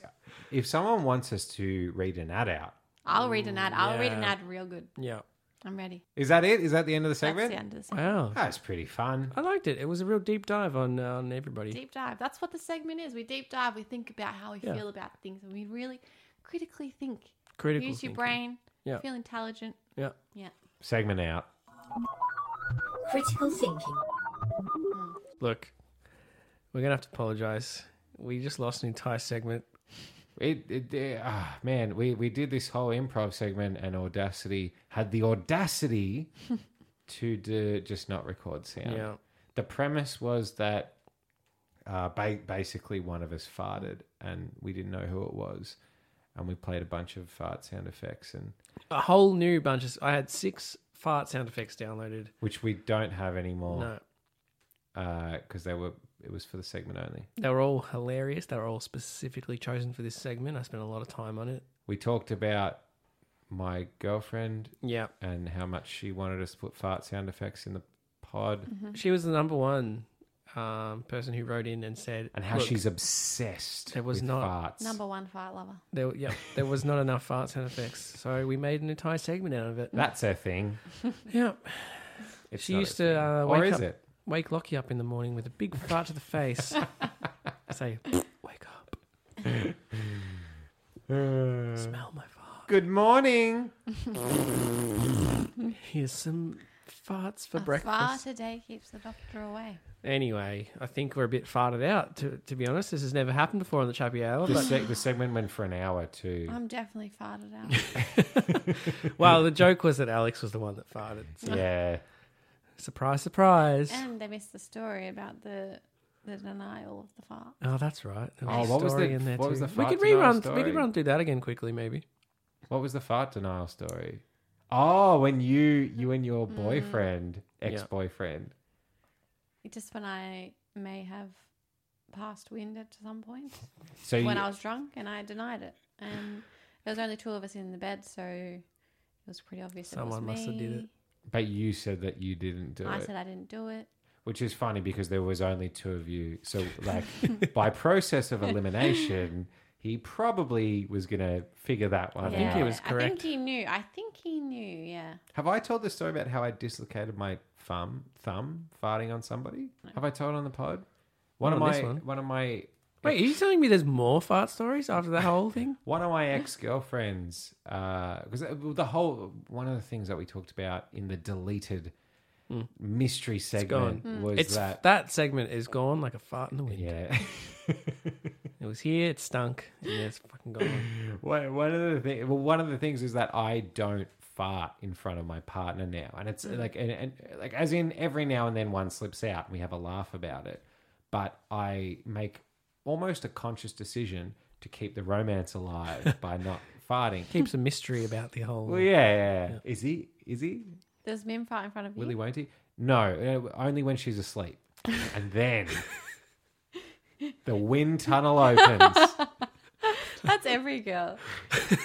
Speaker 1: if someone wants us to read an ad out,
Speaker 3: I'll read an ad. I'll read an
Speaker 2: yeah.
Speaker 3: ad real good.
Speaker 2: Yeah.
Speaker 3: I'm ready.
Speaker 1: is that it? Is that the end of the segment?
Speaker 3: That's the end of the segment.
Speaker 2: Wow.
Speaker 1: That's pretty fun.
Speaker 2: I liked it. It was a real deep dive on uh, on everybody.
Speaker 3: Deep dive. That's what the segment is. We deep dive. We think about how we
Speaker 2: Yeah.
Speaker 3: feel about things, and we really critically think.
Speaker 2: Critical.
Speaker 3: Use
Speaker 2: thinking.
Speaker 3: your brain.
Speaker 2: Yeah.
Speaker 3: Feel intelligent.
Speaker 2: Yeah.
Speaker 3: Yeah.
Speaker 1: Segment out.
Speaker 7: Critical thinking.
Speaker 2: Look, we're gonna have to apologize. We just lost an entire segment.
Speaker 1: It, it, eh, ah, man, we, we did this whole improv segment and Audacity had the audacity to do, just not record sound.
Speaker 2: Yeah.
Speaker 1: The premise was that uh, ba- basically one of us farted and we didn't know who it was. And we played a bunch of fart sound effects, and
Speaker 2: A whole new bunch of. I had six fart sound effects downloaded.
Speaker 1: which we don't have
Speaker 2: No,
Speaker 1: anymore because uh, they were it was for the segment only.
Speaker 2: they were all hilarious. They were all specifically chosen for this segment. I spent a lot of time on it.
Speaker 1: We talked about my girlfriend
Speaker 2: Yeah.
Speaker 1: and how much she wanted us to put fart sound effects in the pod.
Speaker 3: Mm-hmm.
Speaker 2: She was the number one um, person who wrote in and said,
Speaker 1: and how
Speaker 2: "Look,
Speaker 1: she's obsessed
Speaker 2: There was
Speaker 1: with
Speaker 2: not-
Speaker 1: farts.
Speaker 3: Number one fart lover.
Speaker 2: there, yeah, there was not enough fart sound effects, so we made an entire segment out of it.
Speaker 1: That's her thing.
Speaker 2: Yeah,
Speaker 1: Mm-hmm. It's
Speaker 2: She
Speaker 1: not
Speaker 2: used
Speaker 1: her
Speaker 2: to,
Speaker 1: thing.
Speaker 2: uh,
Speaker 1: or
Speaker 2: wake
Speaker 1: is
Speaker 2: up-
Speaker 1: it?
Speaker 2: wake Lockie up in the morning with a big fart to the face. Say, wake up, smell my fart.
Speaker 1: Good morning.
Speaker 2: Here's some farts for
Speaker 3: a
Speaker 2: breakfast.
Speaker 3: fart a day keeps the doctor away.
Speaker 2: Anyway, I think we're a bit farted out. To, to be honest, this has never happened before on the Chappy Hour.
Speaker 1: The,
Speaker 2: But
Speaker 1: seg- the segment went for an hour too.
Speaker 3: I'm definitely farted out.
Speaker 2: well, the joke was that Alex was the one that farted.
Speaker 1: yeah,
Speaker 2: Surprise, surprise.
Speaker 3: Um, and they missed the story about the the denial of the fart.
Speaker 2: Oh, that's right. There
Speaker 1: Oh,
Speaker 2: a
Speaker 1: what was
Speaker 2: story
Speaker 1: the-
Speaker 2: in there
Speaker 1: what was
Speaker 2: too.
Speaker 1: the
Speaker 2: We could
Speaker 1: fart denial
Speaker 2: rerun. We
Speaker 1: story?
Speaker 2: could run through that again quickly, maybe.
Speaker 1: What was the fart denial story? Oh, when you you and
Speaker 3: Mm.
Speaker 1: your boyfriend,
Speaker 2: Yeah.
Speaker 1: ex-boyfriend.
Speaker 3: Just when I may have passed wind at some point
Speaker 1: So you,
Speaker 3: when I was drunk and I denied it. And there was only two of us in the bed, so it was pretty obvious.
Speaker 2: Someone
Speaker 3: it was
Speaker 2: must have
Speaker 3: me.
Speaker 2: did it.
Speaker 1: but you said that you didn't do
Speaker 3: I
Speaker 1: it,
Speaker 3: said I didn't do it.
Speaker 1: which is funny because there was only two of you. So like by process of elimination, he probably was going to figure that one
Speaker 2: think he
Speaker 1: out.
Speaker 2: was
Speaker 3: I
Speaker 2: correct.
Speaker 3: think he knew. I think he knew. Yeah.
Speaker 1: Have I told the story about how I dislocated my thumb thumb farting on somebody? Have I told on the pod? One
Speaker 2: Not
Speaker 1: of
Speaker 2: on this
Speaker 1: my
Speaker 2: one.
Speaker 1: one of my
Speaker 2: Wait, are you telling me there's more fart stories after that whole thing?
Speaker 1: one of my uh, ex girlfriends, because the whole one of the things that we talked about in the deleted
Speaker 2: Hmm.
Speaker 1: mystery segment was
Speaker 2: it's
Speaker 1: that,
Speaker 2: that... segment is gone like a fart in the wind.
Speaker 1: yeah.
Speaker 2: It was here, it stunk, and yeah, it's fucking gone.
Speaker 1: one one of the things, well, one of the things is that I don't fart in front of my partner now, and it's like and, and like as in every now and then one slips out, and we have a laugh about it, but I make almost a conscious decision to keep the romance alive by not farting.
Speaker 2: Keeps a mystery about the whole.
Speaker 1: Well, yeah, yeah, yeah. Is he? Is he?
Speaker 3: There's Mim fart in front of you.
Speaker 1: Willy won't he? No, uh, only when she's asleep. And then the wind tunnel opens.
Speaker 3: That's every girl.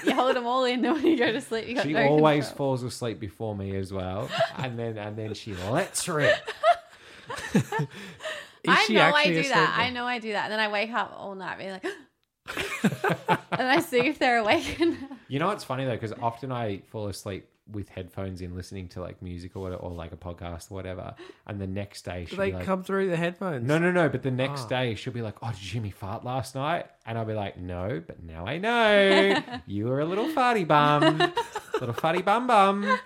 Speaker 3: you hold them all in, and when you go to sleep, you got
Speaker 1: she
Speaker 3: no
Speaker 1: always
Speaker 3: control.
Speaker 1: falls asleep before me as well. And then and then she lets rip.
Speaker 2: Is
Speaker 3: I
Speaker 2: she
Speaker 3: know I
Speaker 2: actually
Speaker 3: do
Speaker 2: asleep
Speaker 3: that. I
Speaker 2: though?
Speaker 3: know I do that. And then I wake up all night being like, and I see if they're awake. or not.
Speaker 1: You know what's funny though, because often I fall asleep with headphones in, listening to like music or whatever, or like a podcast or whatever. And the next day she'll
Speaker 2: They
Speaker 1: be like,
Speaker 2: come through the headphones.
Speaker 1: no, no, no. But the next
Speaker 2: Ah.
Speaker 1: day she'll be like, "Oh, did Jimmy fart last night?" And I'll be like, "No, but now I know. you were a little farty bum, little farty bum bum."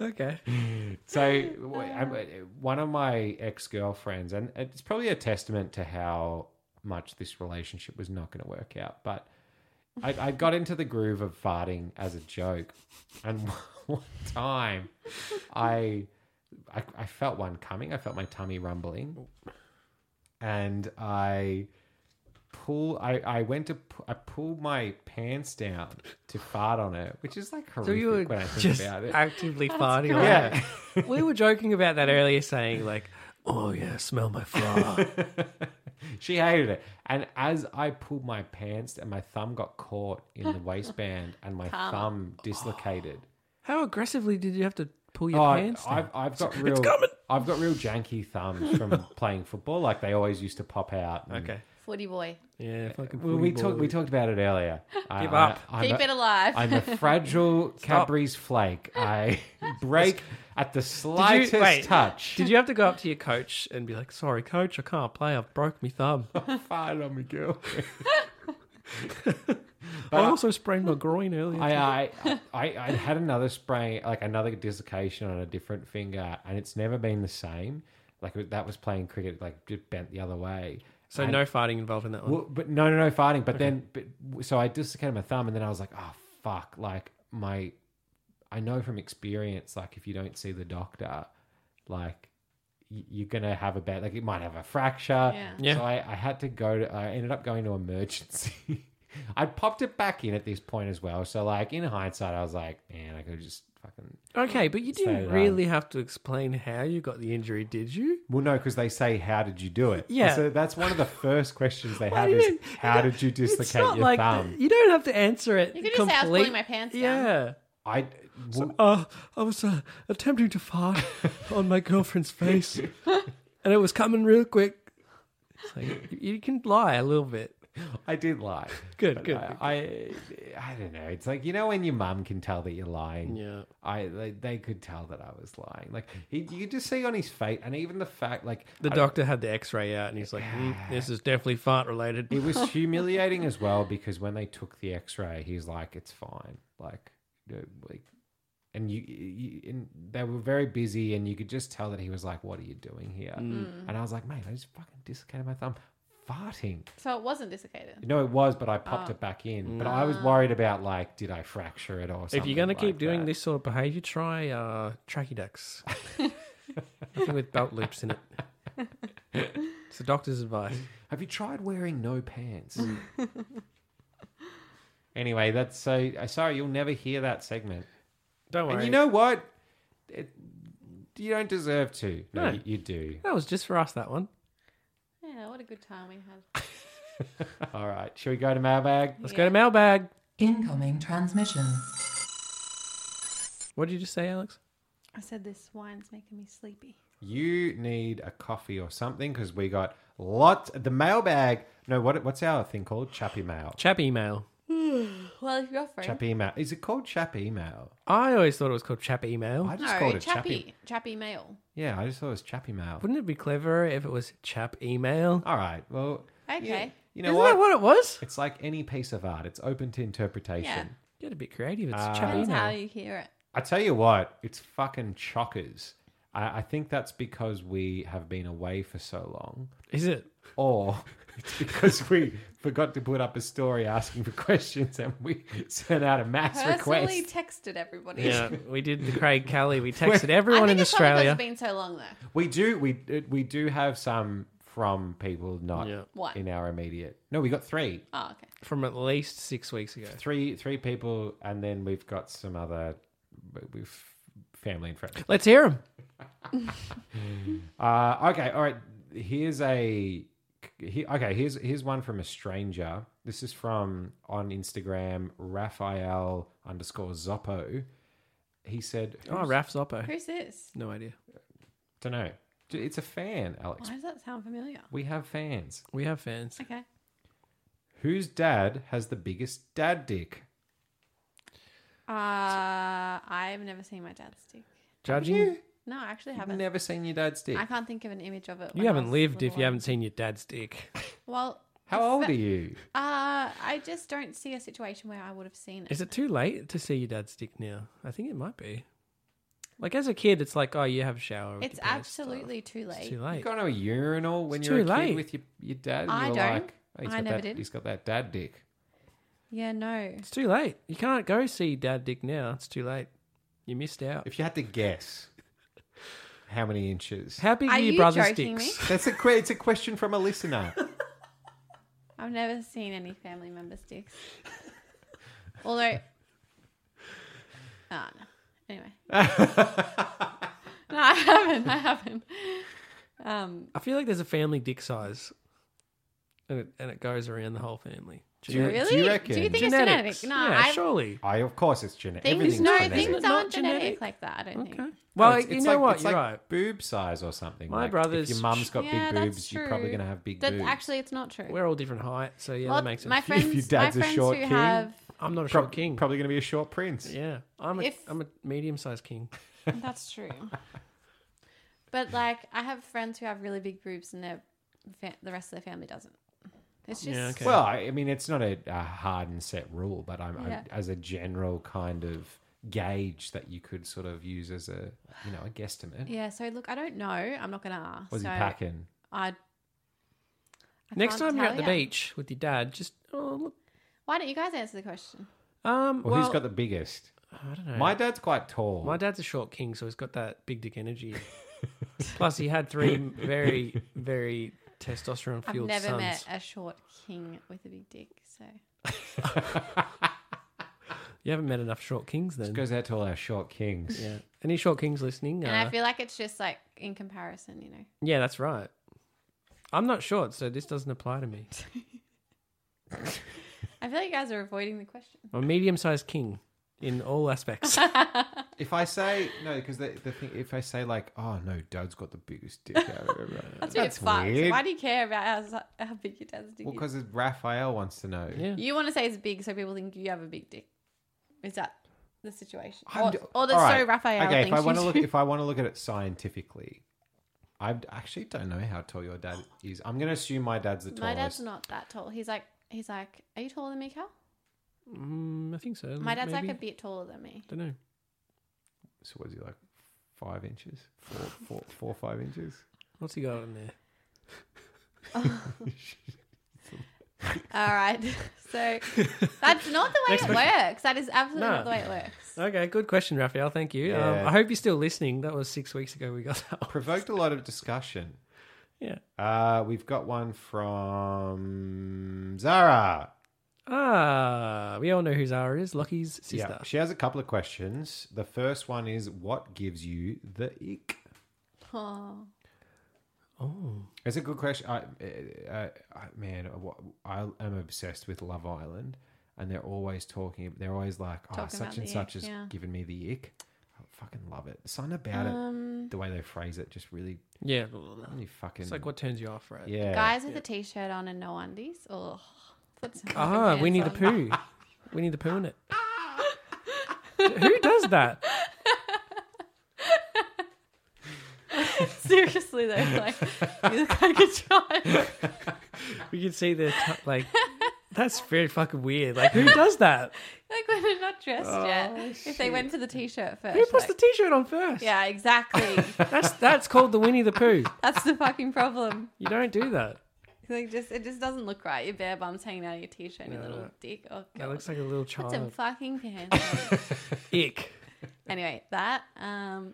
Speaker 2: Okay.
Speaker 1: So w- I'm- one of my ex girlfriends, and it's probably a testament to how much this relationship was not going to work out, but I, I got into the groove of farting as a joke, and one time I, I I felt one coming. I felt my tummy rumbling, and I pull. I I went to pu- I pulled my pants down to fart on it, which is like
Speaker 2: So
Speaker 1: horrific
Speaker 2: you were
Speaker 1: when I think
Speaker 2: just
Speaker 1: about it.
Speaker 2: actively farting on
Speaker 1: yeah.
Speaker 2: it. We were joking about that earlier, saying like, "Oh yeah, smell my fart."
Speaker 1: she hated it. And as I pulled my pants and my thumb got caught in the waistband and my thumb dislocated.
Speaker 2: How aggressively did you have to pull your
Speaker 1: Oh, I-
Speaker 2: pants down?
Speaker 1: I've, I've got real
Speaker 2: coming.
Speaker 1: I've got real janky thumbs from playing football. Like they always used to pop out. and-
Speaker 2: Okay.
Speaker 3: Footy boy,
Speaker 2: Yeah, fucking.
Speaker 1: Well, we talked we talked about it earlier. I,
Speaker 2: Give up.
Speaker 1: I,
Speaker 3: keep
Speaker 1: am
Speaker 3: it
Speaker 1: a,
Speaker 3: alive.
Speaker 1: I'm a fragile Cadbury's flake. I break at the slightest
Speaker 2: wait.
Speaker 1: touch.
Speaker 2: Did you have to go up to your coach and be like, "Sorry, coach, I can't play. I've broke my thumb.
Speaker 1: Fart on me, girl.
Speaker 2: I also sprained my groin earlier."
Speaker 1: I, I, I, I had another sprain, like another dislocation on a different finger, and it's never been the same. Like it- that was playing cricket, like just bent the other way.
Speaker 2: so no farting involved in that one.
Speaker 1: Well, but no, no, no farting. But then, but, so I dislocated my thumb, and then I was like, oh fuck! Like my, I know from experience, like if you don't see the doctor, like y- you're gonna have a bad, like it might have a fracture.
Speaker 3: Yeah.
Speaker 2: Yeah.
Speaker 1: So I, I had to go to. I ended up going to emergency. I popped it back in at this point as well. So like in hindsight, I was like, man, I could just fucking.
Speaker 2: Okay, but you
Speaker 1: Say
Speaker 2: didn't
Speaker 1: that.
Speaker 2: really have to explain how you got the injury, did you?
Speaker 1: Well, no, because they say, "How did you do it?"
Speaker 2: Yeah.
Speaker 1: So that's one of the first questions they
Speaker 2: Why
Speaker 1: have
Speaker 2: do you
Speaker 1: is,
Speaker 2: didn't-
Speaker 1: "How did you
Speaker 2: It's
Speaker 1: dislocate
Speaker 2: not
Speaker 1: your
Speaker 2: like the-
Speaker 1: thumb?"
Speaker 2: you don't have to answer it.
Speaker 3: You could just say, "I was pulling my pants down."
Speaker 2: Yeah.
Speaker 1: I. well,
Speaker 2: Uh, I was uh, attempting to fart on my girlfriend's face, and it was coming real quick. It's like, you can lie a little bit.
Speaker 1: I did lie.
Speaker 2: Good,
Speaker 1: But
Speaker 2: good.
Speaker 1: I, I I don't know. It's like you know when your mum can tell that you're lying.
Speaker 2: Yeah.
Speaker 1: I they, they could tell that I was lying. Like he, you could just see on his face, and even the fact like
Speaker 2: The doctor had the X-ray out, and he's like, "Mm, "This is definitely fart related."
Speaker 1: it was humiliating as well because when they took the X-ray, he's like, "It's fine." Like, you know, like, and you, you and they were very busy, and you could just tell that he was like, "What are you doing here?" And I was like, "Mate, I just fucking dislocated my thumb." Farting.
Speaker 3: So it wasn't dislocated.
Speaker 1: No, it was, but I popped it back in. But I was worried about like, did I fracture it or something?
Speaker 2: If you're going to
Speaker 1: like
Speaker 2: keep doing
Speaker 1: that.
Speaker 2: this sort of behavior, try uh, tracky ducks. Nothing with belt loops in it. It's the doctor's advice.
Speaker 1: Have you tried wearing no pants? anyway, that's so. uh, Sorry, you'll never hear that segment.
Speaker 2: Don't worry.
Speaker 1: And you know what? It, you don't deserve to. No,
Speaker 2: No.
Speaker 1: You, you do.
Speaker 2: that was just for us. That one.
Speaker 3: Yeah, what a good time we had.
Speaker 1: All right. Shall we go to mailbag?
Speaker 2: Let's go to mailbag.
Speaker 7: Incoming transmission.
Speaker 2: What did you just say, Alex?
Speaker 3: I said this wine's making me sleepy.
Speaker 1: You need a coffee or something because we got lots. The mailbag. No, what what's our thing called? Chappy mail.
Speaker 2: Chap email.
Speaker 3: Well, if you're free.
Speaker 1: Chappy mail. Is it called chappy mail?
Speaker 2: I always thought it was called chap email.
Speaker 1: I just
Speaker 3: No,
Speaker 1: called it
Speaker 3: chappy,
Speaker 1: chappy.
Speaker 3: chappy, mail.
Speaker 1: Yeah, I just thought it was chappy mail.
Speaker 2: Wouldn't it be cleverer if it was chap email?
Speaker 1: All right. Well,
Speaker 3: Okay.
Speaker 1: you know
Speaker 2: Isn't
Speaker 1: what?
Speaker 2: that what it was?
Speaker 1: It's like any piece of art. It's open to interpretation.
Speaker 3: Yeah.
Speaker 2: Get a bit creative. It's
Speaker 1: Ah.
Speaker 2: chap
Speaker 3: Depends how
Speaker 2: email.
Speaker 3: you hear it.
Speaker 1: I tell you what, it's fucking chockers. I, I think that's because we have been away for so long,
Speaker 2: Is it?
Speaker 1: or it's because we forgot to put up a story asking for questions and we sent out a mass
Speaker 3: Personally
Speaker 1: request.
Speaker 3: texted everybody.
Speaker 2: Yeah, we did the Craig Kelly. We texted
Speaker 3: I
Speaker 2: everyone
Speaker 3: think
Speaker 2: in
Speaker 3: it's probably 'cause
Speaker 2: Australia.
Speaker 3: It's been so long though.
Speaker 1: We do we we do have some from people not
Speaker 2: Yeah.
Speaker 3: What?
Speaker 1: in our immediate. No, we got three.
Speaker 3: Oh, okay.
Speaker 2: from at least six weeks ago.
Speaker 1: Three three people and then we've got some other we've family and friends.
Speaker 2: Let's hear him.
Speaker 1: Uh, okay, all right. Here's a he, okay. Here's here's one from a stranger. This is from on Instagram Raphael underscore Zoppo. He said,
Speaker 2: Oh, Raf Zoppo.
Speaker 3: Who's this?
Speaker 2: No idea.
Speaker 1: don't know. It's a fan, Alex.
Speaker 3: Why does that sound familiar?
Speaker 1: We have fans.
Speaker 2: We have fans.
Speaker 3: Okay.
Speaker 1: Whose dad has the biggest dad dick?
Speaker 3: Uh, I've never seen my dad's dick.
Speaker 2: Judging, you,
Speaker 3: No, I actually
Speaker 1: I've
Speaker 3: haven't.
Speaker 1: never seen your dad's dick.
Speaker 3: I can't think of an image of it. when I
Speaker 2: haven't
Speaker 3: was
Speaker 2: lived if
Speaker 3: little.
Speaker 2: you haven't seen your dad's dick.
Speaker 3: Well,
Speaker 1: How
Speaker 3: the
Speaker 1: old
Speaker 3: fa-
Speaker 1: are you?
Speaker 3: Uh, I just don't see a situation where I would have seen it.
Speaker 2: Is it too late to see your dad's dick now? I think it might be. Like as a kid, it's like, oh, you have a shower. with
Speaker 3: It's
Speaker 2: your parents' stuff.
Speaker 3: absolutely too late.
Speaker 2: It's too
Speaker 1: You
Speaker 2: late.
Speaker 1: gone to a urinal when
Speaker 2: It's
Speaker 1: you're a
Speaker 2: too
Speaker 1: kid
Speaker 2: late.
Speaker 1: with your, your dad. And
Speaker 3: I
Speaker 1: you're
Speaker 3: don't.
Speaker 1: Like, oh, he's
Speaker 3: I
Speaker 1: got
Speaker 3: never
Speaker 1: that,
Speaker 3: did.
Speaker 1: He's got that dad dick.
Speaker 3: Yeah, no.
Speaker 2: It's too late. You can't go see dad dick now. It's too late. You missed out.
Speaker 1: If you had to guess, how many inches?
Speaker 2: How big are,
Speaker 3: Are
Speaker 2: your
Speaker 3: you
Speaker 2: brother's
Speaker 3: joking
Speaker 2: dicks?
Speaker 1: That's a que- it's a question from a listener.
Speaker 3: I've never seen any family members' dicks. Although, ah, no. Anyway, no, I haven't. I haven't. Um,
Speaker 2: I feel like there's a family dick size, and it, and it goes around the whole family.
Speaker 1: Do you-
Speaker 3: really?
Speaker 1: do you reckon?
Speaker 3: think it's
Speaker 2: Genetics.
Speaker 3: genetic? No,
Speaker 2: yeah,
Speaker 3: I
Speaker 2: surely.
Speaker 1: I of course it's gene-
Speaker 3: things.
Speaker 1: everything's
Speaker 3: No,
Speaker 1: genetic.
Speaker 3: things
Speaker 2: Not
Speaker 3: aren't genetic?
Speaker 2: genetic?
Speaker 3: like that. I don't
Speaker 2: Okay.
Speaker 3: think.
Speaker 2: Well,
Speaker 1: it's-
Speaker 2: you
Speaker 1: it's
Speaker 2: know
Speaker 1: like,
Speaker 2: what?
Speaker 1: It's
Speaker 2: You're
Speaker 1: like
Speaker 2: right.
Speaker 1: boob size or something.
Speaker 2: My
Speaker 1: like,
Speaker 2: brother's-
Speaker 1: If your mum's got
Speaker 3: Yeah,
Speaker 1: big
Speaker 3: that's
Speaker 1: boobs, you're probably
Speaker 3: true.
Speaker 1: going to have big
Speaker 3: That
Speaker 1: boobs.
Speaker 3: actually, it's not true.
Speaker 2: We're all different height, so yeah,
Speaker 3: Well,
Speaker 2: that makes sense.
Speaker 3: My friends,
Speaker 1: your
Speaker 3: my
Speaker 1: dad's a
Speaker 3: friends
Speaker 1: short
Speaker 3: who
Speaker 1: king,
Speaker 3: have
Speaker 2: I'm not a
Speaker 1: Prob-
Speaker 2: short king.
Speaker 1: Probably going to be a short prince.
Speaker 2: Yeah, I'm a
Speaker 3: If-
Speaker 2: am a medium sized king.
Speaker 3: That's true. but like, I have friends who have really big boobs, and their fa- the rest of their family doesn't. It's just
Speaker 2: Yeah, okay.
Speaker 1: Well, I I mean, it's not a, a hard and set rule, but I'm, I'm-
Speaker 3: Yeah.
Speaker 1: as a general kind of gauge that you could sort of use as a you know a guesstimate.
Speaker 3: yeah. So look, I don't know. I'm not gonna ask.
Speaker 1: Was
Speaker 3: so
Speaker 1: he packing?
Speaker 3: I. I
Speaker 2: Next
Speaker 3: can't
Speaker 2: time you're at
Speaker 3: tell
Speaker 2: the
Speaker 3: ya.
Speaker 2: beach with your dad, just oh look.
Speaker 3: why don't you guys answer the question?
Speaker 2: Um,
Speaker 1: Well,
Speaker 2: well,
Speaker 1: who's got the biggest?
Speaker 2: I don't know.
Speaker 1: My
Speaker 2: My
Speaker 1: dad's quite tall.
Speaker 2: dad's a short king, so he's got that big dick energy. Plus, he had three very very testosterone
Speaker 3: I've
Speaker 2: fueled
Speaker 3: never
Speaker 2: sons.
Speaker 3: met a short king with a big dick, so
Speaker 2: You haven't met enough short kings then.
Speaker 1: goes out to all our short kings.
Speaker 2: Yeah. Any short kings listening?
Speaker 3: and
Speaker 2: uh,
Speaker 3: I feel like it's just like in comparison, you know.
Speaker 2: yeah, that's right. I'm not short, so this doesn't apply to me.
Speaker 3: I feel like you guys are avoiding the question.
Speaker 2: I'm a medium sized king in all aspects.
Speaker 1: If I say no, because the, the thing, if I say like, oh no, Dad's got the biggest dick. Out of everyone,"
Speaker 3: That's, a bit fucked.
Speaker 1: weird.
Speaker 3: Why do you care about how, si- how big your dad's dick
Speaker 1: Well,
Speaker 3: is?
Speaker 1: because Raphael wants to know.
Speaker 2: Yeah.
Speaker 3: You want to say it's big so people think you have a big dick. Is that the situation?
Speaker 1: I'm
Speaker 3: Or,
Speaker 1: d-
Speaker 3: or the
Speaker 1: all
Speaker 3: so
Speaker 1: right.
Speaker 3: Raphael
Speaker 1: Okay, if I
Speaker 3: thinks you
Speaker 1: want to look,
Speaker 3: do.
Speaker 1: if I want to look at it scientifically, I actually don't know how tall your dad is. I'm going to assume my dad's the tallest.
Speaker 3: My dad's not that tall. He's like, he's like, are you taller than me, Cal?
Speaker 2: Mm, I think so.
Speaker 3: My dad's
Speaker 2: maybe.
Speaker 3: like a bit taller than me.
Speaker 2: don't know.
Speaker 1: So what is he like? Five inches, four, four, four, or five inches.
Speaker 2: What's he got in there?
Speaker 3: All right. So that's not the way it works. That is absolutely
Speaker 2: No.
Speaker 3: not the way it works.
Speaker 2: Okay, good question, Raphael. Thank you.
Speaker 1: Yeah.
Speaker 2: Um, I hope you're still listening. That was six weeks ago we got that one.
Speaker 1: Provoked a lot of discussion.
Speaker 2: Yeah.
Speaker 1: Uh, we've got one from Zara.
Speaker 2: Ah, we all know who Zara is. Lockie's sister.
Speaker 1: Yeah, she has a couple of questions. The first one is, what gives you the ick?
Speaker 3: Oh,
Speaker 2: Oh,
Speaker 1: It's a good question. I, uh, I man, what, I am obsessed with Love Island, and they're always talking. They're always like, "Oh,
Speaker 3: Talking
Speaker 1: such
Speaker 3: about
Speaker 1: and
Speaker 3: the
Speaker 1: such
Speaker 3: ick,
Speaker 1: is
Speaker 3: yeah.
Speaker 1: giving me the ick." I fucking love it. Something about
Speaker 3: um,
Speaker 1: it, the way they phrase it, just really,
Speaker 2: yeah.
Speaker 1: really fucking.
Speaker 2: It's like what turns you off, right?
Speaker 1: Yeah,
Speaker 3: guys with a t-shirt on and no undies. Oh, that's
Speaker 2: Ah, we need the
Speaker 3: cancel.
Speaker 2: poo. we need the poo in it. Who does that?
Speaker 3: Seriously though, like you look like a child.
Speaker 2: We can see the t- like. That's very fucking weird. Like, who does that?
Speaker 3: Like when they're not dressed yet. If they went for the t-shirt first.
Speaker 2: Oh, Who puts the
Speaker 3: like-
Speaker 2: t-shirt on first?
Speaker 3: yeah, exactly.
Speaker 2: that's that's called the Winnie the Pooh.
Speaker 3: That's the fucking problem.
Speaker 2: You don't do that.
Speaker 3: Like just it just doesn't look right. Your bare bum's hanging out of your t-shirt, and your
Speaker 2: No.
Speaker 3: little dick. Oh god,
Speaker 2: That looks like a little
Speaker 3: put
Speaker 2: child.
Speaker 3: some fucking pants. on.
Speaker 2: Ick.
Speaker 3: anyway, that um,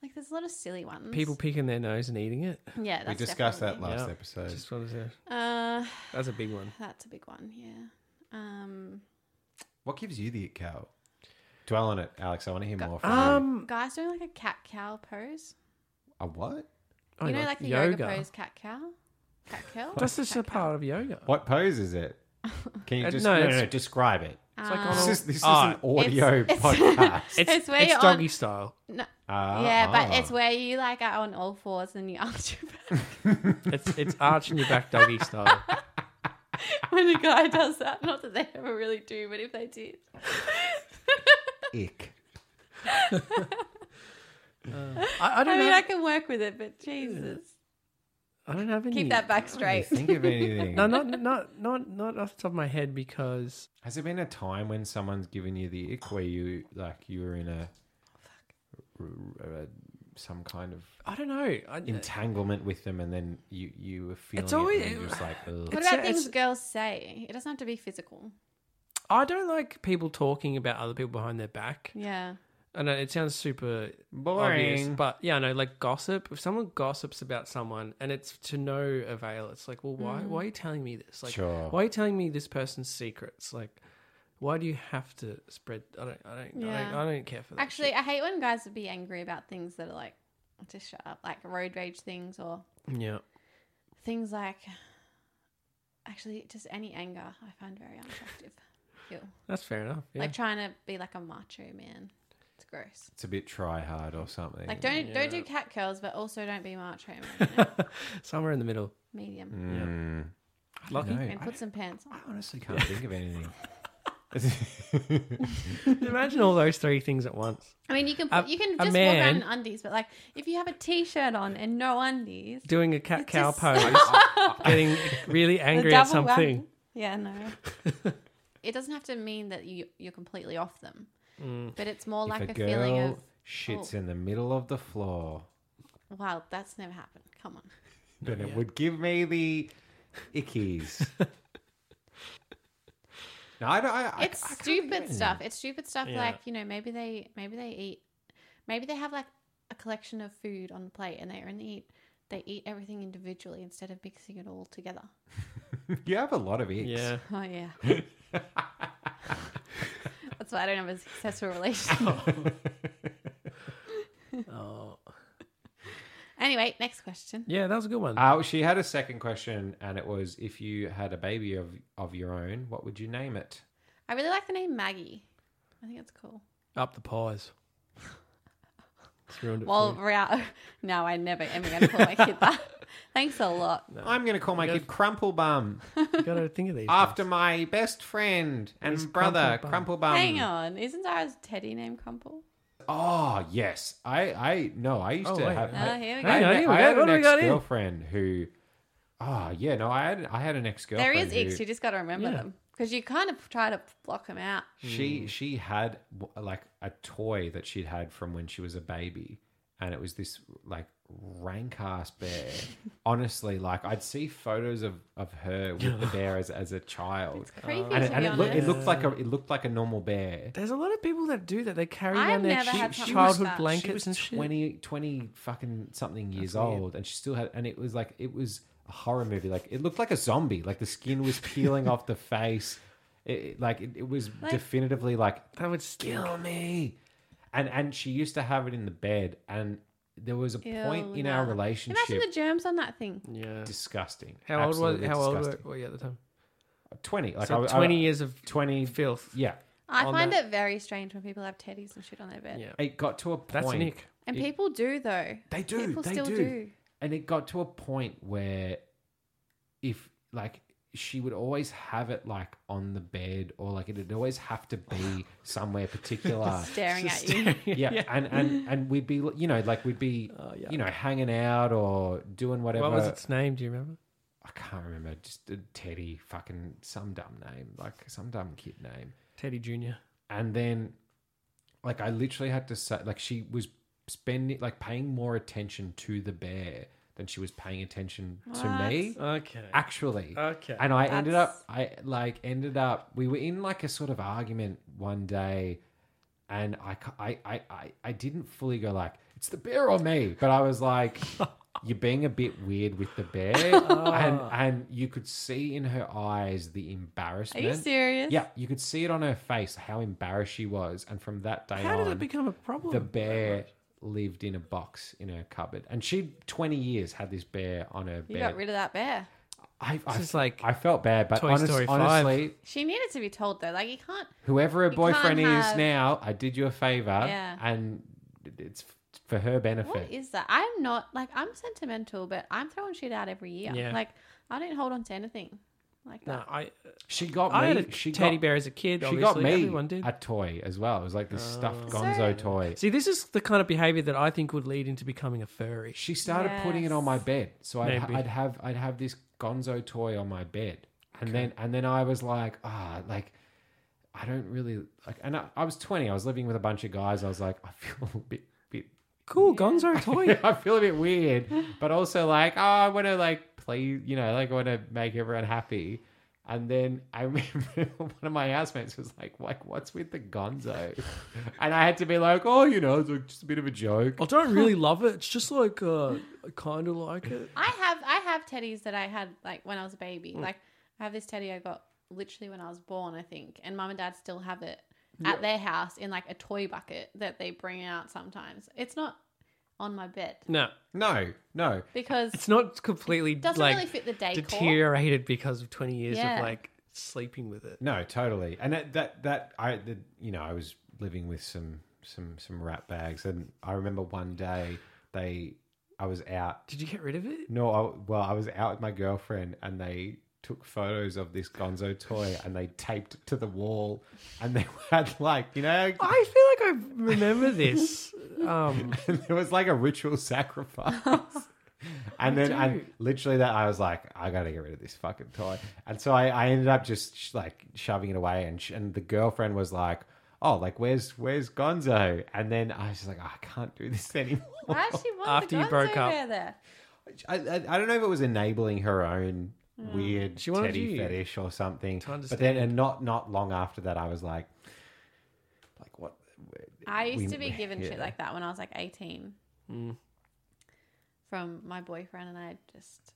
Speaker 3: like there's a lot of silly ones.
Speaker 2: People picking their nose and eating it.
Speaker 3: yeah, that's
Speaker 1: we discussed that
Speaker 3: definitely-
Speaker 1: last
Speaker 2: Yeah.
Speaker 1: episode.
Speaker 2: Just what is it?
Speaker 3: Uh,
Speaker 2: That's a big one.
Speaker 3: that's a big one. Yeah. Um,
Speaker 1: What gives you the ick, Cal? Dwell on it, Alex. I want to hear more from you.
Speaker 2: Um.
Speaker 3: guys doing like a cat cow pose.
Speaker 1: A what?
Speaker 2: oh,
Speaker 3: you know, like the yoga, pose, cat cow, cat cow.
Speaker 2: That's just a part of yoga.
Speaker 1: What pose is it? Can you
Speaker 2: Uh,
Speaker 1: just
Speaker 2: no,
Speaker 1: no, no,
Speaker 2: it's-
Speaker 1: no, describe it?
Speaker 2: It's like on
Speaker 1: This
Speaker 2: a-
Speaker 1: is this is
Speaker 2: Ah,
Speaker 1: an audio
Speaker 3: Oh. it's-
Speaker 1: podcast.
Speaker 2: it's,
Speaker 3: It's where you're
Speaker 2: it's doggy
Speaker 3: on-
Speaker 2: style.
Speaker 3: No,
Speaker 1: Ah,
Speaker 3: yeah, but
Speaker 1: ah.
Speaker 3: it's where you like are on all fours and you arch your back
Speaker 2: It's it's arching your back doggy style.
Speaker 3: when a guy does that. Not that they ever really do, but if they did,
Speaker 1: ick.
Speaker 2: I, I
Speaker 3: I
Speaker 2: don't
Speaker 3: mean,
Speaker 2: have,
Speaker 3: I can work with it. But Jesus,
Speaker 2: I don't have any.
Speaker 3: keep that back
Speaker 1: Can you
Speaker 3: straight.
Speaker 1: Think of anything.
Speaker 2: No, not not not not off the top of my head because
Speaker 1: Has there been a time when someone's given you the ick where you like you were in a,
Speaker 2: Oh,
Speaker 1: r- r- uh, some kind of
Speaker 2: I don't know. I,
Speaker 1: entanglement with them, and then you you were feeling
Speaker 2: Uh, It's
Speaker 1: it
Speaker 2: always-
Speaker 1: and you're just like Ugh.
Speaker 3: What
Speaker 2: It's-
Speaker 3: about things
Speaker 2: it's-
Speaker 3: girls say? It doesn't have to be physical.
Speaker 2: I don't like people talking about other people behind their back.
Speaker 3: Yeah.
Speaker 2: I know it sounds super
Speaker 1: Boring.
Speaker 2: obvious, but yeah, I know like gossip. If someone gossips about someone and it's to no avail, it's like, well,
Speaker 3: Mm.
Speaker 2: why? Why are you telling me this? Like,
Speaker 1: Sure.
Speaker 2: why are you telling me this person's secrets? Like, why do you have to spread? I don't, I don't, I, don't
Speaker 3: Yeah.
Speaker 2: I don't care for that.
Speaker 3: Actually, I hate when guys would be angry about things that are like, just shut up, like road rage things or
Speaker 2: shit. yeah,
Speaker 3: things like, actually, just any anger I find very unattractive. Ew.
Speaker 2: that's fair enough. Yeah.
Speaker 3: Like trying to be like a macho man. It's gross.
Speaker 1: it's a bit try hard or something.
Speaker 3: Like don't don't
Speaker 2: Yeah.
Speaker 3: do cat curls, but also don't be macho man.
Speaker 2: Somewhere in the middle.
Speaker 3: Medium.
Speaker 1: Mm. I don't
Speaker 2: Lucky.
Speaker 1: know.
Speaker 3: And
Speaker 1: I,
Speaker 3: put some pants on.
Speaker 1: I honestly can't think of anything.
Speaker 2: Imagine all those three things at once.
Speaker 3: I mean, you can
Speaker 2: A-
Speaker 3: put, you
Speaker 2: a
Speaker 3: can just walk
Speaker 2: man-
Speaker 3: around in undies, but like if you have a t-shirt on and no undies,
Speaker 2: Doing a cat
Speaker 3: It's
Speaker 2: cow
Speaker 3: just-
Speaker 2: pose, getting really
Speaker 3: the
Speaker 2: angry at
Speaker 3: double whammy.
Speaker 2: something.
Speaker 3: Yeah, no. it doesn't have to mean that you you're completely off them, but it's more like
Speaker 1: if
Speaker 3: a,
Speaker 1: a girl
Speaker 3: feeling of
Speaker 1: shits
Speaker 3: oh.
Speaker 1: in the middle of the floor,
Speaker 3: wow, that's never happened. Come on,
Speaker 1: then it would give me the ickies. no, I don't. I, I-
Speaker 3: it's
Speaker 1: I can't think of
Speaker 3: stupid
Speaker 1: anything.
Speaker 3: stuff. It's stupid stuff.
Speaker 2: Yeah.
Speaker 3: Like you know, maybe they maybe they eat, maybe they have like a collection of food on the plate, and they only eat they eat everything individually instead of mixing it all together.
Speaker 1: You have a lot of icks.
Speaker 2: Yeah.
Speaker 3: Oh yeah. That's why I don't have a successful relationship.
Speaker 2: Oh.
Speaker 3: anyway, next question.
Speaker 2: Yeah, that was a good one.
Speaker 1: Uh, she had a second question, and it was if you had a baby of, of your own, what would you name it?
Speaker 3: I really like the name Maggie. I think it's cool.
Speaker 2: Up the pies. It's ruined it.
Speaker 3: Well,
Speaker 2: for
Speaker 3: we're out. No, I never am going to call my kid that. Thanks a lot.
Speaker 1: I'm going to call my kid Crumplebum
Speaker 2: you. you gotta think of these.
Speaker 1: after my best friend and
Speaker 2: Who's
Speaker 1: brother,
Speaker 2: Crumplebum?
Speaker 1: Crumplebum.
Speaker 3: Hang on. Isn't Zara's teddy name Crumple?
Speaker 1: Oh, yes. I, I no, I used
Speaker 2: Oh,
Speaker 1: to
Speaker 2: wait.
Speaker 1: have.
Speaker 2: Oh,
Speaker 1: I-
Speaker 3: Uh, Ah, here
Speaker 1: I,
Speaker 3: we
Speaker 1: had-
Speaker 2: go. Hang on, here we
Speaker 1: I
Speaker 2: go.
Speaker 1: had
Speaker 2: What
Speaker 1: an
Speaker 2: do we got
Speaker 1: ex
Speaker 2: here?
Speaker 1: girlfriend who. Oh, yeah, no, I had I had an ex
Speaker 3: There
Speaker 1: girlfriend.
Speaker 3: is Ix. You just got to remember
Speaker 2: Yeah.
Speaker 3: them because you kind of try to block them out.
Speaker 2: Hmm.
Speaker 1: she she had w- like a toy that she'd had from when she was a baby and it was this like rank ass bear honestly like i'd see photos of of her with the bear as, as a child
Speaker 3: Creepy,
Speaker 1: and it,
Speaker 3: to
Speaker 1: Uh, and
Speaker 3: be
Speaker 1: it, loo-
Speaker 3: honest.
Speaker 1: it looked like a it looked like a normal bear
Speaker 2: There's a lot of people people that do that? They carry
Speaker 3: I've
Speaker 2: around their
Speaker 3: never
Speaker 2: ch-
Speaker 3: had something like
Speaker 2: childhood
Speaker 3: that. She
Speaker 2: blankets
Speaker 1: she was
Speaker 2: and shit.
Speaker 1: 20, 20 fucking something years
Speaker 2: That's weird.
Speaker 1: old and she still had and it was like it was a horror movie like it looked like a zombie like the skin was peeling off the face it, it- like it, it was
Speaker 3: Like-
Speaker 1: definitively like
Speaker 2: That would stink.
Speaker 1: kill me and and she used to have it in the bed and there was a point
Speaker 3: Ew,
Speaker 1: in our
Speaker 3: nah.
Speaker 1: relationship
Speaker 3: Imagine the germs on that thing.
Speaker 2: Yeah.
Speaker 1: disgusting
Speaker 2: How old was?
Speaker 1: Absolutely
Speaker 2: How old were,
Speaker 1: disgusting.
Speaker 2: were you at the time?
Speaker 1: 20 like
Speaker 2: so
Speaker 1: I,
Speaker 2: twenty
Speaker 1: 20
Speaker 2: years of
Speaker 1: 20
Speaker 2: filth.
Speaker 1: yeah
Speaker 3: I
Speaker 2: On
Speaker 3: find
Speaker 2: that-
Speaker 3: it very strange when people have teddies and shit on their bed.
Speaker 2: Yeah.
Speaker 1: it got to a point
Speaker 2: That's Nick.
Speaker 3: And
Speaker 1: It-
Speaker 3: people do though.
Speaker 1: They do.
Speaker 3: People
Speaker 1: they
Speaker 3: still
Speaker 1: do.
Speaker 3: do.
Speaker 1: And it got to a point where, if like she would always have it like on the bed or like it'd always have to be somewhere particular.
Speaker 3: Staring at you.
Speaker 1: yeah, and and and we'd be you know like we'd be
Speaker 2: Oh, yeah.
Speaker 1: you know hanging out or doing whatever.
Speaker 2: What was its name? Do you remember?
Speaker 1: I can't remember. Just a Teddy, fucking some dumb name, like some dumb kid name.
Speaker 2: Teddy Junior.
Speaker 1: and then like I literally had to say like she was spending like paying more attention to the bear than she was paying attention to me
Speaker 2: Okay.
Speaker 1: actually
Speaker 2: Okay.
Speaker 1: and I ended up I like ended up we were in like a sort of argument one day and I ca- I I I, I didn't fully go like it's the bear or me but I was like you're being a bit weird with the bear and and you could see in her eyes the
Speaker 3: Oh. Are
Speaker 1: embarrassment
Speaker 3: you serious?
Speaker 1: yeah, you could see it on her face how embarrassed she was, and from that day
Speaker 2: How
Speaker 1: on,
Speaker 2: did it become a problem?
Speaker 1: the bear lived in a box in her cupboard, and she twenty years had this bear on her
Speaker 3: You
Speaker 1: bed.
Speaker 3: got rid of that bear.
Speaker 1: I, I,
Speaker 2: This is like
Speaker 1: I felt bad, but
Speaker 2: Toy
Speaker 1: honest-
Speaker 2: Story five.
Speaker 1: honestly,
Speaker 3: She needed to be told though. Like you can't.
Speaker 1: whoever her
Speaker 3: You
Speaker 1: boyfriend is
Speaker 3: can't have-
Speaker 1: now, I did you a favor,
Speaker 3: Yeah.
Speaker 1: and it's f- for her benefit.
Speaker 3: What is that? I'm not like I'm sentimental, but I'm throwing shit out every year.
Speaker 2: Yeah.
Speaker 3: Like I didn't hold on to anything like
Speaker 2: No,
Speaker 3: that.
Speaker 2: I.
Speaker 1: she got me.
Speaker 2: I had a
Speaker 1: she
Speaker 2: teddy
Speaker 1: got,
Speaker 2: bear as a kid.
Speaker 1: She
Speaker 2: obviously.
Speaker 1: got me
Speaker 2: Everyone did.
Speaker 1: a toy as well. It was like this stuffed Gonzo
Speaker 3: So-
Speaker 1: toy.
Speaker 2: See, this is the kind of behavior that I think would lead into becoming a furry.
Speaker 1: She started putting it on my
Speaker 3: Yes.
Speaker 1: bed, so I'd,
Speaker 2: Maybe.
Speaker 1: I'd have I'd have this Gonzo toy on my bed, and then and then I was like, ah, like I don't really like, and I, I was twenty, I was living with a bunch of guys, I was like, I feel a bit bit,
Speaker 2: Cool, Gonzo toy.
Speaker 1: I feel a bit weird, but also like, oh, I want to like play, you know, like I want to make everyone happy. And then I remember one of my housemates was like, like, what's with the gonzo? And I had to be like, oh, you know, it's like just a bit of a joke.
Speaker 2: I don't really love it. It's just like uh, I kind of like it.
Speaker 3: I have I have teddies that I had like when I was a baby.
Speaker 2: Mm.
Speaker 3: Like I have this teddy I got literally when I was born, I think, and mum and dad still have it at their house in like a toy bucket that they bring out sometimes. It's not on my bed
Speaker 2: No,
Speaker 1: No, no.
Speaker 3: because
Speaker 2: it's not completely
Speaker 3: doesn't
Speaker 2: like
Speaker 3: really fit the decor.
Speaker 2: deteriorated because of twenty years
Speaker 3: Yeah.
Speaker 2: of like sleeping with it.
Speaker 1: No, totally. And that that, that I the, you know I was living with some some some rat bags, and I remember one day they I was out.
Speaker 2: Did you get rid of it?
Speaker 1: No, I, well I was out with my girlfriend, and they took photos of this Gonzo toy, and they taped it to the wall, and they had like you know.
Speaker 2: I feel like I remember this. Um,
Speaker 1: and there was like a ritual sacrifice. And then, and
Speaker 2: do.
Speaker 1: literally, that I was like, I gotta get rid of this fucking toy. And so I, I ended up just sh- like shoving it away. And sh- and the girlfriend was like, Oh, like where's where's Gonzo? And then I was just like, "Oh, I can't do this anymore.
Speaker 3: Why she want
Speaker 2: After
Speaker 3: the
Speaker 2: you broke
Speaker 3: Gonzo
Speaker 2: up.
Speaker 3: bear there?
Speaker 1: I, I, I don't know if it was enabling her own weird
Speaker 2: She wanted
Speaker 1: teddy
Speaker 2: you
Speaker 1: fetish or something.
Speaker 2: to
Speaker 1: But then,
Speaker 2: understand.
Speaker 1: and not not long after that, I was like, like what?
Speaker 3: I used
Speaker 1: We-
Speaker 3: to be given shit
Speaker 1: yeah. Hmm.
Speaker 3: like that when I was like 18 from my boyfriend, and I just,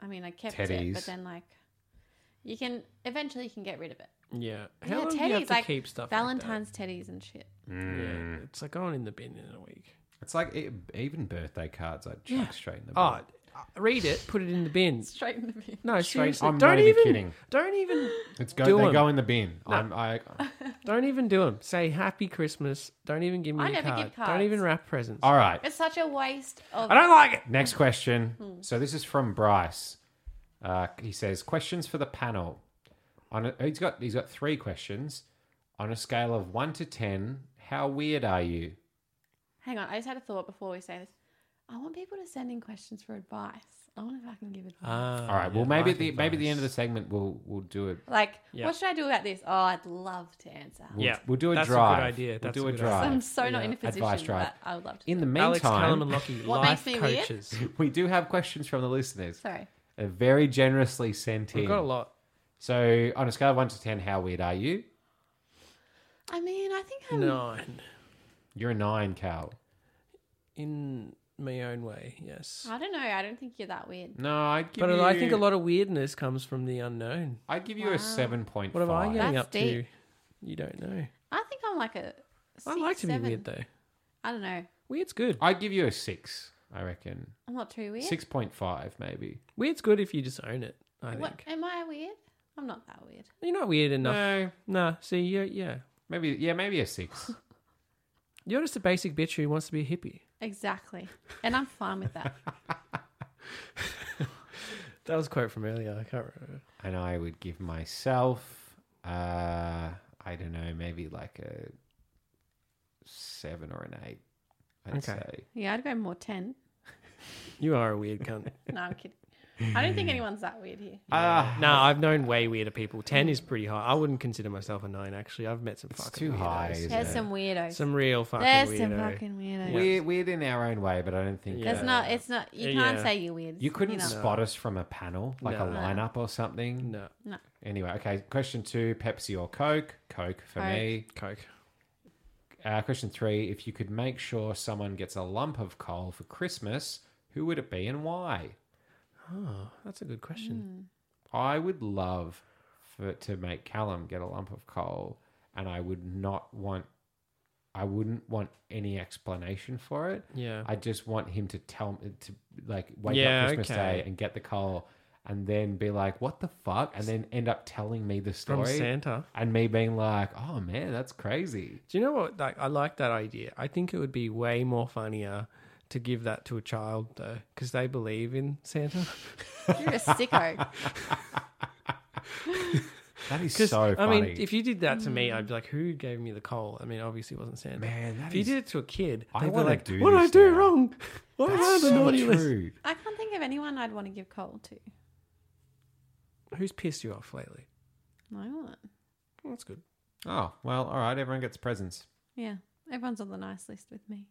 Speaker 3: I mean, I kept it,
Speaker 1: Teddies.
Speaker 3: but then like, you can eventually you can get rid of it.
Speaker 2: yeah. How
Speaker 3: Yeah,
Speaker 2: long do you have
Speaker 3: teddies,
Speaker 2: to
Speaker 3: like,
Speaker 2: keep stuff?
Speaker 3: Valentine's teddies and shit.
Speaker 2: Like that? Yeah, it's like going in the bin in a week.
Speaker 1: It's like e even birthday cards. I chuck
Speaker 2: Yeah.
Speaker 1: straight in the bin.
Speaker 2: Oh, read it, put it in the bin.
Speaker 3: Straight in the bin.
Speaker 2: No,
Speaker 1: Straight-
Speaker 2: seriously,
Speaker 1: I'm
Speaker 2: don't
Speaker 1: not even
Speaker 2: even,
Speaker 1: kidding.
Speaker 2: Don't even,
Speaker 1: It's go.
Speaker 2: Do
Speaker 1: they
Speaker 2: 'em.
Speaker 1: go in the bin. I'm, I.
Speaker 2: don't even do them. Say Happy Christmas. Don't even give me.
Speaker 3: I
Speaker 2: a
Speaker 3: never
Speaker 2: card.
Speaker 3: give
Speaker 2: Don't
Speaker 3: cards.
Speaker 2: even wrap presents.
Speaker 1: All right.
Speaker 3: It's such a waste of.
Speaker 2: I don't like it.
Speaker 1: Next question. So this is from Bryce. Uh, he says questions for the panel. On a, he's got he's got three questions. On a scale of one to ten, how weird are you?
Speaker 3: Hang on, I just had a thought before we say this. I want people to send in questions for advice. I want to fucking give advice.
Speaker 2: Uh,
Speaker 1: All right. well, maybe at the maybe at the end of the segment we'll we'll do it.
Speaker 3: like,
Speaker 2: Yeah.
Speaker 3: what should I do about this? Oh, I'd love to answer.
Speaker 1: We'll,
Speaker 2: Yeah,
Speaker 1: we'll do a
Speaker 2: that's a good
Speaker 1: drive.
Speaker 2: idea.
Speaker 1: We'll
Speaker 2: That's
Speaker 1: do
Speaker 2: a
Speaker 1: a,
Speaker 2: good
Speaker 1: drive.
Speaker 2: idea.
Speaker 3: I'm so not
Speaker 2: Yeah.
Speaker 3: in a position,
Speaker 1: Advice drive.
Speaker 3: but I would love to.
Speaker 1: In the
Speaker 2: Alex Callum and
Speaker 1: meantime,
Speaker 2: Lockie,
Speaker 3: What
Speaker 2: life
Speaker 3: makes me weird?
Speaker 2: coaches.
Speaker 1: we do have questions from the listeners.
Speaker 3: Sorry.
Speaker 1: They're very generously sent
Speaker 2: We've
Speaker 1: in.
Speaker 2: got a lot.
Speaker 1: So on a scale of one to ten, how weird are you?
Speaker 3: I mean, I think I'm.
Speaker 2: Nine.
Speaker 1: You're a nine, Cal.
Speaker 2: In my own way, yes.
Speaker 3: I don't know. I don't think you're that weird.
Speaker 1: No, I'd give
Speaker 2: But
Speaker 1: you.
Speaker 2: I think a lot of weirdness comes from the unknown.
Speaker 1: I'd give you
Speaker 3: Wow.
Speaker 1: a seven point
Speaker 2: What am I
Speaker 1: five.
Speaker 2: getting
Speaker 3: That's
Speaker 2: up
Speaker 3: deep.
Speaker 2: to? You don't know.
Speaker 3: I think I'm like a.
Speaker 2: I like to
Speaker 3: seven.
Speaker 2: be weird though.
Speaker 3: I don't know.
Speaker 2: Weird's good.
Speaker 1: I'd give you a six. I reckon
Speaker 3: I'm not too weird.
Speaker 1: six point five maybe.
Speaker 2: Weird's good if you just own it. I think
Speaker 3: What, am I weird? I'm not that weird.
Speaker 2: you're not weird enough.
Speaker 1: No,
Speaker 2: Nah, see, you yeah,
Speaker 1: maybe yeah, maybe a six.
Speaker 2: you're just a basic bitch who wants to be a hippie.
Speaker 3: Exactly. And I'm fine with that.
Speaker 2: That was a quote from earlier. I can't remember.
Speaker 1: and I would give myself, uh, I don't know, maybe like a seven or an eight. I'd
Speaker 2: Okay.
Speaker 1: say.
Speaker 3: Yeah, I'd go more 10.
Speaker 2: You are a weird cunt.
Speaker 3: No, I'm kidding. I don't think anyone's that weird here.
Speaker 1: Ah,
Speaker 2: no, I've known way weirder people. Ten is pretty high. I wouldn't consider myself a nine. Actually, I've met some
Speaker 1: It's too
Speaker 2: fucking
Speaker 1: high,
Speaker 2: weirdos.
Speaker 1: isn't
Speaker 3: There's
Speaker 1: Yeah.
Speaker 3: some weirdos.
Speaker 2: Some real fucking
Speaker 3: There's
Speaker 2: weirdo.
Speaker 3: some fucking weirdos.
Speaker 1: weird, weird in our own way, but I don't think uh,
Speaker 2: Yeah.
Speaker 3: There's not, it's not, you
Speaker 2: Yeah.
Speaker 3: can't say you're weird.
Speaker 1: you couldn't
Speaker 3: know.
Speaker 1: spot us from a panel, like a
Speaker 2: No.
Speaker 1: lineup or something.
Speaker 2: No,
Speaker 1: Anyway, okay. Question two: Pepsi or Coke? Coke for
Speaker 3: Coke.
Speaker 1: me.
Speaker 2: coke.
Speaker 1: Uh, question three: If you could make sure someone gets a lump of coal for Christmas, who would it be and why?
Speaker 2: Oh, that's a good
Speaker 3: Hmm.
Speaker 2: question.
Speaker 1: I would love for to make Callum get a lump of coal, and I would not want. I wouldn't want any explanation for it.
Speaker 2: Yeah.
Speaker 1: I just want him to tell me to like wake
Speaker 2: Yeah,
Speaker 1: up Christmas
Speaker 2: okay.
Speaker 1: Day and get the coal, and then be like, "What the fuck?" and then end up telling me the
Speaker 2: From
Speaker 1: story,
Speaker 2: Santa.
Speaker 1: and me being like, "Oh man, that's crazy."
Speaker 2: Do you know what? Like, I like that idea. I think it would be way more funnier to give that to a child though, because they believe in Santa.
Speaker 3: You're a sicko.
Speaker 1: That is
Speaker 2: 'Cause,
Speaker 1: so funny.
Speaker 2: I mean, if you did that to me,
Speaker 3: Hmm.
Speaker 2: I'd be like, "Who gave me the coal?" I mean, obviously it wasn't Santa.
Speaker 1: Man, that
Speaker 2: if you
Speaker 1: is-
Speaker 2: did it to a kid,
Speaker 1: I
Speaker 2: they'd be
Speaker 1: wanna
Speaker 2: like,
Speaker 1: do
Speaker 2: "What did I
Speaker 1: this
Speaker 2: do
Speaker 1: now."
Speaker 2: wrong? What was I on
Speaker 1: that's
Speaker 2: the
Speaker 1: so
Speaker 2: naughty list?"
Speaker 1: true.
Speaker 3: I can't think of anyone I'd want to give coal to.
Speaker 2: Who's pissed you off lately?
Speaker 3: No one.
Speaker 2: Well, that's good.
Speaker 1: Oh well, all right. Everyone gets presents.
Speaker 3: Yeah. Everyone's on the nice list with me.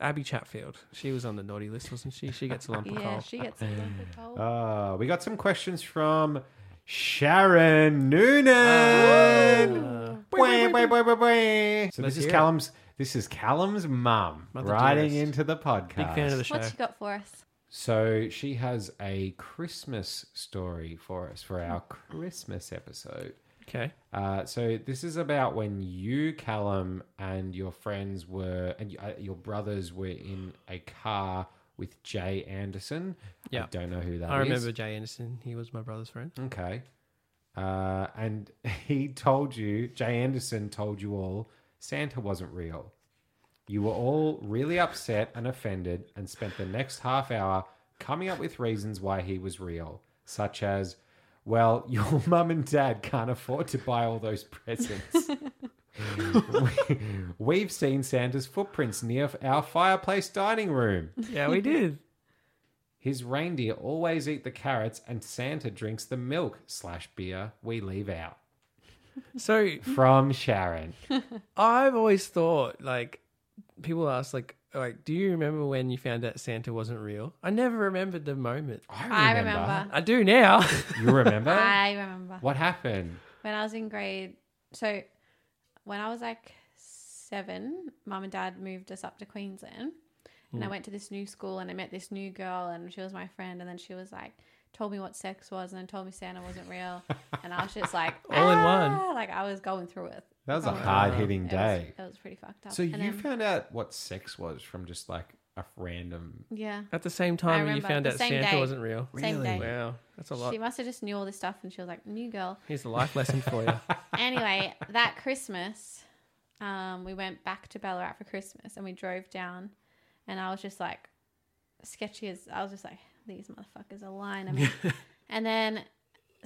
Speaker 2: Abby Chatfield. She was on the naughty list, wasn't she? She gets a lump of
Speaker 3: Yeah,
Speaker 2: coal.
Speaker 3: she gets a lump of coal.
Speaker 1: Uh, we got some questions from Sharon Noonan.
Speaker 2: Uh,
Speaker 1: Wah, wah, wah, wah, wah. So
Speaker 2: Let's
Speaker 1: this is
Speaker 2: hear it.
Speaker 1: Callum's. This is Callum's mum
Speaker 2: Mother
Speaker 1: writing
Speaker 2: dearest.
Speaker 1: into the podcast.
Speaker 2: big fan of the show.
Speaker 3: What you got for us?
Speaker 1: so she has a Christmas story for us for our Christmas episode.
Speaker 2: Okay.
Speaker 1: Uh, so this is about when you, Callum, and your friends were, and y- uh, your brothers were in a car with Jay Anderson.
Speaker 2: Yeah.
Speaker 1: I don't know who that is.
Speaker 2: I remember Jay Anderson. He was my brother's friend.
Speaker 1: Okay. Uh, and he told you, Jay Anderson told you all, Santa wasn't real. You were all really upset and offended and spent the next half hour coming up with reasons why he was real, such as, well, your mum and dad can't afford to buy all those presents. we, we've seen Santa's footprints near our fireplace dining room.
Speaker 2: Yeah, we did.
Speaker 1: His reindeer always eat the carrots, and Santa drinks the milk slash beer we leave out.
Speaker 2: So
Speaker 1: From Sharon.
Speaker 2: I've always thought like people ask like like do you remember when you found out Santa wasn't real? I never remembered the moment.
Speaker 3: I remember.
Speaker 2: I do now.
Speaker 1: You remember?
Speaker 3: I remember.
Speaker 1: What happened?
Speaker 3: when I was in grade, so when I was like seven, mum and dad moved us up to Queensland, and
Speaker 1: Mm.
Speaker 3: I went to this new school and I met this new girl, and she was my friend, and then she was like, told me what sex was, and then told me Santa wasn't real, and I was just like,
Speaker 2: All in one.
Speaker 3: "Ah," like I was going through it.
Speaker 1: That was a
Speaker 3: Going through
Speaker 1: hard
Speaker 3: Oh, it.
Speaker 1: hitting day.
Speaker 3: It was, it was pretty fucked up.
Speaker 1: so you
Speaker 3: And then-
Speaker 1: found out what sex was from just like a random.
Speaker 3: yeah,
Speaker 2: At the same time when you
Speaker 3: remember,
Speaker 2: found
Speaker 3: the
Speaker 2: out
Speaker 3: same
Speaker 2: Santa
Speaker 3: day.
Speaker 2: wasn't real.
Speaker 3: same
Speaker 1: Really?
Speaker 3: day.
Speaker 2: Wow, that's a lot.
Speaker 3: She must have just knew all this stuff, and she was like, "New girl."
Speaker 2: Here's a life lesson for you.
Speaker 3: anyway, that Christmas, um, we went back to Ballarat for Christmas and we drove down, and I was just like, sketchy as I was just like, these motherfuckers are lying. to me." and then,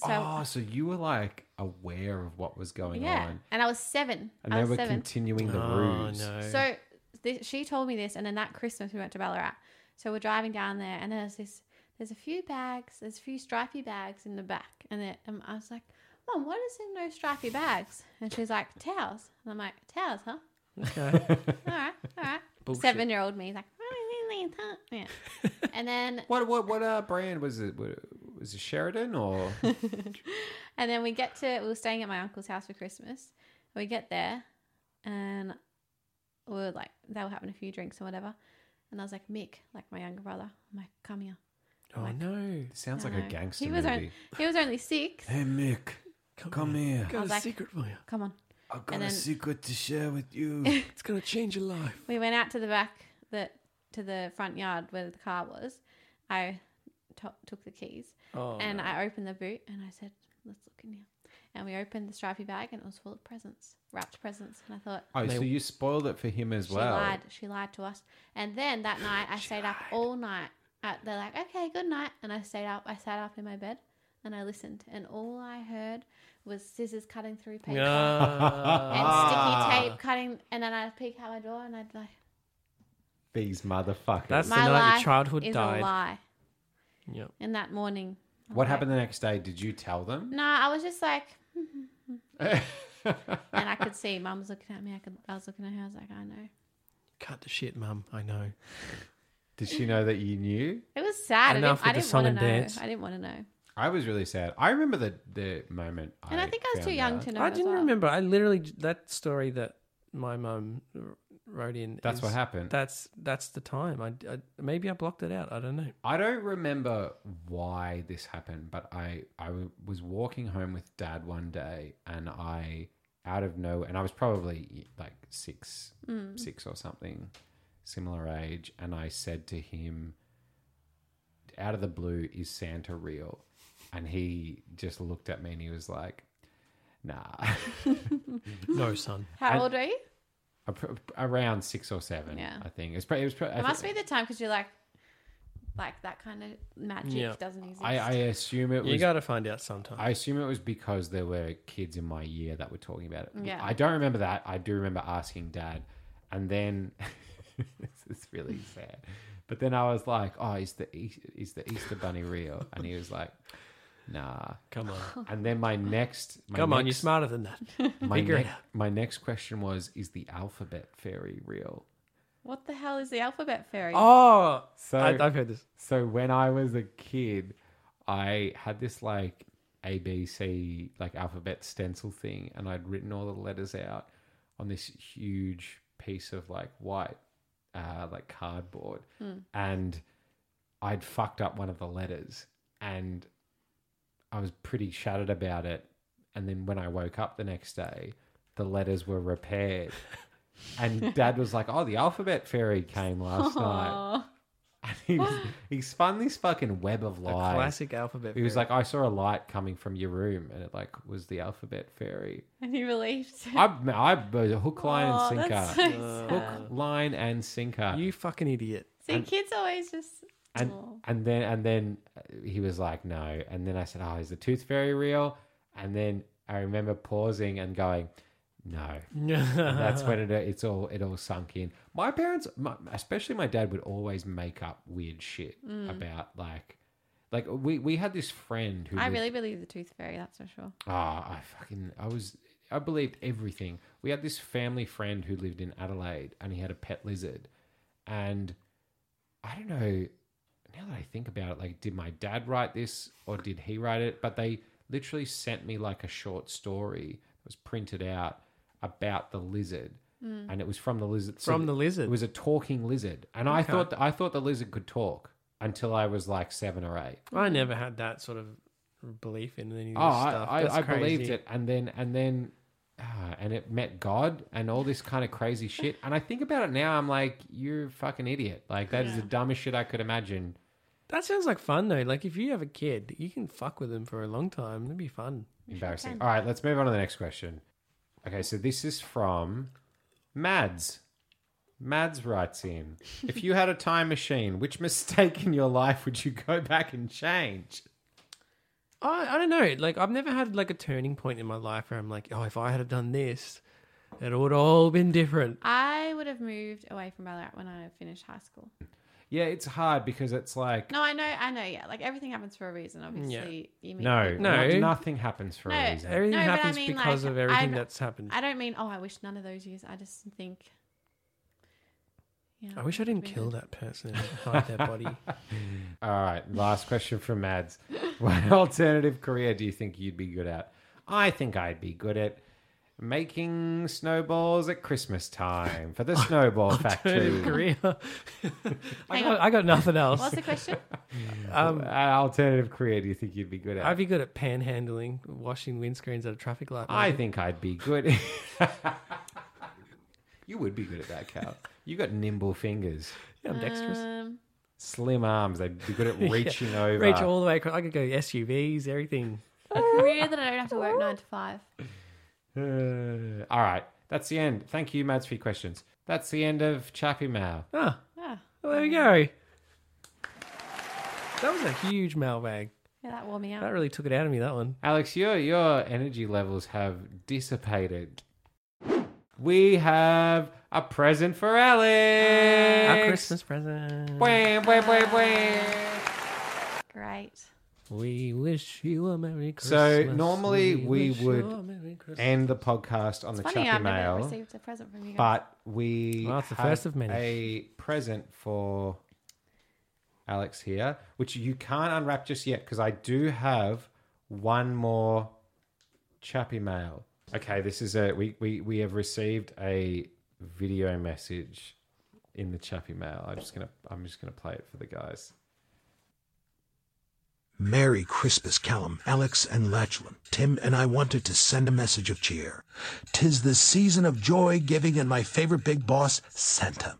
Speaker 3: so
Speaker 1: oh, so you were like aware of what was going
Speaker 3: yeah,
Speaker 1: on.
Speaker 3: and I was seven.
Speaker 1: And
Speaker 3: I
Speaker 1: they
Speaker 3: was
Speaker 1: were
Speaker 3: seven.
Speaker 1: continuing the
Speaker 2: oh
Speaker 1: ruse.
Speaker 2: no.
Speaker 3: So th- she told me this, and then that Christmas we went to Ballarat. So we're driving down there, and there's this, there's a few bags, there's a few stripy bags in the back, and it, um, I was like, Mom, what is in those stripy bags? And she's like, towels. And I'm like, towels, huh?
Speaker 2: okay.
Speaker 3: all right, all right.
Speaker 2: Bullshit.
Speaker 3: Seven year old me's like, "Oh, yeah. And then
Speaker 1: What what what uh, brand was it? Wa- Was it Sheridan or
Speaker 3: and then we get to we were staying at my uncle's house for Christmas, We get there and we were like, they were having a few drinks or whatever. And I was like, Mick, like my younger brother, I'm like, come here.
Speaker 2: Oh no!
Speaker 1: Sounds
Speaker 3: I
Speaker 1: like a
Speaker 3: know.
Speaker 1: gangster
Speaker 3: He was
Speaker 1: movie.
Speaker 3: only, he was only six.
Speaker 5: Hey, Mick.
Speaker 2: Come,
Speaker 5: here.
Speaker 3: I
Speaker 2: Got
Speaker 3: was
Speaker 2: a
Speaker 3: like-
Speaker 2: secret for you.
Speaker 3: Come on.
Speaker 5: I've
Speaker 3: And then-
Speaker 5: secret to share with you.
Speaker 2: It's gonna change your life.
Speaker 3: We went out to the back, the to the front yard where the car was. I to took the keys
Speaker 2: Oh,
Speaker 3: and
Speaker 2: no.
Speaker 3: I opened the boot and I said, "Let's look in here." And we opened the stripy bag and it was full of presents, wrapped presents. And I thought,
Speaker 1: Oh,
Speaker 2: They-
Speaker 1: so you spoiled it for him as
Speaker 3: She
Speaker 1: well.
Speaker 3: lied. She lied to us. And then that night, I stayed up all night. Uh, they're like, okay, good night. And I stayed up. I sat up in my bed and I listened. And all I heard was scissors cutting through
Speaker 2: Oh,
Speaker 3: paper
Speaker 2: Ah.
Speaker 3: and sticky tape cutting. And then I'd peek out my door and I'd be like,
Speaker 1: These motherfuckers.
Speaker 2: That's- the
Speaker 3: my
Speaker 2: night your
Speaker 3: life
Speaker 2: childhood
Speaker 3: is
Speaker 2: died.
Speaker 3: a lie.
Speaker 2: Yep.
Speaker 3: And that morning. I was
Speaker 1: what
Speaker 3: like-
Speaker 1: happened the next day? Did you tell them?
Speaker 3: No, I was just like, and I could see mum was looking at me. I could, I was looking at her. I was like, I know.
Speaker 2: Cut the shit, mum. I know.
Speaker 1: Did she know that you knew?
Speaker 3: It was sad.
Speaker 2: Enough
Speaker 3: I
Speaker 2: with the
Speaker 3: didn't, I didn't
Speaker 2: song
Speaker 3: want to
Speaker 2: and
Speaker 3: know.
Speaker 2: dance.
Speaker 3: I didn't want to know.
Speaker 1: I was really sad. I remember the the moment.
Speaker 3: And I, think I was
Speaker 1: found
Speaker 3: too young
Speaker 1: out.
Speaker 3: to know.
Speaker 2: I
Speaker 3: as
Speaker 2: didn't
Speaker 3: well.
Speaker 2: remember. I literally that story that my mum r- wrote in.
Speaker 1: That's
Speaker 2: is-
Speaker 1: what happened.
Speaker 2: That's that's the time. I, I maybe I blocked it out. I don't know.
Speaker 1: I don't remember why this happened, but I I w- was walking home with dad one day, and I out of no, and I was probably like six,
Speaker 3: Mm.
Speaker 1: six or something, similar age, and I said to him, out of the blue, is Santa real? And he just looked at me and he was like, Nah.
Speaker 2: No, son.
Speaker 3: How old are you?
Speaker 1: A- pr- around six or seven.
Speaker 3: Yeah.
Speaker 1: I think it's probably. It was. Pro- I
Speaker 3: It must be
Speaker 1: think-
Speaker 3: the time because you're like, like that kind of magic
Speaker 2: Yeah.
Speaker 3: doesn't exist.
Speaker 1: I, I assume it
Speaker 2: You
Speaker 1: was.
Speaker 2: got to find out sometime.
Speaker 1: I assume it was because there were kids in my year that were talking about it.
Speaker 3: Yeah.
Speaker 1: I don't remember that. I do remember asking dad, and then this is really sad. But then I was like, "Oh, is the Eas- is the Easter Bunny real?" And he was like, "Nah."
Speaker 2: Come on,
Speaker 1: And then my next, my
Speaker 2: come on. You're
Speaker 1: next-
Speaker 2: smarter than that.
Speaker 1: My,
Speaker 2: Figure it
Speaker 1: nec- my next question was, "Is the alphabet fairy real?"
Speaker 3: what the hell is the alphabet fairy?
Speaker 2: Oh,
Speaker 1: So
Speaker 2: I, I've heard this.
Speaker 1: So when I was a kid, I had this like ABC like alphabet stencil thing, and I'd written all the letters out on this huge piece of like white uh, like cardboard, and I'd fucked up one of the letters, and I was pretty shattered about it. And then when I woke up the next day, the letters were repaired. And dad was like, Oh, the alphabet fairy came last night.
Speaker 3: Aw.
Speaker 1: And he, was- he spun this fucking web of
Speaker 2: A
Speaker 1: lies.
Speaker 2: classic alphabet.
Speaker 1: He was
Speaker 2: fairy.
Speaker 1: like, I saw a light coming from your room, and it like was the alphabet fairy.
Speaker 3: and you relieved.
Speaker 1: I, I was a hook, line,
Speaker 3: Aw,
Speaker 1: and
Speaker 3: that's
Speaker 1: sinker.
Speaker 3: so
Speaker 2: Uh,
Speaker 3: sad.
Speaker 1: Hook, line, and sinker.
Speaker 2: you fucking idiot.
Speaker 3: See, kids always just.
Speaker 1: and
Speaker 3: Aw.
Speaker 1: and then and then uh, he was like, no. And then I said, oh, is the tooth fairy real? And then I remember pausing and going, no. And that's when it it's all it all sunk in. My parents, my, especially my dad, would always make up weird shit
Speaker 3: Mm.
Speaker 1: about like, like we we had this friend who
Speaker 3: I
Speaker 1: lived-
Speaker 3: really believe the tooth fairy. That's for sure.
Speaker 1: Ah, I fucking I was I believed everything. We had this family friend who lived in Adelaide and he had a pet lizard. And I don't know now that I think about it, like did my dad write this or did he write it? But they literally sent me like a short story that was printed out about the lizard. And it was from the lizard so
Speaker 2: From the
Speaker 1: it
Speaker 2: lizard.
Speaker 1: was a talking lizard. And I
Speaker 2: Okay.
Speaker 1: thought I thought the lizard could talk until I was like seven or eight.
Speaker 2: I never had that sort of belief in any of this
Speaker 1: Oh, I,
Speaker 2: stuff.
Speaker 1: I,
Speaker 2: That's
Speaker 1: I believed
Speaker 2: crazy.
Speaker 1: it, and then and then, ah, and it met God and all this kind of crazy shit. And I think about it now, I'm like, you're a fucking idiot. Like that is the dumbest shit I could imagine.
Speaker 2: That sounds like fun though. Like if you have a kid, you can fuck with them for a long time. That'd be fun.
Speaker 1: Embarrassing.
Speaker 3: can.
Speaker 1: All right, let's move on to the next question. Okay, so this is from Mads. Mads writes in: If you had a time machine, which mistake in your life would you go back and change?
Speaker 2: I, I don't know. Like I've never had like a turning point in my life where I'm like, oh, if I had have done this, it would all been different.
Speaker 3: I would have moved away from Ballarat when I finished high school.
Speaker 1: Yeah, it's hard because it's like
Speaker 3: No, I know, I know. Yeah, like everything happens for a reason. Obviously, you mean
Speaker 1: no,
Speaker 2: No.
Speaker 1: no, nothing happens for
Speaker 3: No.
Speaker 1: a reason.
Speaker 2: Everything
Speaker 3: No, but I
Speaker 2: happens
Speaker 3: mean,
Speaker 2: because
Speaker 3: like,
Speaker 2: of everything
Speaker 3: I'd-
Speaker 2: that's happened.
Speaker 3: I don't mean. Oh, I wish none of those years. I just think. Yeah,
Speaker 2: I wish I didn't kill that person and hide their body.
Speaker 1: All right, last question from Mads. What alternative career do you think you'd be good at? I think I'd be good at making snowballs at Christmas time for the snowball factory.
Speaker 2: Alternative career. I,
Speaker 3: Hang
Speaker 2: got,
Speaker 3: on.
Speaker 2: I got nothing else.
Speaker 3: What's the question?
Speaker 1: Um, alternative career, do you think you'd be good at?
Speaker 2: I'd be good at panhandling, washing windscreens at a traffic light.
Speaker 1: I
Speaker 2: mate.
Speaker 1: think I'd be good. you would be good at that, Cal. You got nimble fingers,
Speaker 2: Yeah, I'm dexterous.
Speaker 3: Um,
Speaker 1: slim arms. They'd be good at reaching over.
Speaker 2: Reach all the way across. I could go SUVs, everything.
Speaker 3: a career that I don't have to work nine to five.
Speaker 1: Uh, all right, that's the end. Thank you, Mads, for your questions. That's the end of Chappy Mao.
Speaker 2: Ah,
Speaker 3: Ah,
Speaker 2: well, there we go. That was a huge mailbag.
Speaker 3: yeah, that wore me
Speaker 2: That
Speaker 3: out.
Speaker 2: really took it out of me, that one.
Speaker 1: Alex, your your energy levels have dissipated. We have a present for Alex.
Speaker 2: Our Christmas present.
Speaker 1: Wah, wah, wah, wah.
Speaker 3: Great.
Speaker 2: We wish you a Merry Christmas.
Speaker 1: So normally we
Speaker 2: wish you
Speaker 1: would Eh.
Speaker 2: a Merry Christmas.
Speaker 1: End the podcast on the
Speaker 3: Funny,
Speaker 1: Chappy
Speaker 3: I've
Speaker 1: Mail.
Speaker 3: never received a present from you guys.
Speaker 1: but we
Speaker 2: Well, it's the
Speaker 1: have
Speaker 2: first of many.
Speaker 1: a present for Alex here, which you can't unwrap just yet because I do have one more chappy mail. Okay, this is a we we we have received a video message in the chappy mail. I'm just gonna I'm just gonna play it for the guys.
Speaker 8: Merry Christmas, Callum, Alex, and Lachlan. Tim and I wanted to send a message of cheer. Tis the season of joy giving and my favorite big boss, Santa.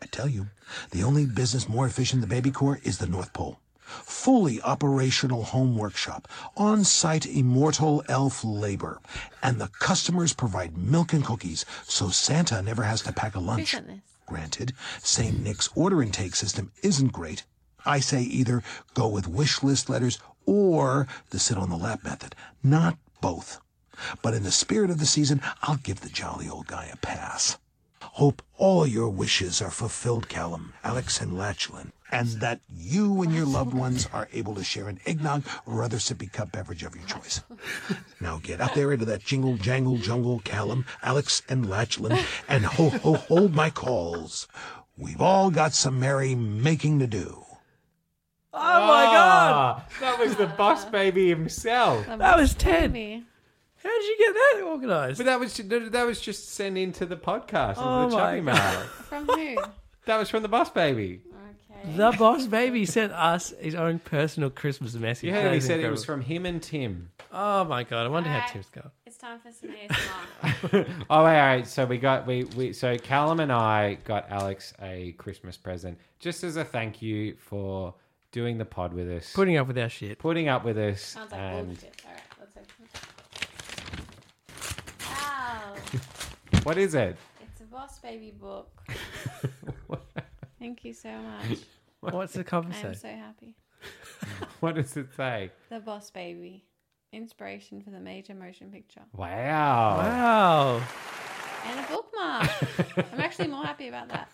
Speaker 8: I tell you, the only business more efficient than Baby Corps is the North Pole. Fully operational home workshop, on site immortal elf labor, and the customers provide milk and cookies so Santa never has to pack a
Speaker 3: Who
Speaker 8: lunch.
Speaker 3: sent this?
Speaker 8: Granted, St. Nick's order intake system isn't great. I say either go with wish list letters or the sit on the lap method, not both. But in the spirit of the season, I'll give the jolly old guy a pass. Hope all your wishes are fulfilled, Callum, Alex, and Lachlan, and that you and your loved ones are able to share an eggnog or other sippy cup beverage of your choice. Now get out there into that jingle jangle jungle, Callum, Alex, and Lachlan, and ho ho hold my calls. We've all got some merry making to do.
Speaker 2: Oh my god!
Speaker 1: Ah, that was the boss baby himself.
Speaker 2: That was
Speaker 3: Look at
Speaker 2: 10.
Speaker 3: me.
Speaker 2: How did you get that organized?
Speaker 1: But that was that was just sent into the podcast
Speaker 2: Oh
Speaker 1: of the chappy
Speaker 2: my
Speaker 1: mail.
Speaker 3: From who?
Speaker 1: That was from the boss baby.
Speaker 3: Okay.
Speaker 2: The boss baby sent us his own personal Christmas message.
Speaker 1: You heard
Speaker 2: That
Speaker 1: he
Speaker 2: is
Speaker 1: said it was
Speaker 2: incredible.
Speaker 1: from him and Tim.
Speaker 2: Oh my god! I wonder how
Speaker 3: Alright.
Speaker 2: Tim's going.
Speaker 3: It's time for some ASMR.
Speaker 1: Oh, all right. So we got we we so Callum and I got Alex a Christmas present just as a thank you for doing the pod with us,
Speaker 2: Putting up with our shit.
Speaker 1: putting up with us,
Speaker 3: Sounds like
Speaker 1: and
Speaker 3: bullshit. All right, let's open it. Wow.
Speaker 1: what is it?
Speaker 3: It's a Boss Baby book. Thank you so much.
Speaker 2: What's the cover
Speaker 3: I am
Speaker 2: say?
Speaker 3: so happy.
Speaker 1: What does it say?
Speaker 3: The Boss Baby. Inspiration for the major motion picture.
Speaker 1: Wow.
Speaker 2: Wow!
Speaker 3: And a bookmark. I'm actually more happy about that.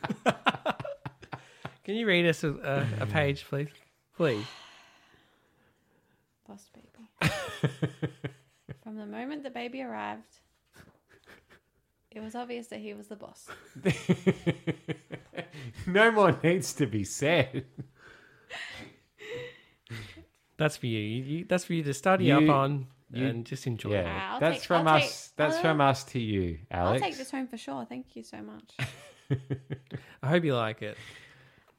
Speaker 2: Can you read us a, a, a page, please? Please.
Speaker 3: Boss Baby. From the moment the baby arrived, it was obvious that he was the boss.
Speaker 1: no more needs to be said.
Speaker 2: That's for you. You- you- that's for you to study up
Speaker 1: You-
Speaker 2: on
Speaker 1: you-
Speaker 2: and just enjoy. it.
Speaker 1: Yeah,
Speaker 3: I'll
Speaker 1: that's
Speaker 3: take-
Speaker 1: from
Speaker 3: I'll take-
Speaker 1: us. that's
Speaker 3: I'll-
Speaker 1: from us to you, Alex.
Speaker 3: I'll take this home for sure. Thank you so much.
Speaker 2: I hope you like it.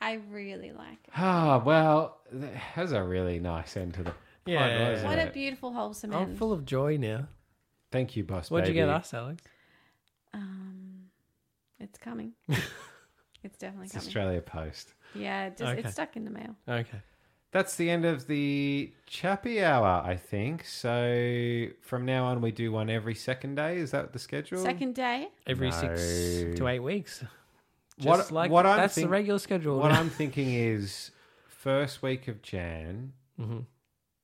Speaker 3: I really like it.
Speaker 1: Ah, well, that has a really nice end to the pod,
Speaker 2: Yeah.
Speaker 1: wasn't
Speaker 3: What a
Speaker 1: it?
Speaker 3: beautiful, wholesome
Speaker 2: I'm
Speaker 3: end.
Speaker 2: full of joy now.
Speaker 1: Thank you, boss.
Speaker 2: What'd
Speaker 1: baby.
Speaker 2: you get us, Alex?
Speaker 3: Um, it's coming. it's definitely
Speaker 1: It's
Speaker 3: coming.
Speaker 1: Australia Post.
Speaker 3: Yeah, it just,
Speaker 2: Okay.
Speaker 3: it's stuck in the mail.
Speaker 2: Okay.
Speaker 1: That's the end of the Chappy Hour, I think. So from now on, we do one every second day. Is that the schedule?
Speaker 3: Second day.
Speaker 2: Every six
Speaker 1: No.
Speaker 2: to eight weeks. Just
Speaker 1: What-
Speaker 2: like
Speaker 1: what I'm
Speaker 2: that's
Speaker 1: think-
Speaker 2: the regular schedule.
Speaker 1: What
Speaker 2: now.
Speaker 1: I'm thinking is, first week of Jan,
Speaker 2: Mhm.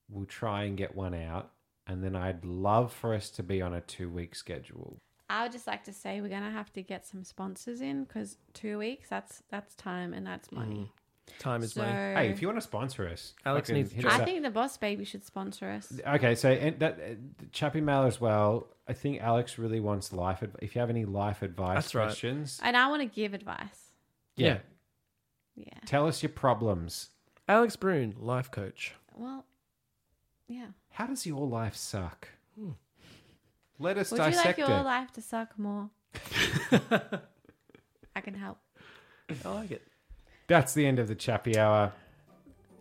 Speaker 1: we'll try and get one out, and then I'd love for us to be on a two-week schedule.
Speaker 3: I would just like to say we're gonna have to get some sponsors in because two weeks. That's that's time and
Speaker 1: Mm,
Speaker 3: that's money.
Speaker 2: Time is
Speaker 3: so
Speaker 2: money.
Speaker 1: Hey, if you want to sponsor us,
Speaker 2: Alex
Speaker 1: fucking
Speaker 2: needs
Speaker 1: hit
Speaker 2: to
Speaker 1: us
Speaker 3: I
Speaker 1: up.
Speaker 3: think the boss baby should sponsor us.
Speaker 1: Okay, so and that uh, Chappy Mail as well. I think Alex really wants life. Adv- if you have any life advice
Speaker 2: That's right.
Speaker 1: questions,
Speaker 3: And I want to give advice.
Speaker 2: Yeah.
Speaker 3: Yeah.
Speaker 1: tell us your problems.
Speaker 2: Alex Brune, life coach.
Speaker 3: Well. Yeah.
Speaker 1: How does your life suck? Let us
Speaker 3: Would you like
Speaker 1: dissect
Speaker 3: your
Speaker 1: it.
Speaker 3: life to suck more? I can help.
Speaker 2: I like it.
Speaker 1: That's the end of the Chappy Hour.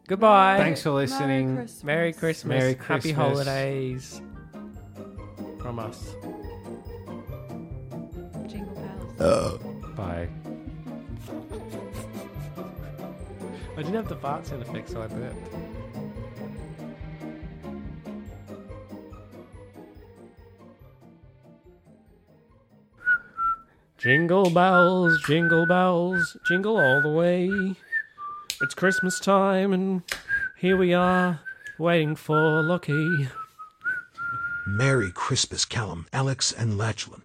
Speaker 2: Goodbye.
Speaker 1: Thanks for listening.
Speaker 3: Merry Christmas.
Speaker 2: Merry Christmas.
Speaker 1: Merry
Speaker 2: Happy
Speaker 1: Christmas.
Speaker 2: holidays. From us.
Speaker 3: Jingle bells.
Speaker 1: Bye.
Speaker 2: I didn't have the fart sound effect, so I burped. Jingle bells, jingle bells, jingle all the way. It's Christmas time, and here we are, waiting for Lockie.
Speaker 8: Merry Christmas, Callum, Alex, and Lachlan.